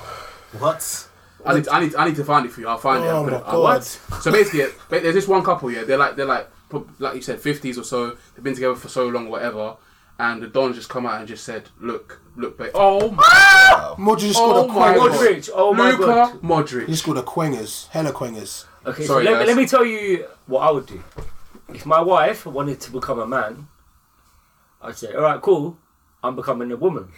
J: What?
D: I need, I need I need to find it for you. I'll find it.
A: Oh
D: I'll put
A: my
D: it- I-
A: God.
D: what? So basically, yeah, ba- there's this one couple. Yeah, they're like they're like prob- like you said, fifties or so. They've been together for so long, whatever. And the Don just come out and just said, "Look, look, babe. Oh my,
A: Modric just
D: oh
A: scored a
D: my
A: quanger.
D: God.
I: Modric, oh my
D: Luka
I: God.
A: *laughs*
D: Modric.
A: He's called a quangers, hella quangers.
I: Okay,
D: Sorry,
I: so let, me-
D: guys.
I: let me tell you what I would do. If my wife wanted to become a man, I'd say, all right, cool, I'm becoming a woman.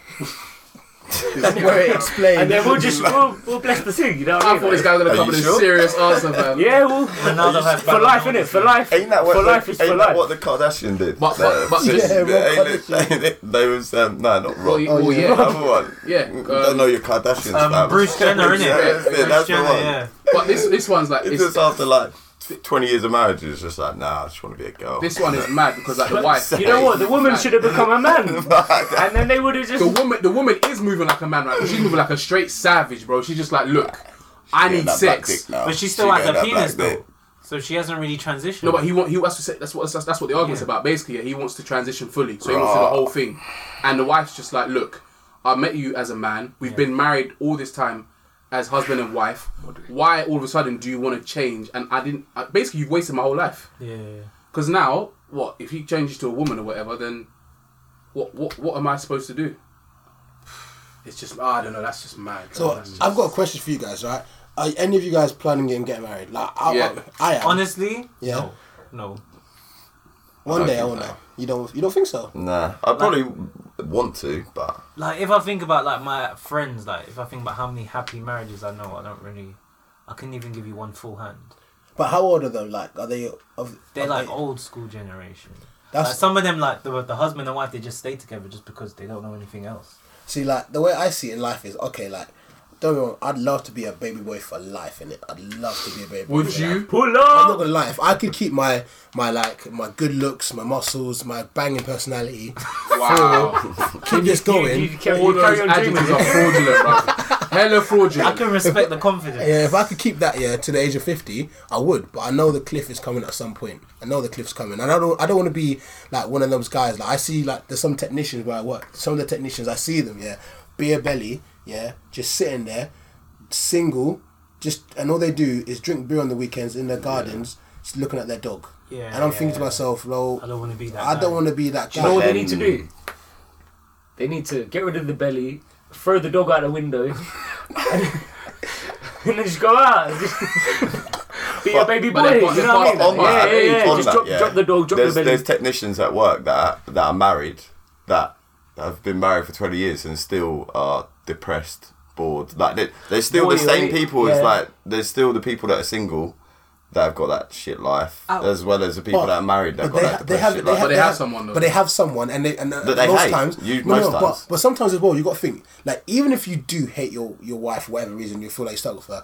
A: Very explained.
I: And then we'll just, we'll, we'll bless the thing, you know what I
D: I
I: mean?
D: thought this guy was gonna come with a serious answer, man.
I: Yeah, well,
J: Ronaldo has
I: for life, innit? For life.
C: Ain't that
I: for
C: what,
I: life
C: the,
I: is
C: ain't
I: for
C: that
I: life.
C: what the Kardashian did?
D: But- but- but-
C: They-
D: Yeah,
C: they-
A: Rob
C: they, *laughs* they, was um, no, not
D: Oh,
C: Rob.
D: yeah, oh, yeah.
C: Another one.
D: Yeah, uh,
C: don't know your Kardashians. fam.
J: Uh, um, Bruce Jenner, innit?
C: Yeah, that's it,
J: Bruce
C: that's the
J: Jenner,
C: one.
J: yeah.
D: But this this one's like
C: It's
D: it's,
C: just after like twenty years of marriage, it's just like, nah, *laughs* I just want to be a girl.
D: this one is mad because like the
I: *laughs* But
D: wife.
I: You know what? The woman
D: Mad.
I: should have become a
C: *laughs*
I: man. and then they would have just.
D: The woman, the woman is moving like a man right now. She's moving like a straight savage, bro. She's just like, look, I
C: Getting
D: need
C: that black
D: sex.
C: dick now.
J: But she still has
C: getting
J: a
C: that black
J: penis
C: dick.
J: though, so she hasn't really transitioned.
D: No, but he want he that's, what- that's what that's, that's what the argument's
J: Yeah.
D: about. Basically, yeah, he wants to transition fully, so he wants to do the
C: Right.
D: whole thing. And the wife's just like, look, I met you as a man. We've been married all this time as husband and wife. Why all of a sudden do you want to change? And I didn't. I, basically, you've wasted my whole life.
J: yeah, yeah, yeah.
D: Because now, what if he changes to a woman or whatever? Then, what what what am I supposed to do? It's just I don't know. That's just mad.
A: So
D: That's just-
A: I've got a question for you guys, right? Are any of you guys planning on getting married? Like, I,
D: Yeah.
A: I, I am.
J: honestly,
A: Yeah.
J: no, no.
A: One day I
C: Okay,
A: will know. You don't. You don't think so?
C: Nah, I probably want to, but
J: Like if I think about like my friends, like if I think about how many happy marriages I know, I don't really, I couldn't even give you one full hand.
A: But how old are they? Like, are they? Of,
J: They're
A: are
J: like
A: they-
J: old school generation.
A: That's
J: Like some of them, like the, the husband and wife, they just stay together just because they don't know anything else.
A: See, like the way I see it in life is okay. Like, don't get me wrong. I'd love to be a baby boy for life, innit? I'd love to be a baby. boy
D: would
A: for
D: you?
A: life.
I: Pull
A: I'm not
I: up!
A: gonna lie. If I could keep my my like my good looks, my muscles, my banging personality,
D: Wow.
A: keep this going.
I: You, you carry,
D: All
I: you
D: those
I: carry on
D: adjectives
I: dreaming.
D: are fraudulent, bro. Hella
J: I
D: fraudulent.
J: can respect the confidence.
A: yeah, if I could keep that yeah to the age of fifty, I would. But I know the cliff is coming at some point. I know the cliff's coming, and I don't. I don't want to be like one of those guys. Like I see, like there's some technicians where I work. Some of the technicians I see them, yeah, beer belly, yeah, just sitting there, single, just and all they do is drink beer on the weekends in their gardens, just looking at their dog.
J: Yeah,
A: and I'm
J: yeah,
A: thinking to
J: yeah.
A: myself, well,
J: I don't want to be that.
A: I don't
J: guy.
A: want to be that
I: You know
A: guy.
I: what they need to
C: Um,
I: do? They need to get rid of the belly, throw the dog out the window, *laughs* and then just go out. *laughs* and just Be a baby
D: but
I: boy.
D: they're- but
I: you
D: they're
I: know what I
D: part-
I: mean?
D: on
I: yeah,
C: that,
I: yeah, yeah.
C: on
I: Just
C: that,
I: drop,
C: yeah.
I: drop the dog, drop
C: there's,
I: the
C: there's
I: belly.
C: technicians at work that that are married that have been married for 20 years and still are depressed bored like they, they're still the
I: Boy,
C: same
I: right?
C: people
I: Yeah.
C: It's like there's still the people that are single that have got that shit life
I: Oh.
C: as well as the people
A: But-
C: that are married that
A: But
C: have got
A: they,
C: that
A: ha- they have,
C: depressed
A: they have,
C: shit life
D: But they
A: ha-
D: have someone, though.
A: But they have someone, and they and uh,
C: That they
A: most
C: hate.
A: times,
C: You-
A: no,
C: most
A: no,
C: times.
A: But, but sometimes as well, you got to think like even if you do hate your your wife for whatever reason, you feel like you stuck with her.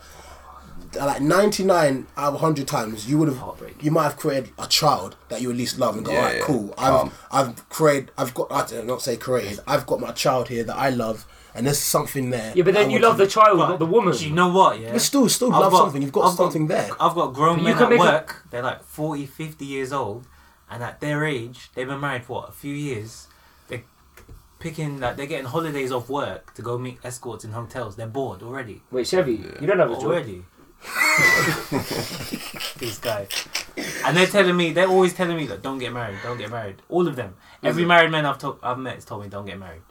A: Like ninety nine out of hundred times, you would have
I: Heartbreak.
A: you might have created a child that you at least love and go,
C: Yeah,
A: alright,
C: yeah.
A: cool.
C: Calm.
A: I've I've created, I've got, I don't not say created, I've got my child here that I love, and there's something there.
I: Yeah, but
A: I
I: then you
A: want
I: love
A: to-
I: the child,
J: But
I: not the woman.
J: Do you know what? Yeah.
A: But still, still
J: I've
A: love
J: got-
A: something. You've got
J: I've got-
A: something there.
J: I've got grown
I: You
J: men
I: can
J: at
I: make a-
J: work. They're like 40, 50 years old, and at their age, they've been married for what, a few years. They're picking like they're getting holidays off work to go meet escorts in hotels. They're bored already.
I: Wait, Chevy, you don't have a job.
J: Already. *laughs* These guys. And they're telling me, they're always telling me, like, don't get married, don't get married. All of them. Every married man I've, to- I've met has told me, don't get married.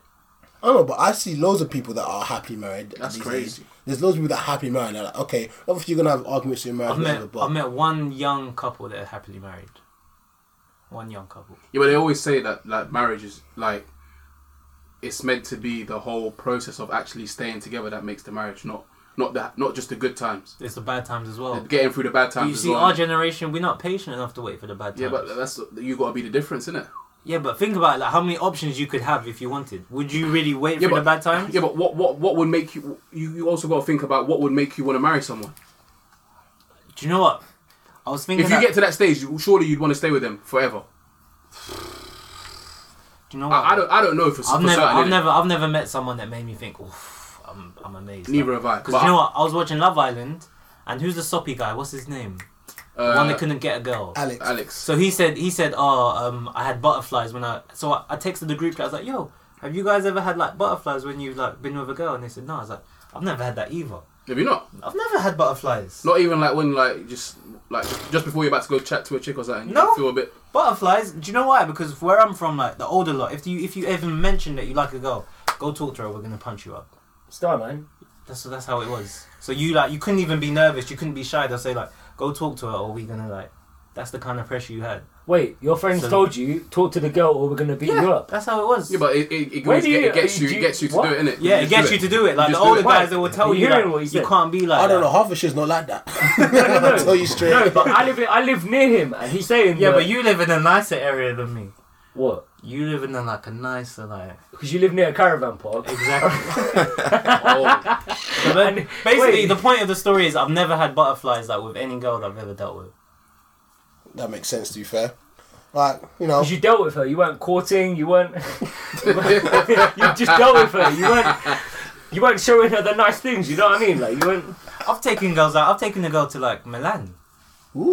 A: I don't know, but I see loads of people that are happily married.
J: That's
A: these
J: crazy.
A: days. There's loads of people that are happily married. and They're like, okay, obviously you're gonna have arguments in marriage,
J: I've met
A: whatever, but
J: I've met one young couple that are happily married. One young couple.
D: Yeah, but they always say that like marriage is like it's meant to be the whole process of actually staying together that makes the marriage, not not that not just the good times.
J: It's the bad times as well.
D: Getting through the bad times.
J: You
D: as
J: see,
D: well.
J: our generation, we're not patient enough to wait for the bad times.
D: yeah, but that's you got to be the difference, innit?
J: Yeah, but think about like how many options you could have if you wanted. Would you really wait
D: Yeah,
J: for
D: but
J: the bad times?
D: Yeah, but what what what would make you you, you also got to think about what would make you want to marry someone.
J: Do you know what? I was thinking
D: If you
J: that-
D: get to that stage, you- surely you'd want to stay with them forever.
J: Do you know
D: I, I don't I don't know for,
J: I've
D: for
J: never,
D: certain.
J: I've
D: innit?
J: never, I've never met someone that made me think, "Oof, I'm, I'm amazed."
D: Neither have I,
J: Because
D: but
J: you know
D: I-
J: what? I was watching Love Island, and who's the soppy guy? What's his name?
D: Uh,
J: the one that couldn't get a girl.
D: Alex. Alex.
J: So he said, he said, "Oh, um, I had butterflies when I." So I, I texted the group. chat, I was like, "Yo, have you guys ever had like butterflies when you've like been with a girl?" And they said, "No." I was like, "I've never had that either."
D: Have you not?
J: I've never had butterflies.
D: Not even like when like just like just before you're about to go chat to a chick or something. No. You feel a bit.
J: Butterflies. Do you know why? Because where I'm from, like the older lot, if you if you even mention that you like a girl, go talk to her. We're gonna punch you up.
I: Star man.
J: That's that's how it was. So you like you couldn't even be nervous. You couldn't be shy. They'll say like, go talk to her, or we gonna like. That's the kind of pressure you had.
I: Wait, your friends
J: So-
I: told you talk to the girl or we're gonna beat you up.
J: That's how it was.
D: Yeah, but it, it, it,
I: Where
D: goes-
I: do
D: it
I: you-
D: gets
I: do
D: you, it
I: you-
D: gets you to
I: what?
D: do it, innit?
J: Yeah, it gets you to do it. Like the older guys that will tell you,
I: hearing
J: like,
I: what he
J: you
I: said?
J: can't be like.
A: I don't
J: that.
A: know. Half of shit's not like that. *laughs*
I: no,
A: I'll tell you straight.
I: No, but I live in, I live near him and he's saying
J: Yeah,
I: that-
J: but you live in a nicer area than me.
I: what?
J: You live in a, like a nicer like.
I: Because you live near a caravan park.
J: *laughs* Exactly. *laughs* But basically,
I: wait.
J: the point of the story is I've never had butterflies like with any girl that I've ever dealt with.
A: That makes sense. To be fair, like you know,
I: Because you dealt with her, you weren't courting, you weren't. *laughs* you just dealt with her, you weren't. You weren't showing her the nice things. You know what I mean? Like you weren't.
J: I've taken girls out. I've taken a girl to like Milan.
D: Hey!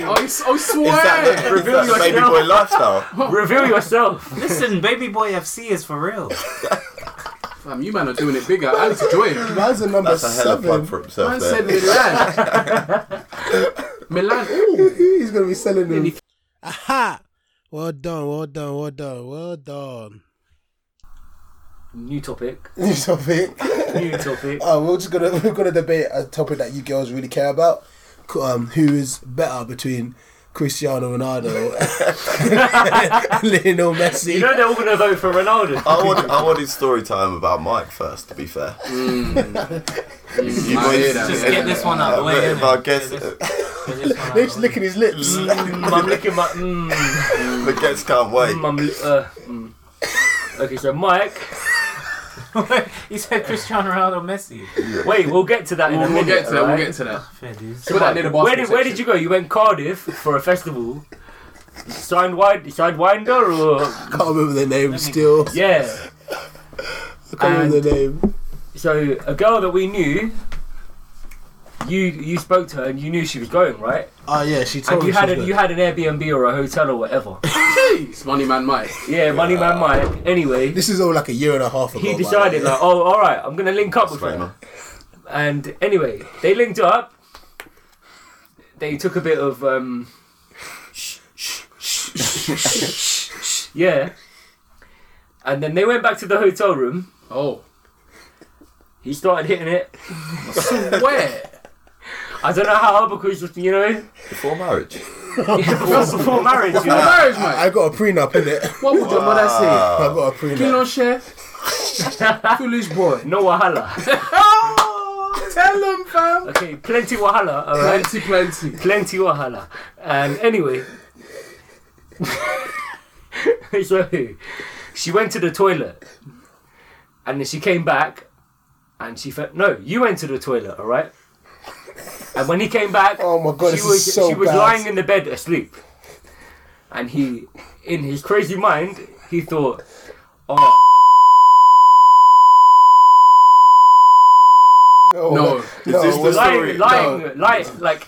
D: I, s- I swear.
I: *laughs* Reveal
C: That's baby
I: yourself.
C: boy
I: *laughs*
C: lifestyle.
I: Reveal yourself.
J: *laughs* Listen, baby boy FC is for real.
D: Fam, you man are doing it bigger. Alex
J: *laughs*
D: join.
A: man's a number
C: That's a hell of
A: seven.
C: plug for
D: Man
C: himself
D: said
C: there.
D: Milan.
J: *laughs*
D: Milan.
A: *laughs* He's gonna be selling them.
M: Aha! Well done, well done, well done, well
A: *laughs*
M: done.
I: New topic.
A: New topic.
I: New topic.
A: Uh, we're just gonna *laughs* we're gonna debate a topic that you girls really care about. C- Um, who is better between Cristiano Ronaldo and *laughs* Lionel Messi?
I: You know they're all gonna vote for Ronaldo.
C: I wanted, I wanted story time about Mike first, to be fair. You
D: Mm, I
C: boys-
D: hear that,
J: Just
D: yeah.
J: get this one out of the way.
C: But if
J: innit?
C: I
J: Get this-
C: guess,
J: get this one out
A: They're just
J: of the way. *laughs*
A: licking his lips.
I: Mm, I'm licking my. Mm,
C: the guests can't
I: *laughs*
C: wait.
I: mm, I'm, li- uh, mm. Okay, so Mike.
J: he said Cristiano Ronaldo, Messi.
I: Wait, we'll get to that in
D: We'll,
I: a
D: we'll
I: minute.
D: get to that. We'll
I: alright?
D: get to that.
J: Fair dues.
D: Put that near the
I: Where
D: basketball
I: did, where did you go? You went Cardiff for a festival. Signed wide, signed Winder or
A: Can't remember the name still.
I: yeah.
A: Can't remember the name.
I: So a girl that we knew, you you spoke to her and you knew she was going right,
A: Oh yeah, she told
I: and
A: me
I: you
A: she
I: had
A: was
I: a, you
A: good.
I: had an Airbnb or a hotel or
A: *laughs*
I: whatever.
D: Jeez, money man Mike.
I: Yeah, money man, Mike. Anyway,
A: This is all like a year and a half ago.
I: he
A: by the
I: decided
A: way.
I: like, oh, all right, I'm gonna link up with
C: Fair
I: her.
C: enough.
I: And anyway, they linked up. They took a bit of um, *laughs* yeah, and then they went back to the hotel room.
D: Oh,
I: He started hitting it.
D: where?
I: I don't know how because just you know
D: *laughs*
C: Before marriage.
I: before, before marriage. You know? Uh,
D: Marriage,
A: I,
D: mate.
A: I got a prenup in it. I
I: *laughs*
A: *laughs*
D: What would your mother say?
A: got a
D: You
A: prenup.
D: don't share. Foolish boy.
I: No wahala.
D: Tell them, fam.
I: Okay, plenty wahala. All right,
D: Plenty, plenty.
I: plenty wahala. And anyway, *laughs* so she went to the toilet, and then she came back, and she felt no. You went to the toilet, all right. And when he came back,
A: Oh my God,
I: she
A: this
I: was
A: is so
I: she was
A: bad.
I: lying in the bed asleep, and he, in his crazy mind, he thought, oh.
D: No.
C: Is this Oh, the story?
I: lying,
C: *laughs*
I: lying, lying, like.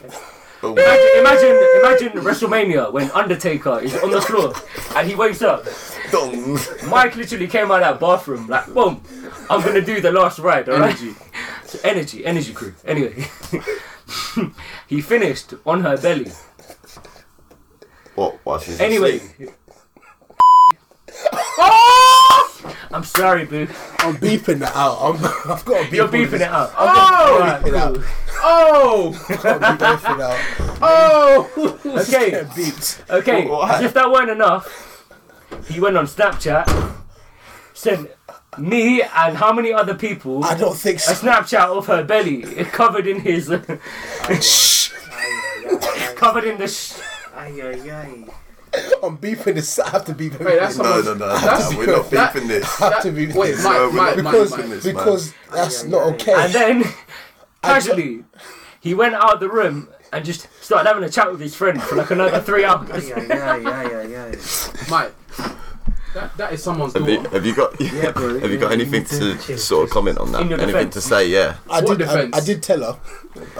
C: Oh.
I: Imagine, imagine, imagine WrestleMania when Undertaker is on the floor and he wakes up.
C: Dong.
I: Mike literally came out of that bathroom like, boom, I'm gonna do the last ride, alright? Energy. energy, energy crew. Anyway, *laughs* he finished on her belly.
C: What? Why she's
I: *laughs* Anyway,
C: asleep?
I: I'm sorry, boo.
A: I'm beeping that out. I'm, *laughs* I've got to beep
I: You're
A: all of
I: beeping
A: this.
I: it out.
A: I've got to beep it out.
D: Oh!
A: I've got to beep everything
I: *laughs*
A: out.
I: Oh! *laughs*
A: Yeah,
I: Okay,
A: beeped.
I: okay. As if that weren't enough, he went on Snapchat, sent me and how many other people
A: I
I: a
A: don't think so.
I: Snapchat of her belly, covered in his. uh, *laughs* covered in the. Sh-
A: I'm beeping this. I have to beep everything.
N: Wait, that's
C: No,
N: someone's-
C: no, no, no. We're not
N: That-
C: beeping this.
A: I have to beep
N: Wait,
A: this.
N: Mike,
C: No, we're
N: Mike,
C: not
N: Mike,
A: because
N: Mike.
C: this, man.
A: because that's not okay.
I: and then, casually, he went out of the room and just started having a chat with his friend for like another three hours.
N: Mate, that, that is someone's
C: Have you,
N: daughter.
C: have you got *laughs* have you got anything to sort of comment on that?
I: In your
C: Anything
I: defense.
C: to say? Yeah,
A: I
N: What
A: did. I,
N: defense?
A: I did tell her.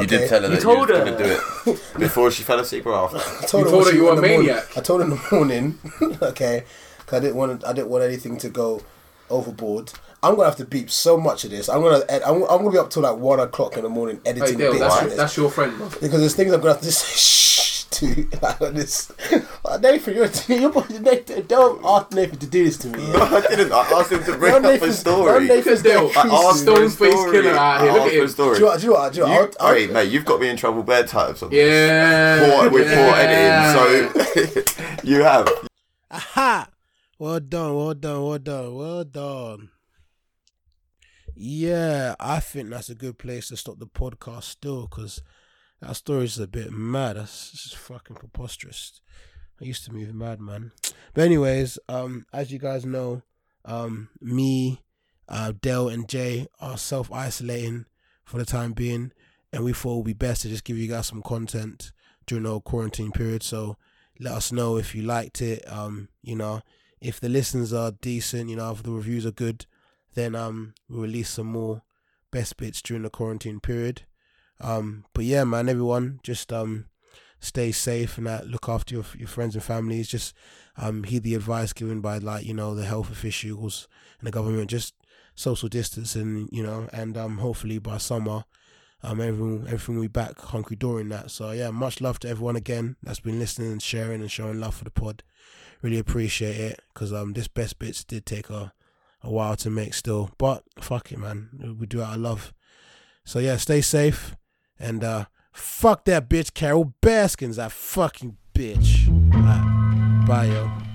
C: you did tell her that you,
I: told
C: were
I: her.
C: gonna do it before she fell asleep or after. *laughs*
A: I told
N: You
A: her,
N: told
A: when
N: her
A: she-
N: you were
A: in
N: a
A: the morning-
N: maniac.
A: I told her in the morning. *laughs* okay, 'cause I didn't want. I didn't want anything to go overboard. I'm gonna have to beep so much of this. I'm gonna. ed- I'm, I'm gonna be up till like one o'clock in the morning
N: Hey,
A: editing
N: Dale,
A: bits
N: that's
A: on
N: your,
A: this.
N: that's your friend, bro.
A: because there's things I'm gonna have to *laughs* say shh to *laughs* like on this. Nathan, you're, *laughs* you're, Nathan, don't ask Nathan to do this to me.
C: No,
A: Yeah?
C: I didn't. I asked him to bring
A: Don't
C: up
A: Nathan-
C: his story.
A: don't
N: Because
A: Nathan's
N: Dale,
A: that
C: I
A: creasy.
C: asked for a
N: stone face
C: story.
N: killer out here.
C: I
N: Look
C: asked
N: at
C: for a
N: him.
C: story.
A: Do you know what? Do you know what? Do you know
C: You,
A: what? I'll- I'll-
C: hey, mate, you've got me in trouble bad times. on this.
N: Yeah.
C: Poor, with poor
N: yeah.
C: editing, so *laughs* you have.
E: Aha! Well done, well done, well done, well done. Yeah, I think that's a good place to stop the podcast still because that story's a bit mad. That's just fucking preposterous. I used to move mad, man. But anyways, um, as you guys know, um, me, uh, Dell, and Jay are self isolating for the time being, and we thought it would be best to just give you guys some content during the whole quarantine period. So let us know if you liked it. Um, you know, if the listens are decent, you know, if the reviews are good, then um, we'll release some more best bits during the quarantine period. Um, but yeah, man, everyone, just um, stay safe and that. Look after your your friends and families. Just um, heed the advice given by like you know the health officials and the government. Just social distancing, you know, and um, hopefully by summer. Um, everyone, everything will be back hunky dory in that. So yeah, much love to everyone again that's been listening and sharing and showing love for the pod. Really appreciate it because um, this best bits did take a a while to make still, but fuck it, man, we do it out of love. So yeah, stay safe and uh, fuck that bitch Carol Baskins, that fucking bitch. Alright, bye yo.